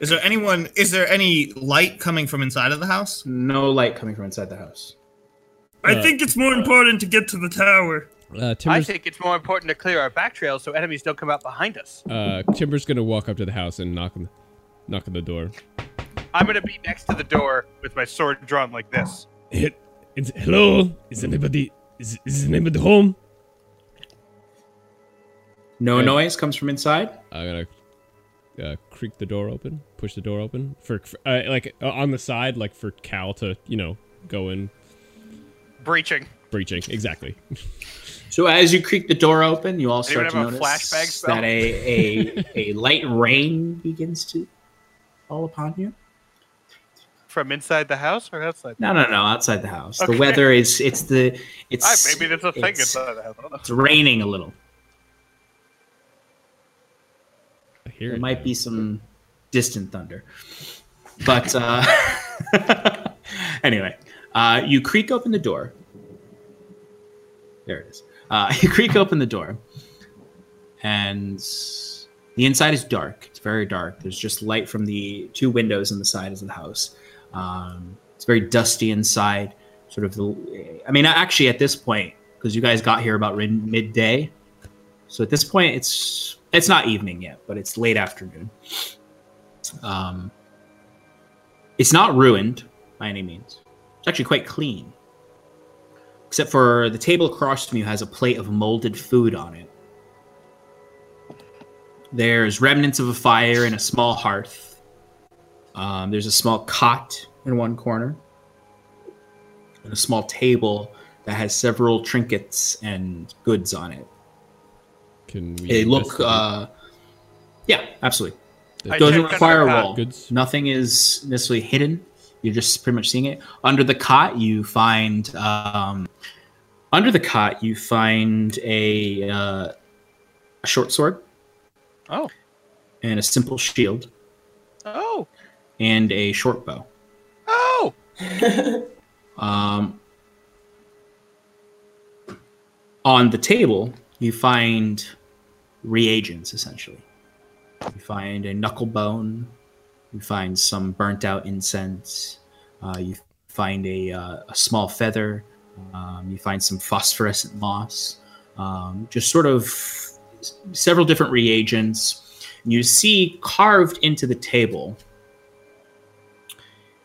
Speaker 9: Is there anyone? Is there any light coming from inside of the house?
Speaker 2: No light coming from inside the house.
Speaker 8: I
Speaker 4: Uh,
Speaker 8: think it's more important to get to the tower.
Speaker 4: uh, Timber's,
Speaker 3: I think it's more important to clear our back trails so enemies don't come out behind us.
Speaker 4: uh, Timber's gonna walk up to the house and knock on, knock on the door.
Speaker 3: I'm gonna be next to the door with my sword drawn like this.
Speaker 4: It, it's, hello, is anybody is is anybody home?
Speaker 2: No
Speaker 4: Okay.
Speaker 2: noise comes from inside.
Speaker 4: I'm gonna uh, creak the door open, push the door open for, for uh, like uh, on the side, like for Cal to you know go in
Speaker 3: Breaching.
Speaker 4: breaching. Exactly.
Speaker 2: So as you creak the door open, you all
Speaker 3: Anyone
Speaker 2: start to
Speaker 3: have a
Speaker 2: notice
Speaker 3: flashbang spell?
Speaker 2: that a, a a light rain begins to fall upon you.
Speaker 3: From inside the house or outside?
Speaker 2: No, no, no, outside the house.
Speaker 3: Okay.
Speaker 2: The weather is it's the
Speaker 3: I,
Speaker 2: it's
Speaker 3: maybe there's a thing
Speaker 2: it's,
Speaker 3: inside the house. I don't know.
Speaker 2: it's raining a little.
Speaker 4: I hear
Speaker 2: There
Speaker 4: it
Speaker 2: might
Speaker 4: now.
Speaker 2: be some distant thunder. But uh, anyway, uh, you creak open the door. There it is. Uh, you creak open the door, and the inside is dark. It's very dark. There's just light from the two windows on the side of the house. Um, it's very dusty inside. Sort of the. I mean, actually, at this point, because you guys got here about rid- midday, so at this point, it's it's not evening yet, but it's late afternoon. Um, it's not ruined by any means. It's actually quite clean, except for the table across from you has a plate of molded food on it. There's remnants of a fire and a small hearth. Um, there's a small cot in one corner, and a small table that has several trinkets and goods on it.
Speaker 4: Can we?
Speaker 2: They look.
Speaker 4: investigate
Speaker 2: Uh, yeah, absolutely.
Speaker 3: I
Speaker 2: Doesn't
Speaker 3: checked
Speaker 2: require a
Speaker 3: under the
Speaker 2: roll.
Speaker 4: Goods.
Speaker 2: Nothing is necessarily hidden. You're just pretty much seeing it under the cot. You find um, under the cot. You find a uh, a short sword
Speaker 3: Oh.
Speaker 2: and a simple shield
Speaker 3: Oh.
Speaker 2: and a short bow.
Speaker 3: Oh.
Speaker 2: Um, on the table, you find reagents essentially. You find a knuckle bone. You find some burnt out incense. Uh, you find a, uh, a small feather. Um, you find some phosphorescent moss. Um, just sort of s- several different reagents. And you see carved into the table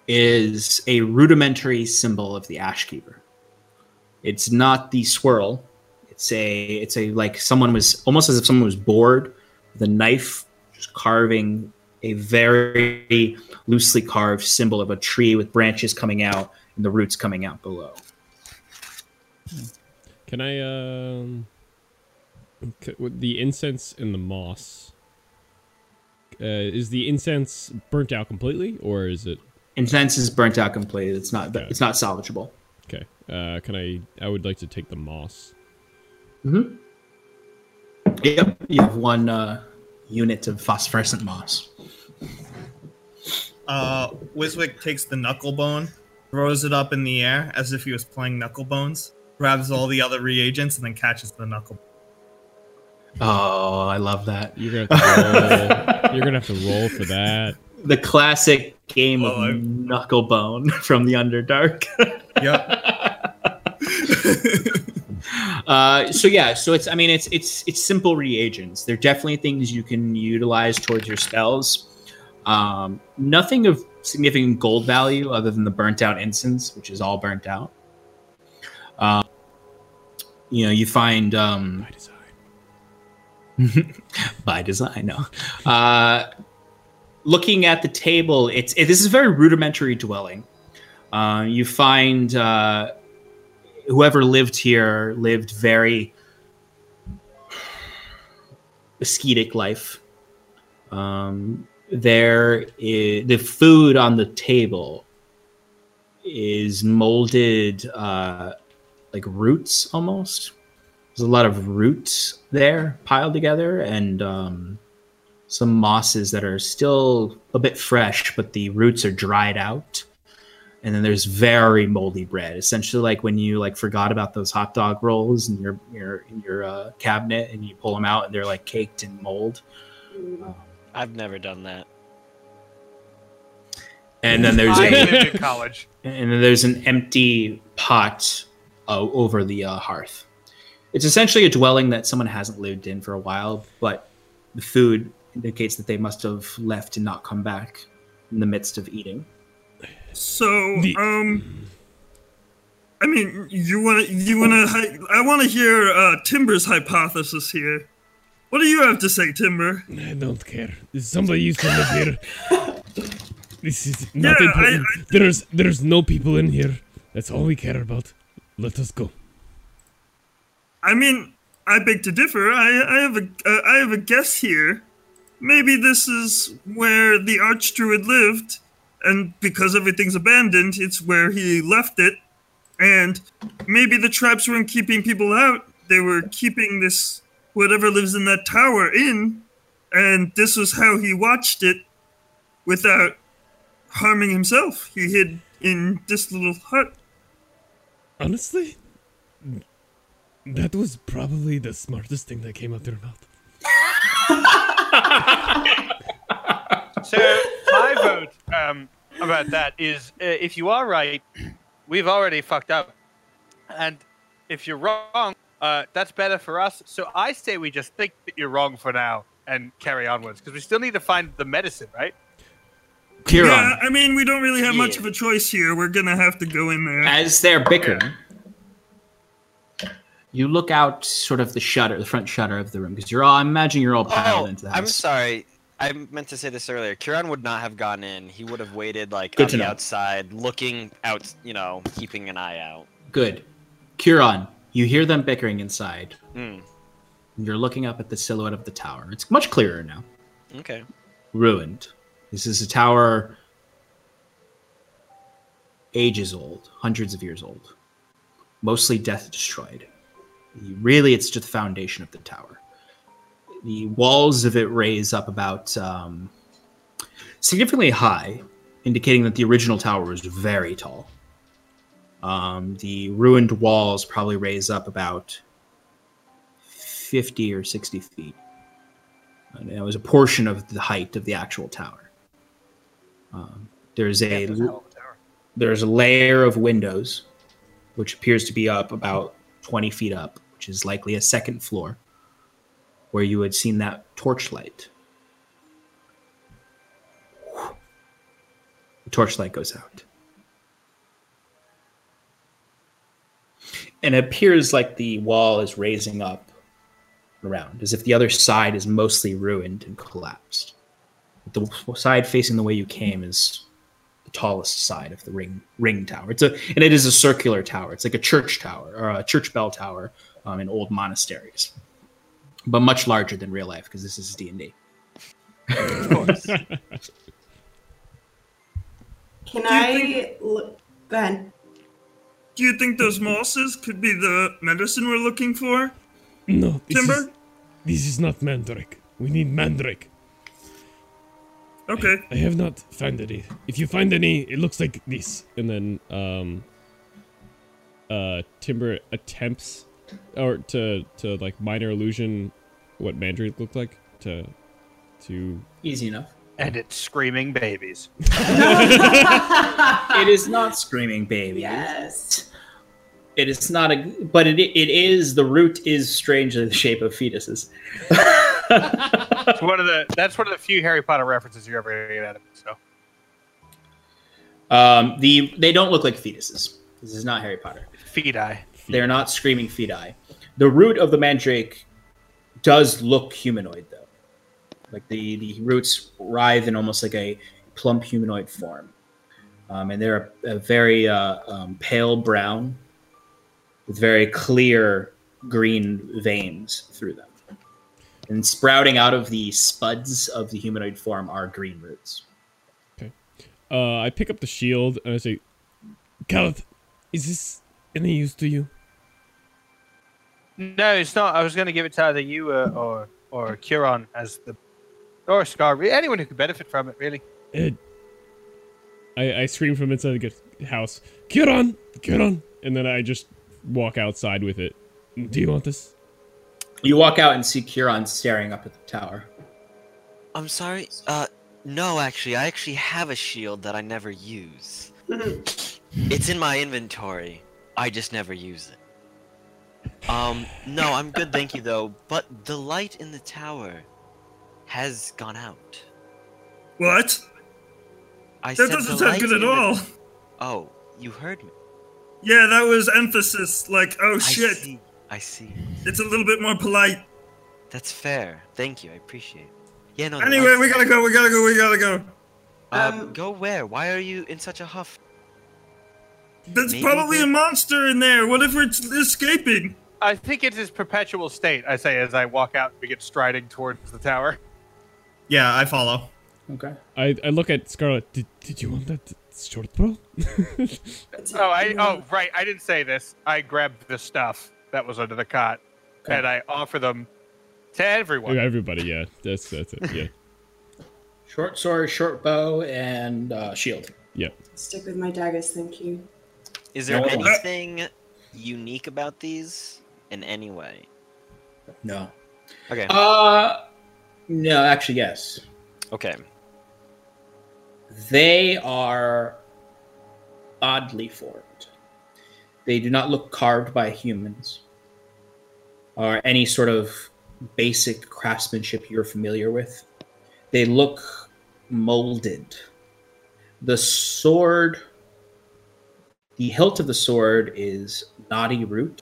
Speaker 2: is a rudimentary symbol of the ash keeper. It's not the swirl. It's a it's a like someone was almost as if someone was bored with a knife just carving a very loosely carved symbol of a tree with branches coming out and the roots coming out below.
Speaker 4: Can I? Um, c- with the incense and the moss. Uh, is the incense burnt out completely, or is it
Speaker 2: Incense is burnt out completely. It's not
Speaker 4: Okay.
Speaker 2: it's not salvageable.
Speaker 4: okay? Uh, can I? I would like to take the moss.
Speaker 2: Yep, you have one uh, unit of phosphorescent moss.
Speaker 9: Uh, Wiswick takes the knucklebone, throws it up in the air as if he was playing knucklebones, grabs all the other reagents, and then catches the knuckle.
Speaker 2: Oh, I love that.
Speaker 4: You're gonna have to roll. You're gonna have to roll for that.
Speaker 2: the classic game of
Speaker 9: Oh, I-
Speaker 2: knucklebone from the underdark
Speaker 9: Yep.
Speaker 2: uh, so yeah so it's i mean it's it's it's simple reagents they're definitely things you can utilize towards your spells um, nothing of significant gold value other than the burnt out incense which is all burnt out um, you know you find um,
Speaker 4: By design.
Speaker 2: by design. No. Uh, looking at the table, it's it, this is a very rudimentary dwelling. Uh, you find uh, whoever lived here lived very ascetic life. Um, there, i the food on the table is molded uh, like roots almost there's a lot of roots there piled together and um, some mosses that are still a bit fresh but the roots are dried out and then there's very moldy bread essentially like when you like forgot about those hot dog rolls in your your in your uh, cabinet and you pull them out and they're like caked in mold
Speaker 6: I've never done that.
Speaker 2: and then there's
Speaker 3: I
Speaker 2: a,
Speaker 3: lived in college.
Speaker 2: and then there's an empty pot uh, over the uh, hearth. It's essentially a dwelling that someone hasn't lived in for a while, but the food indicates that they must have left and not come back in the midst of eating.
Speaker 8: So, um, I mean, you want to, you want to, I want to hear uh, Timber's hypothesis here. What do you have to say, Timber?
Speaker 4: I don't care. Somebody used to live here. This is not
Speaker 8: Yeah, I-
Speaker 4: important. There's there's no people in here. That's all we care about. Let us go.
Speaker 8: I mean, I beg to differ. I, I have a uh, I have a guess here. Maybe this is where the archdruid lived, and because everything's abandoned, it's where he left it. And maybe the traps weren't keeping people out; they were keeping this whatever lives in that tower in, and this was how he watched it, without harming himself. He hid in this little hut.
Speaker 4: Honestly, that was probably the smartest thing that came out of their mouth.
Speaker 3: So my vote um, about that is, uh, if you are right, we've already fucked up, and if you're wrong, uh, that's better for us. So I say we just think that you're wrong for now and carry onwards, because we still need to find the medicine, right?
Speaker 2: Kieran,
Speaker 8: Yeah, I mean, we don't really have much of a choice here. We're gonna have to go in there.
Speaker 2: as they're bickering, you look out sort of the shutter, the front shutter of the room, because you're all. I imagine you're all piled
Speaker 6: Oh,
Speaker 2: into the house.
Speaker 6: I'm sorry. I meant to say this earlier. Kieran would not have gone in. He would have waited like
Speaker 2: Good
Speaker 6: on
Speaker 2: to
Speaker 6: the
Speaker 2: know.
Speaker 6: outside, looking out. You know, keeping an eye out.
Speaker 2: Good. Kieran, you hear them bickering inside.
Speaker 6: Hmm.
Speaker 2: and You're looking up at the silhouette of the tower. It's much clearer now.
Speaker 6: Okay.
Speaker 2: Ruined. This is a tower ages old, hundreds of years old. Mostly death destroyed. Really, it's just the foundation of the tower. The walls of it raise up about um, significantly high, indicating that the original tower was very tall. Um, the ruined walls probably raise up about 50 or 60 feet. And it was a portion of the height of the actual tower. Um, there's a there's a layer of windows, which appears to be up about 20 feet up, which is likely a second floor, where you had seen that torchlight. The torchlight goes out. And it appears like the wall is raising up around, as if the other side is mostly ruined and collapsed. The side facing the way you came is the tallest side of the ring ring tower. It's a and it is a circular tower. It's like a church tower or a church bell tower um, in old monasteries, but much larger than real life because this is D and D.
Speaker 7: Can
Speaker 8: you
Speaker 7: I look? Go ahead.
Speaker 8: Do you think those mosses could be the medicine we're looking for?
Speaker 4: No, this is,
Speaker 8: Timber?
Speaker 4: this is not Mandrake. We need Mandrake.
Speaker 8: Okay.
Speaker 4: I have not found any. If you find any, it looks like this. And then, um, uh, Timber attempts, or to to like minor illusion, what Mandrake looked like to to.
Speaker 2: Easy enough.
Speaker 3: And it's screaming babies.
Speaker 2: It is not screaming baby.
Speaker 7: Yes.
Speaker 2: It is not a, but it it is the root is strangely the shape of fetuses.
Speaker 3: It's one of the that's one of the few Harry Potter references you're ever gonna get out of it. So
Speaker 2: Um, the they don't look like fetuses. This is not Harry Potter.
Speaker 3: feed eye.
Speaker 2: They're not screaming fedi. The root of the mandrake does look humanoid, though. Like the, the roots writhe in almost like a plump humanoid form. Um, and they're a, a very uh, um, pale brown with very clear green veins through them. And sprouting out of the spuds of the humanoid form are green roots.
Speaker 4: Uh, I pick up the shield and I say, Calith, is this any use to you?
Speaker 3: No, it's not. I was going to give it to either you uh, or or Curon as the or Scar, re- anyone who could benefit from it, really.
Speaker 4: It, I, I scream from inside the house, Kiran, Kiran, and then I just walk outside with it. Do you want this?
Speaker 2: You walk out and see Kieran staring up at the tower.
Speaker 6: I'm sorry. Uh, no, actually, I actually have a shield that I never use. it's in my inventory. I just never use it. Um, no, I'm good, thank you though. But the light in the tower has gone out.
Speaker 8: What?
Speaker 6: I
Speaker 8: That
Speaker 6: said the
Speaker 8: doesn't sound
Speaker 6: light
Speaker 8: good at
Speaker 6: in the-
Speaker 8: all.
Speaker 6: Oh, you heard me.
Speaker 8: Yeah, that was emphasis. Like, oh
Speaker 6: I
Speaker 8: shit.
Speaker 6: see. I see.
Speaker 8: It's a little bit more polite.
Speaker 6: That's fair. Thank you. I appreciate it. Yeah, no. the
Speaker 8: Anyway,
Speaker 6: lights-
Speaker 8: we gotta go, we gotta go, we gotta go.
Speaker 6: um,
Speaker 7: Um,
Speaker 6: go where? Why are you in such a huff?
Speaker 8: There's
Speaker 6: Maybe
Speaker 8: probably
Speaker 6: they-
Speaker 8: a monster in there. What if it's escaping?
Speaker 3: I think it's his perpetual state, I say as I walk out and begin striding towards the tower.
Speaker 9: Yeah, I follow.
Speaker 2: Okay.
Speaker 4: I, I look at Scarlet. Did, did you want that short bro?
Speaker 3: Oh, I oh right, I didn't say this. I grabbed the stuff that was under the cot, and I offer them to everyone.
Speaker 4: Everybody, yeah. That's that's it. Yeah.
Speaker 2: Short sword, short bow, and uh, shield.
Speaker 4: yeah.
Speaker 7: Stick with my daggers, thank you.
Speaker 6: Is there
Speaker 2: No.
Speaker 6: anything unique about these in any way? Um,
Speaker 2: No.
Speaker 6: Okay.
Speaker 2: Uh, no, actually, yes.
Speaker 6: okay.
Speaker 2: They are oddly formed. They do not look carved by humans or any sort of basic craftsmanship you're familiar with. They look molded. The sword, the hilt of the sword is knotty root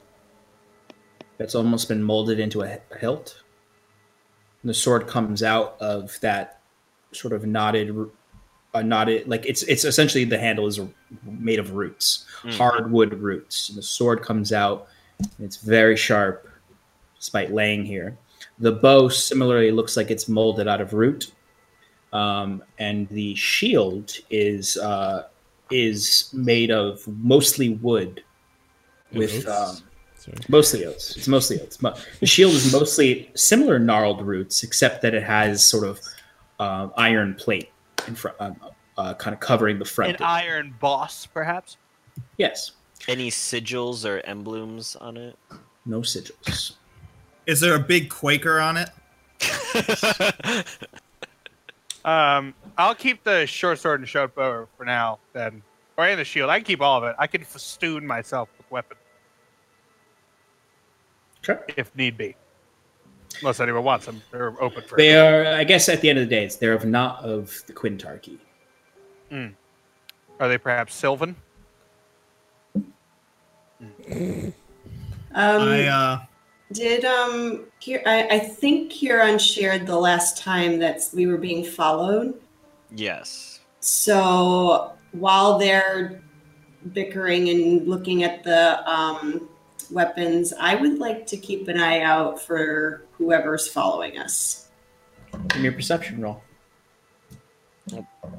Speaker 2: that's almost been molded into a h- hilt. And the sword comes out of that sort of knotted ru- a knotted uh, like it's it's essentially the handle is made of roots hardwood roots and the sword comes out and it's very sharp despite laying here the bow similarly looks like it's molded out of root um, and the shield is uh, is made of mostly wood
Speaker 4: And
Speaker 2: with
Speaker 4: oats?
Speaker 2: um,
Speaker 4: Sorry.
Speaker 2: Mostly oats. It's mostly oats. Mo- The shield is mostly similar gnarled roots, except that it has sort of uh, iron plate in front, um, uh, kind of covering the front.
Speaker 3: An iron boss, perhaps.
Speaker 2: yes.
Speaker 6: Any sigils or emblems on it?
Speaker 2: No sigils.
Speaker 9: Is there a big Quaker on it?
Speaker 3: Um, I'll keep the short sword and short bow for now, then, or and the shield. I can keep all of it. I can festoon myself with weapons
Speaker 2: Sure.
Speaker 3: if need be, unless anyone wants them. They're open for.
Speaker 2: They are, I guess, at the end of the day, it's they're of not of the Quintarchy.
Speaker 3: Are they perhaps Sylvan?
Speaker 7: Um,
Speaker 9: I
Speaker 8: Mm.
Speaker 9: uh,
Speaker 7: Did um here I, I think Huron shared the last time that we were being followed.
Speaker 6: yes.
Speaker 7: So while they're bickering and looking at the um, weapons, I would like to keep an eye out for whoever's following us.
Speaker 2: Give me your perception roll.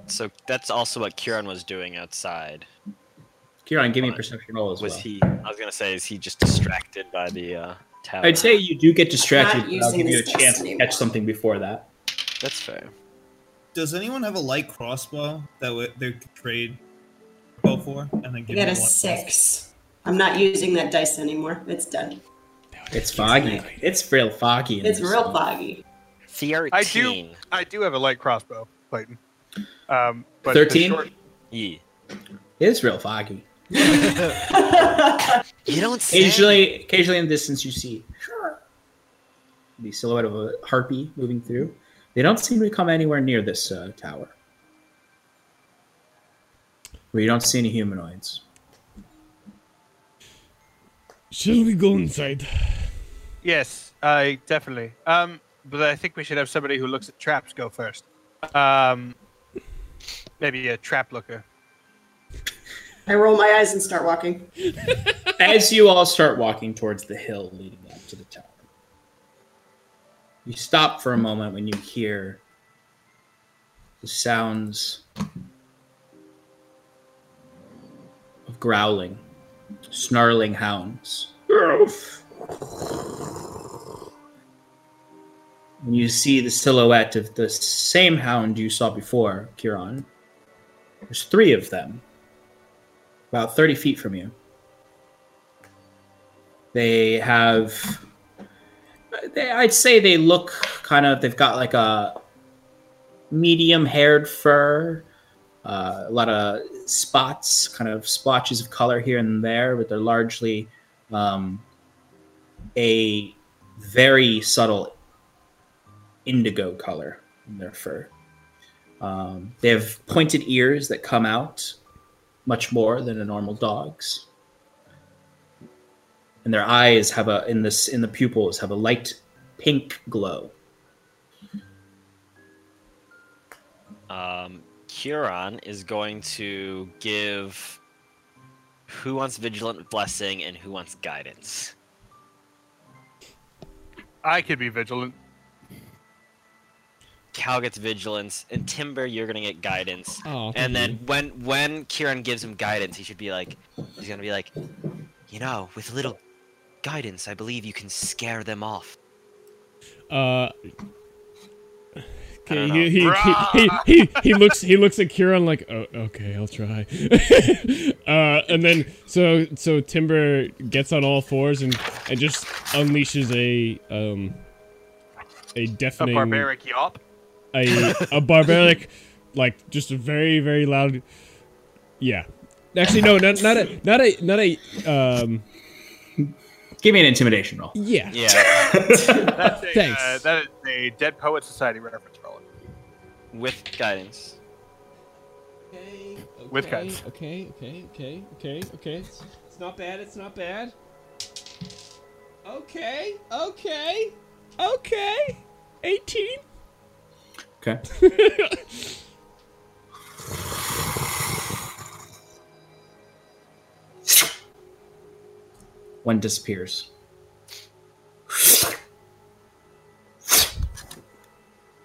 Speaker 6: So that's also what Kieran was doing outside.
Speaker 2: Kieran, give me a perception roll as
Speaker 6: Was
Speaker 2: well.
Speaker 6: he? I was gonna say, is he just distracted by the uh, tower?
Speaker 2: I'd say you do get distracted,
Speaker 7: I'm
Speaker 2: but
Speaker 7: not
Speaker 2: I'll
Speaker 7: using
Speaker 2: give you a
Speaker 7: this
Speaker 2: chance to
Speaker 7: anymore.
Speaker 2: catch something before that.
Speaker 6: that's fair.
Speaker 9: does anyone have a light crossbow that w- they could trade bow for? And then
Speaker 7: I
Speaker 9: give
Speaker 7: got
Speaker 9: me
Speaker 7: a
Speaker 9: one?
Speaker 7: six. I'm not using that dice anymore. It's done.
Speaker 2: It's foggy. It's real foggy. in
Speaker 7: It's
Speaker 2: this
Speaker 7: real
Speaker 2: one.
Speaker 7: foggy.
Speaker 6: Thirteen.
Speaker 3: I do. I do have a light crossbow, Clayton. Um, but the
Speaker 2: 13?
Speaker 3: short-
Speaker 6: Ye.
Speaker 2: It is real foggy.
Speaker 6: You don't say.
Speaker 2: Occasionally, occasionally in the distance, you see the silhouette of a harpy moving through. They don't seem to come anywhere near this uh, tower. Where you don't see any humanoids.
Speaker 4: Shall we go inside?
Speaker 3: Yes, I definitely. Um, but I think we should have somebody who looks at traps go first. Um, maybe a trap looker.
Speaker 7: I roll my eyes and start walking.
Speaker 2: As you all start walking towards the hill leading up to the tower, you stop for a moment when you hear the sounds of growling, snarling hounds. And you see the silhouette of the same hound you saw before, Kiran. There's three of them, about 30 feet from you. They have. They, I'd say they look kind of. They've got like a medium-haired fur, uh, a lot of spots, kind of splotches of color here and there, but they're largely um, a very subtle indigo color in their fur. Um, they have pointed ears that come out much more than a normal dog's and their eyes have a in this in the pupils have a light pink glow.
Speaker 6: Um, Curon is going to give who wants vigilant blessing and who wants guidance.
Speaker 3: I could be vigilant.
Speaker 6: Cal gets vigilance, and Timber, you're gonna get guidance.
Speaker 4: Oh,
Speaker 6: And then when when Kieran gives him guidance, he should be like, he's gonna be like, you know, with a little guidance, I believe you can scare them off.
Speaker 4: Uh,
Speaker 6: don't
Speaker 4: he, he, he, he, he, he looks he looks at Kieran like oh, okay I'll try, uh, and then so so Timber gets on all fours and and just unleashes a um a
Speaker 3: A
Speaker 4: deafening
Speaker 3: barbaric yawp.
Speaker 4: a, a barbaric, like just a very very loud, yeah. Actually, no, not not a not a not a um
Speaker 2: Give me an intimidation roll.
Speaker 4: yeah.
Speaker 6: Yeah,
Speaker 3: That's a,
Speaker 4: Thanks.
Speaker 3: Uh, that is a Dead Poet Society reference roll.
Speaker 6: with guidance.
Speaker 3: With okay, cuts.
Speaker 4: Okay, okay, okay, okay, okay. It's not bad. It's not bad. Okay, okay, okay. Eighteen.
Speaker 2: Okay. One disappears.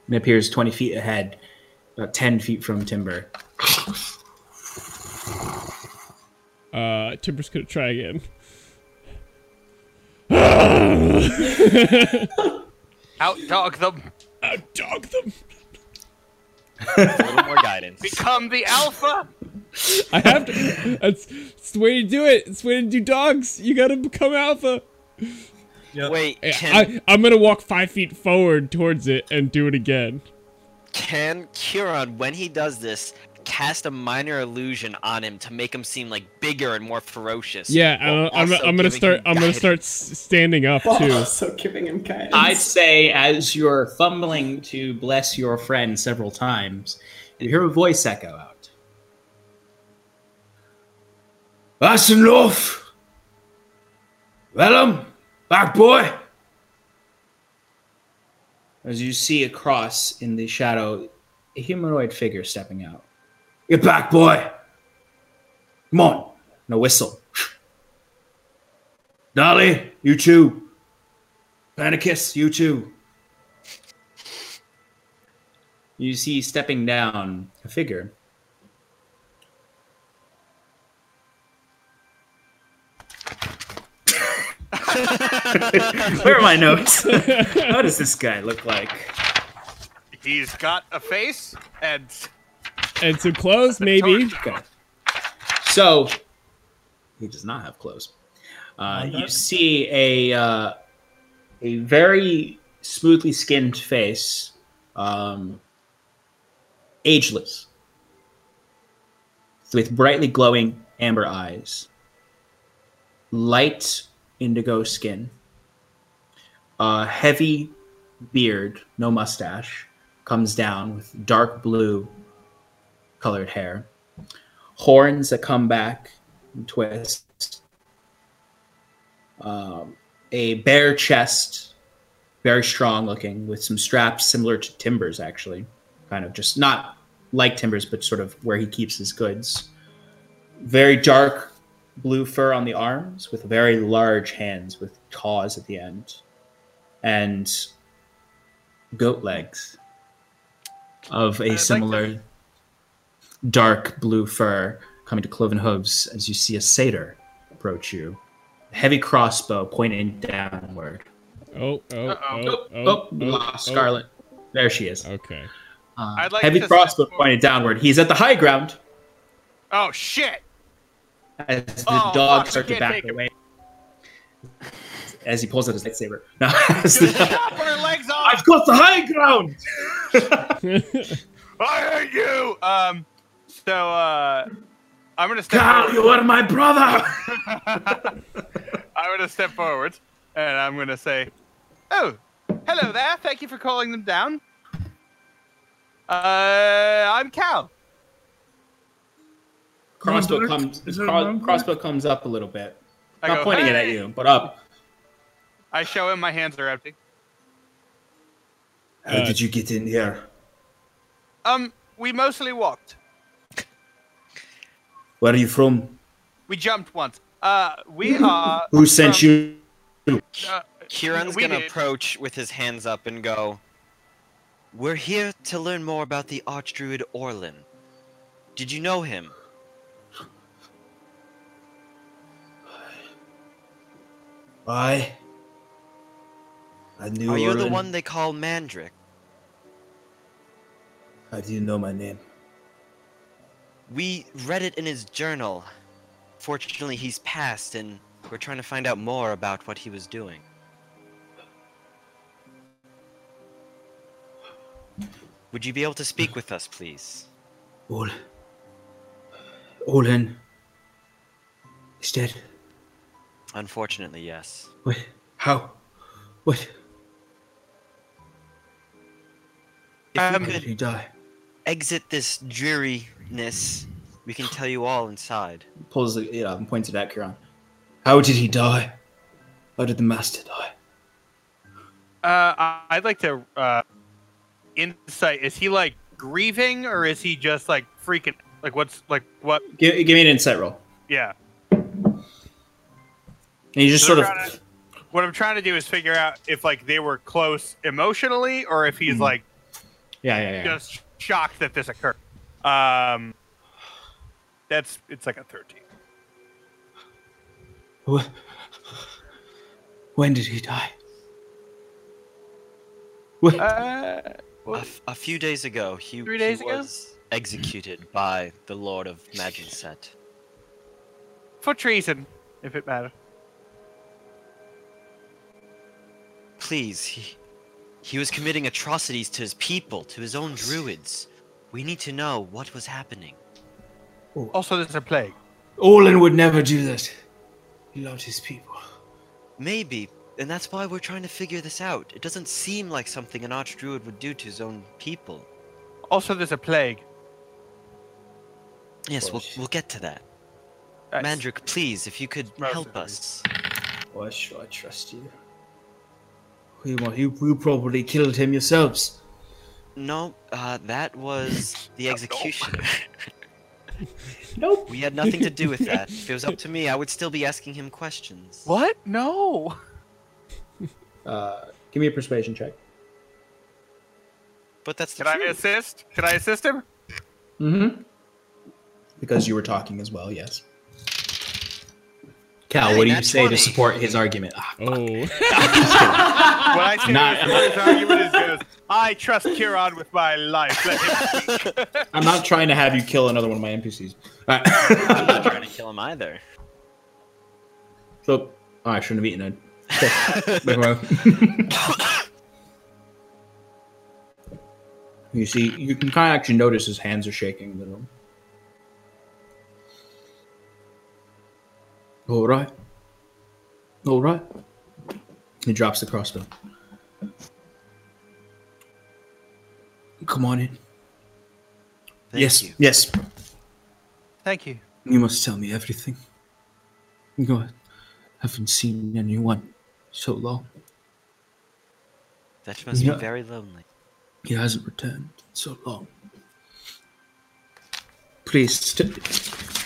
Speaker 2: And appears 20 feet ahead, about 10 feet from Timber.
Speaker 4: Uh, Timber's gonna try again.
Speaker 3: Outdog them.
Speaker 4: Outdog Uh, them.
Speaker 6: A little more guidance.
Speaker 3: Become the alpha.
Speaker 4: I have to. That's, it's the way to do it. It's the way to do dogs. You gotta become alpha.
Speaker 6: Wait, can
Speaker 4: I, I'm gonna walk five feet forward towards it and do it again.
Speaker 6: can Kieran, when he does this, cast a minor illusion on him to make him seem like bigger and more ferocious?
Speaker 4: Yeah,
Speaker 6: while
Speaker 4: I'm, I'm,
Speaker 6: also
Speaker 4: I'm gonna
Speaker 6: giving
Speaker 4: start.
Speaker 6: him
Speaker 4: I'm gonna
Speaker 6: guidance?
Speaker 4: start s- standing up too.
Speaker 7: also giving him guidance.
Speaker 2: I'd say as you're fumbling to bless your friend several times, you hear a voice echo out. That's enough. Vellum, back boy. As you see across in the shadow, a humanoid figure stepping out. Get back, boy. Come on. And a whistle. Dolly, you too. Panicus, you too. You see stepping down a figure. Where are my notes? what does this guy look like?
Speaker 3: He's got a face and
Speaker 4: And some clothes, maybe.
Speaker 2: Okay. So he does not have clothes. Uh, you see a uh, a very smoothly skinned face, um, ageless, with brightly glowing amber eyes, light indigo skin, a heavy beard, no mustache, comes down with dark blue colored hair, horns that come back and twist, um, a bare chest, very strong looking, with some straps similar to Timbers, actually. Kind of just not like Timbers, but sort of where he keeps his goods. Very dark blue fur on the arms, with very large hands with claws at the end, and goat legs of a
Speaker 3: like
Speaker 2: similar dark blue fur coming to cloven hooves as you see a satyr approach you. Heavy crossbow pointing downward.
Speaker 4: Oh, oh, oh,
Speaker 2: Oh,
Speaker 4: oh,
Speaker 2: oh,
Speaker 4: oh,
Speaker 2: ah,
Speaker 4: oh.
Speaker 2: Scarlet. There she is.
Speaker 4: Okay.
Speaker 2: Uh,
Speaker 3: I'd like
Speaker 2: heavy
Speaker 3: to
Speaker 2: crossbow
Speaker 3: step forward.
Speaker 2: pointed downward. He's at the high ground
Speaker 3: oh shit.
Speaker 2: as the
Speaker 3: Oh, fuck,
Speaker 2: dogs
Speaker 3: I
Speaker 2: start to
Speaker 3: can't
Speaker 2: back
Speaker 3: take him.
Speaker 2: away. As he pulls out his lightsaber. No, as the-
Speaker 3: Chop her legs off.
Speaker 2: I've got the high ground!
Speaker 3: I hate you. Um. So uh, I'm gonna step.
Speaker 2: Cal,
Speaker 3: Forward.
Speaker 2: you are my brother!
Speaker 3: I'm gonna step forward and I'm gonna say, "Oh, hello there. Thank you for calling them down. Uh, I'm Cal.
Speaker 2: crossbow
Speaker 8: Dark?
Speaker 2: comes
Speaker 8: Is it
Speaker 2: cro-
Speaker 8: Dark?
Speaker 2: crossbow comes up a little bit.
Speaker 3: I
Speaker 2: Not
Speaker 3: go,
Speaker 2: pointing it at
Speaker 3: "Hey!"
Speaker 2: you, but up.
Speaker 3: I show him my hands are empty.
Speaker 2: How
Speaker 4: Uh,
Speaker 2: did you get in here?
Speaker 3: Um, we mostly walked.
Speaker 2: Where are you from?
Speaker 3: We jumped once. Uh, we are.
Speaker 2: Who sent
Speaker 3: from-
Speaker 2: you?
Speaker 3: uh,
Speaker 6: Kieran's
Speaker 3: we
Speaker 6: gonna
Speaker 3: did.
Speaker 6: approach with his hands up and go, We're here to learn more about the Archdruid Orlin. Did you know him?
Speaker 2: I. I knew.
Speaker 6: Are you the
Speaker 2: Orlin.
Speaker 6: one they call Mandric?
Speaker 2: How do you know my name?
Speaker 6: We read it in his journal. Fortunately, he's passed, and we're trying to find out more about what he was doing. Would you be able to speak with us, please?
Speaker 2: Ol. Olin. Is dead.
Speaker 6: Unfortunately, yes.
Speaker 2: What? How? What?
Speaker 6: If
Speaker 3: Um,
Speaker 6: we
Speaker 2: How did
Speaker 6: could
Speaker 2: he die?
Speaker 6: exit this dreariness, we can tell you all inside.
Speaker 2: Pulls the yeah and points it at Kiran. How did he die? How did the master die?
Speaker 3: Uh, I- I'd like to uh, insight. Is he like grieving, or is he just like freaking? Like what's like what?
Speaker 2: Give, give me an insight roll.
Speaker 3: Yeah.
Speaker 2: And you just
Speaker 3: So
Speaker 2: sort of
Speaker 3: they're What I'm trying to do is figure out if like they were close emotionally, or if he's like
Speaker 2: yeah yeah yeah.
Speaker 3: just shocked that this occurred. Um, that's it's like a thirteen.
Speaker 2: Wh- When did he die? Wh-
Speaker 3: Uh,
Speaker 6: A, f- a few days ago, he,
Speaker 3: Three
Speaker 6: he
Speaker 3: days ago?
Speaker 6: was executed by the Lord of Maginset.
Speaker 3: for treason, if it matters.
Speaker 6: Please, he, he was committing atrocities to his people, to his own druids. We need to know what was happening.
Speaker 3: Also, there's a plague.
Speaker 2: Orlin would never do that. He loved his people.
Speaker 6: Maybe, and that's why we're trying to figure this out. It doesn't seem like something an archdruid would do to his own people.
Speaker 3: Also, there's a plague.
Speaker 6: Yes, we'll, we'll get to that.
Speaker 3: That's-
Speaker 6: Mandric, please, if you could
Speaker 3: Mercenaries.
Speaker 6: help us.
Speaker 2: Why should I trust you? You, wa- you, you probably killed him yourselves.
Speaker 6: No, uh, that was the executioner.
Speaker 2: Nope.
Speaker 6: we had nothing to do with that. If it was up to me, I would still be asking him questions.
Speaker 3: What? No.
Speaker 2: Uh, give me a persuasion check.
Speaker 6: But that's the
Speaker 3: Can I
Speaker 6: truth.
Speaker 3: assist? Can I assist him?
Speaker 2: Mm-hmm. Because you were talking as well, yes. Cal,
Speaker 6: Hey,
Speaker 2: what do you
Speaker 6: nat
Speaker 2: say
Speaker 6: 20.
Speaker 2: to support his argument? Ah,
Speaker 4: Oh,
Speaker 3: When I say
Speaker 2: Not-
Speaker 3: this, his argument is goes, I trust Kiran with my life. Let him speak."
Speaker 2: I'm not trying to have you kill another one of my NPCs. All
Speaker 6: I'm not
Speaker 2: right.
Speaker 6: trying to kill him either.
Speaker 2: so, oh, I shouldn't have eaten it. Never mind. you see, you can kind of actually notice his hands are shaking a little. All right. All right. He drops the crossbow. Come on in.
Speaker 6: Thank
Speaker 2: yes.
Speaker 6: you.
Speaker 2: Yes.
Speaker 3: Thank you.
Speaker 2: You must tell me everything. You I haven't seen anyone so long.
Speaker 6: That must
Speaker 2: Yeah.
Speaker 6: be very lonely.
Speaker 2: He hasn't returned in so long. Please. St-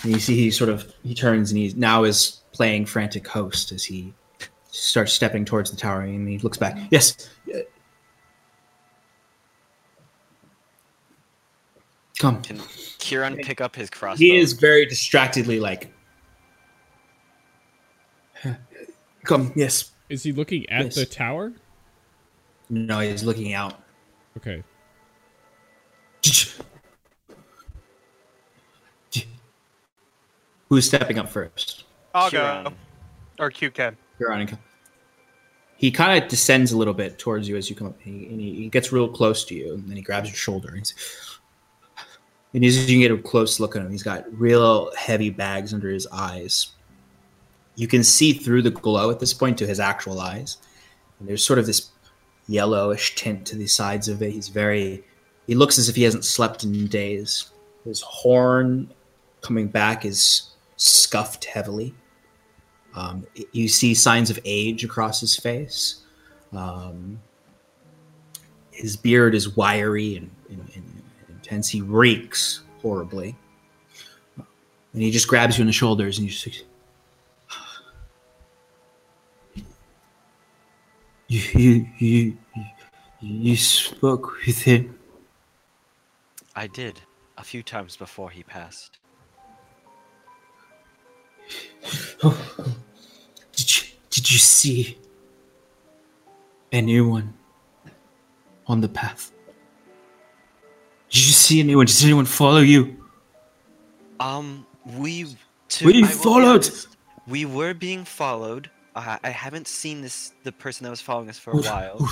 Speaker 2: and you see, he sort of he turns and he now is playing frantic host as he starts stepping towards the tower and he looks back. Yes. uh, Come.
Speaker 6: Can Kieran pick up his crossbow?
Speaker 2: He is very distractedly like. Come. Yes.
Speaker 4: is he looking at
Speaker 2: Yes.
Speaker 4: the tower?
Speaker 2: No, he's looking out.
Speaker 4: Okay.
Speaker 2: Who's stepping up first?
Speaker 3: I'll go.
Speaker 6: Kieran.
Speaker 3: Or Q can.
Speaker 2: Veronica. He kind of descends a little bit towards you as you come up, and he, and he, he gets real close to you, and then he grabs your shoulder. And, he's, and as you get a close look at him, he's got real heavy bags under his eyes. You can see through the glow at this point to his actual eyes, and there's sort of this yellowish tint to the sides of it. He's very, he looks as if he hasn't slept in days. His horn coming back is scuffed heavily. Um, y- you see signs of age across his face. Um, His beard is wiry and, and, and intense. He reeks horribly. And he just grabs you on the shoulders and you just. You, you, you, you spoke with him.
Speaker 6: I did a few times before he passed.
Speaker 2: Did you, did you see anyone on the path? Did you see anyone? Did anyone follow you?
Speaker 6: Um, we to,
Speaker 2: Were you
Speaker 6: I will be
Speaker 2: followed?
Speaker 6: honest, we were being followed. I, I haven't seen this the person that was following us for a while.
Speaker 5: Why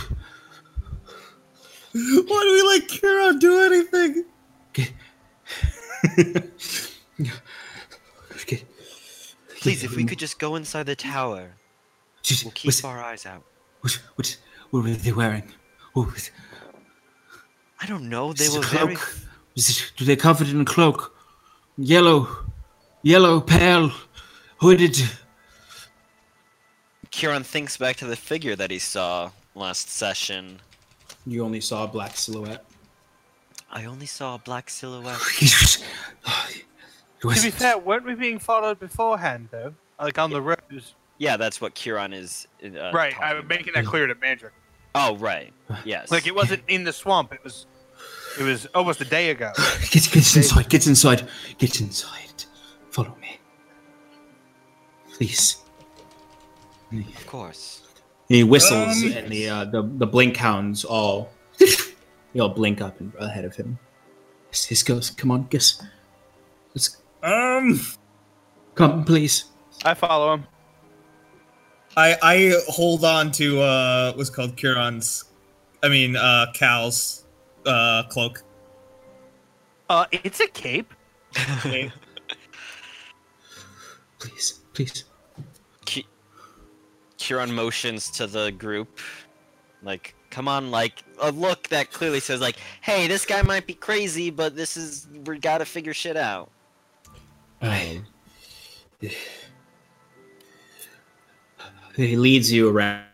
Speaker 5: do we let Kira do anything?
Speaker 2: Okay.
Speaker 6: Please, if we could just go inside the tower,
Speaker 2: Just-
Speaker 6: we'll keep
Speaker 2: was-
Speaker 6: our eyes out.
Speaker 2: What, what, what were they wearing? What was,
Speaker 6: I don't know. They
Speaker 2: was it
Speaker 6: were
Speaker 2: a
Speaker 6: very.
Speaker 2: cloak? Was it, were they covered in a cloak? Yellow, yellow, pale, hooded.
Speaker 6: Kieran thinks back to the figure that he saw last session.
Speaker 2: You only saw a black silhouette.
Speaker 6: I only saw a black silhouette.
Speaker 3: To be fair, weren't we being followed beforehand though? Like on the road?
Speaker 6: Yeah, that's what Kieran is. Uh,
Speaker 3: right.
Speaker 6: talking
Speaker 3: I'm
Speaker 6: about.
Speaker 3: making that clear to Mandrick.
Speaker 6: Oh, right. Yes.
Speaker 3: Like it wasn't in the swamp. It was. It was almost a day ago.
Speaker 2: Get, get inside, get inside, get inside. Follow me. Please.
Speaker 6: Of course.
Speaker 2: He whistles,
Speaker 8: Um,
Speaker 2: and the, uh, the the blink hounds all they all blink up and ahead of him. Yes, yes, goes. Come on, guess. Let's
Speaker 8: Um,
Speaker 2: come, please.
Speaker 3: I follow him.
Speaker 5: I I hold on to uh what's called Curon's, I mean uh Cal's uh cloak.
Speaker 3: Uh, it's a cape.
Speaker 2: Please, please.
Speaker 6: Ki- Kieran motions to the group, like, "Come on!" Like a look that clearly says, "Like, hey, this guy might be crazy, but this is we gotta figure shit out."
Speaker 2: Um, he leads you around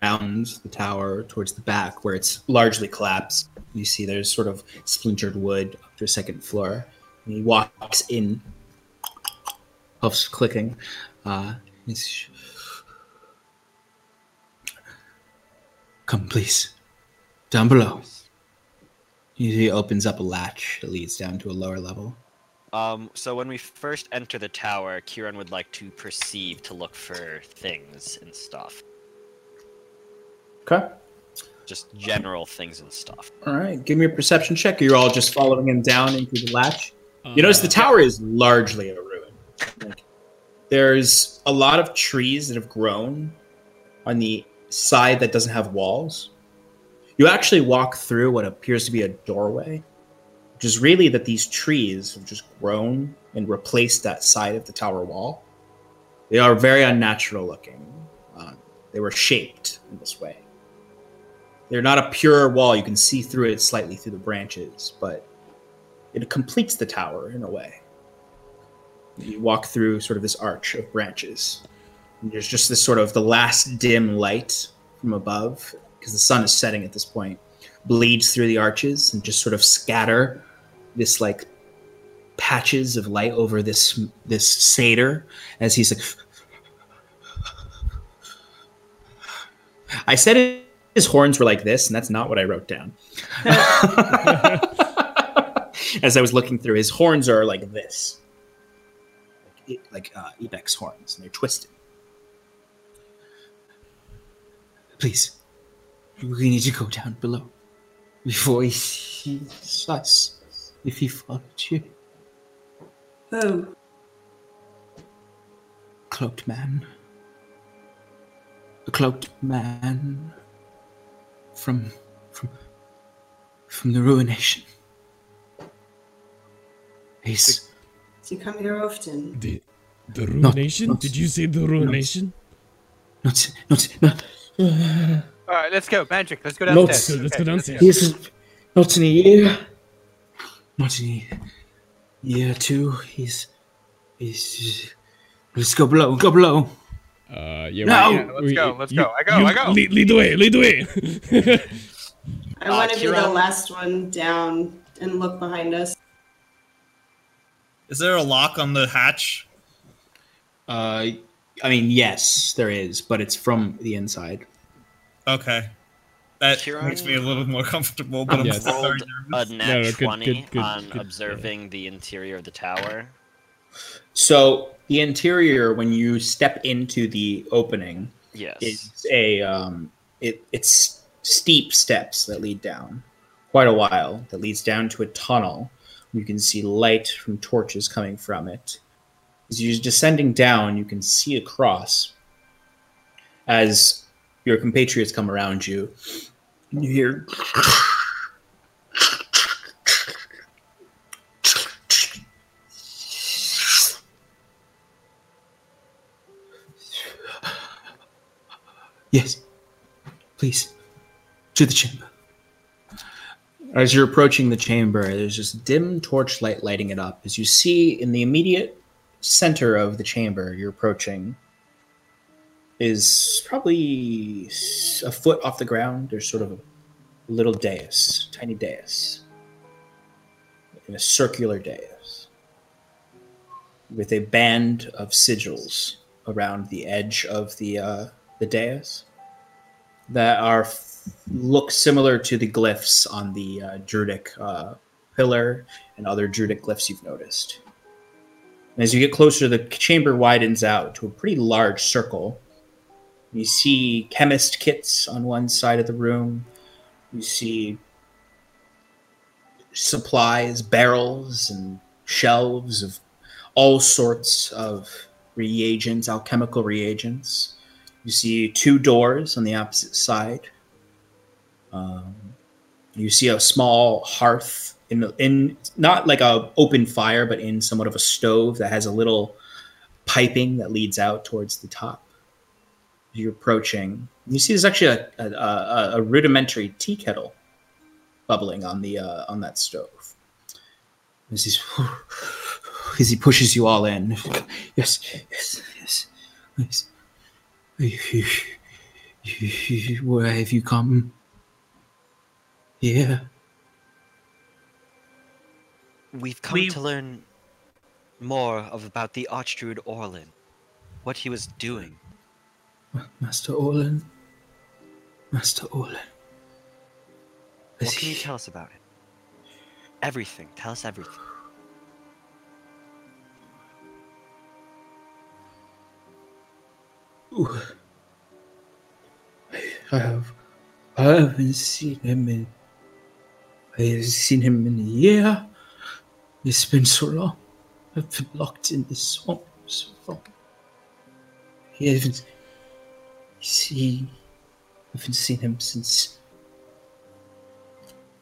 Speaker 2: the tower towards the back where it's largely collapsed. You see there's sort of splintered wood up to a second floor. And he walks in, puffs clicking. Uh, he's- Come, please. Down below. He opens up a latch that leads down to a lower level.
Speaker 6: Um, so when we first enter the tower, Kieran would like to perceive to look for things and stuff,
Speaker 2: Okay.
Speaker 6: just general things and stuff.
Speaker 2: All right, give me a perception check. You're all just following him down into the latch. You
Speaker 4: Uh,
Speaker 2: notice the tower is largely a ruin. Like, there's a lot of trees that have grown on the side that doesn't have walls. You actually walk through what appears to be a doorway, which is really that these trees have just grown and replaced that side of the tower wall. They are very unnatural looking. Uh, they were shaped in this way they're not a pure wall. You can see through it slightly through the branches, but it completes the tower in a way. You walk through sort of this arch of branches. And there's just this sort of the last dim light from above, because the sun is setting at this point, bleeds through the arches and just sort of scatter this like patches of light over this this satyr as he's like I said it, his horns were like this, and that's not what I wrote down. As I was looking through, his horns are like this, like, it- like uh, ibex horns, and they're twisted. Please, we need to go down below before he sees us. If he followed you,
Speaker 7: Oh,
Speaker 2: cloaked man, a cloaked man from from from the ruination. He's
Speaker 7: does he come here often?
Speaker 4: The, the ruination?
Speaker 2: no.
Speaker 4: Did you say the ruination?
Speaker 2: not not not
Speaker 3: All right, let's go, Magic. Let's go
Speaker 2: No,
Speaker 3: downstairs.
Speaker 4: So let's go
Speaker 3: Okay,
Speaker 4: downstairs.
Speaker 2: he's not in a year, not in a year two. He's he's. Let's go below. Go below.
Speaker 4: Uh, yeah,
Speaker 2: No!
Speaker 4: we-
Speaker 2: Yeah,
Speaker 3: let's
Speaker 4: we-
Speaker 3: go, let's go. I go, I go.
Speaker 4: Lead, lead the way, lead the way.
Speaker 7: I
Speaker 6: Uh,
Speaker 7: want to be the
Speaker 6: Kira?
Speaker 7: last one down and look behind us.
Speaker 5: Is there a lock on the hatch?
Speaker 2: Uh, I mean, yes, there is, but it's from the inside.
Speaker 5: Okay. That
Speaker 6: Kieran?
Speaker 5: makes me a little more comfortable, but I'm
Speaker 4: Yes.
Speaker 5: still very
Speaker 6: Rolled a
Speaker 5: nervous.
Speaker 6: nat
Speaker 4: No, no, good-
Speaker 6: 20
Speaker 4: good- good-
Speaker 6: on
Speaker 4: good, yeah.
Speaker 6: observing the interior of the tower.
Speaker 2: So the interior, when you step into the opening,
Speaker 6: Yes.
Speaker 2: is a um, it, it's steep steps that lead down quite a while that leads down to a tunnel you can see light from torches coming from it as you're descending down you can see across as your compatriots come around you you hear Yes. Please. To the chamber. As you're approaching the chamber, there's just dim torchlight lighting it up. As you see in the immediate center of the chamber you're approaching is probably s- a foot off the ground. There's sort of a little dais, tiny dais, and a circular dais with a band of sigils around the edge of the uh, the dais that are f- look similar to the glyphs on the uh, Druidic uh, pillar and other Druidic glyphs you've noticed. And as you get closer, the chamber widens out to a pretty large circle. You see chemist kits on one side of the room. You see supplies, barrels, and shelves of all sorts of reagents, alchemical reagents. You see two doors on the opposite side. Um, you see a small hearth in the in not like a open fire, but in somewhat of a stove that has a little piping that leads out towards the top. You're approaching. You see, there's actually a, a, a, a rudimentary tea kettle bubbling on the uh, on that stove. As, he's, as he pushes you all in, yes, yes, yes, yes. Where have you come? Yeah.
Speaker 6: We've come to learn more of about the Archdruid Orlin, what he was doing.
Speaker 2: Master Orlin. Master Orlin.
Speaker 6: What can you tell us about it? Everything. Tell us everything.
Speaker 2: Ooh. I have. I haven't seen him in. I haven't seen him in a year. It's been so long. I've been locked in this swamp so long. He hasn't. He. I haven't seen him since.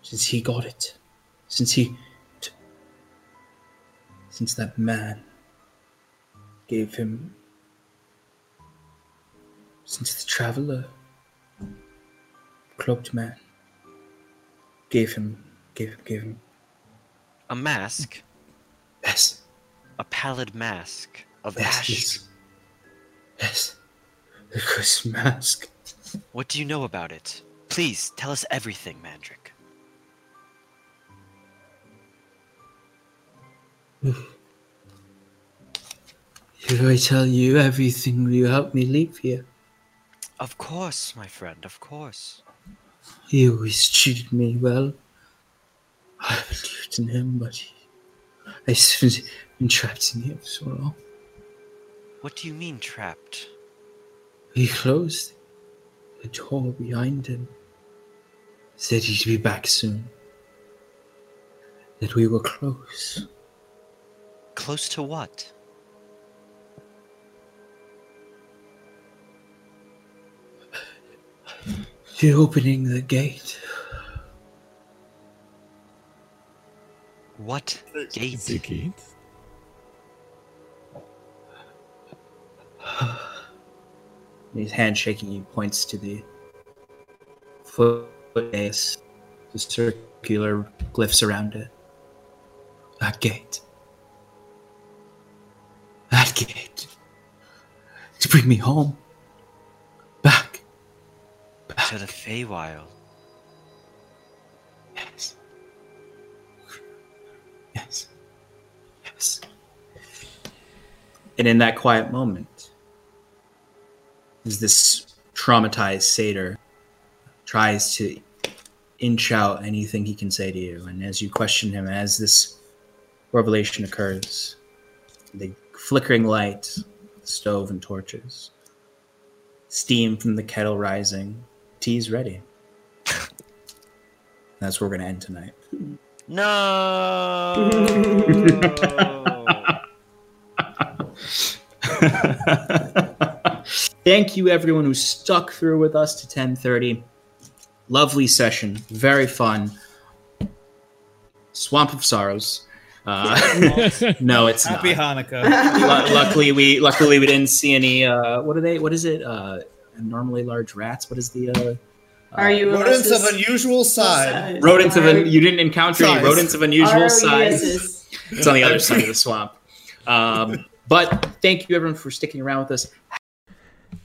Speaker 2: Since he got it. Since he. T- since that man gave him since the traveler, cloaked man, gave him, gave him, gave him.
Speaker 6: A mask,
Speaker 2: Yes,
Speaker 6: a pallid mask of
Speaker 2: yes,
Speaker 6: ash.
Speaker 2: yes, yes. The cursed mask.
Speaker 6: What do you know about it? Please tell us everything, Mandric.
Speaker 2: Did I tell you everything? Will you help me leave here?
Speaker 6: Of course, my friend, of course.
Speaker 2: He always treated me well. I believed in him, but he, I have been trapped in here for so long.
Speaker 6: What do you mean trapped?
Speaker 2: He closed the door behind him. Said he'd be back soon. That we were close.
Speaker 6: Close to what?
Speaker 2: To opening the gate.
Speaker 6: What gate?
Speaker 4: Ziggy.
Speaker 2: His hand shaking, he points to the foot base, the circular glyphs around it. That gate. That gate. To bring me home. Back.
Speaker 6: To the Feywild.
Speaker 2: And in that quiet moment, as this traumatized satyr tries to inch out anything he can say to you, and as you question him, as this revelation occurs, the flickering light, stove and torches, steam from the kettle rising, tea's ready. That's where we're going to end tonight.
Speaker 6: No.
Speaker 2: Thank you everyone who stuck through with us to 10:30. Lovely session, very fun. Swamp of Sorrows. Uh, no, it's
Speaker 5: Happy
Speaker 2: not.
Speaker 5: Hanukkah.
Speaker 2: Lu- luckily, we luckily we didn't see any. Uh, what are they? What is it? Uh, abnormally large rats. What is the uh,
Speaker 7: Are you
Speaker 5: Rodents of
Speaker 7: Rose's-
Speaker 5: unusual size.
Speaker 2: rodents of?
Speaker 7: Are- E
Speaker 2: An, you didn't encounter any
Speaker 5: Size.
Speaker 2: rodents of
Speaker 7: are
Speaker 2: unusual
Speaker 7: you
Speaker 2: size.
Speaker 7: Rose's?
Speaker 2: E It's on the other side of the swamp. Um, but thank you everyone for sticking around with us.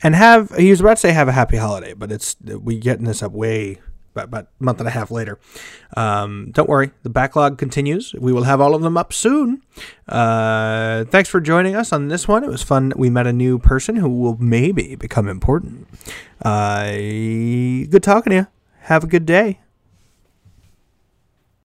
Speaker 1: And have he was about to say have a happy holiday, but it's we getting this up way about, about a month and a half later. Um, don't worry, the backlog continues. We will have all of them up soon. Uh, thanks for joining us on this one. It was fun. We met a new person who will maybe become important. Uh, good talking to you. Have a good day.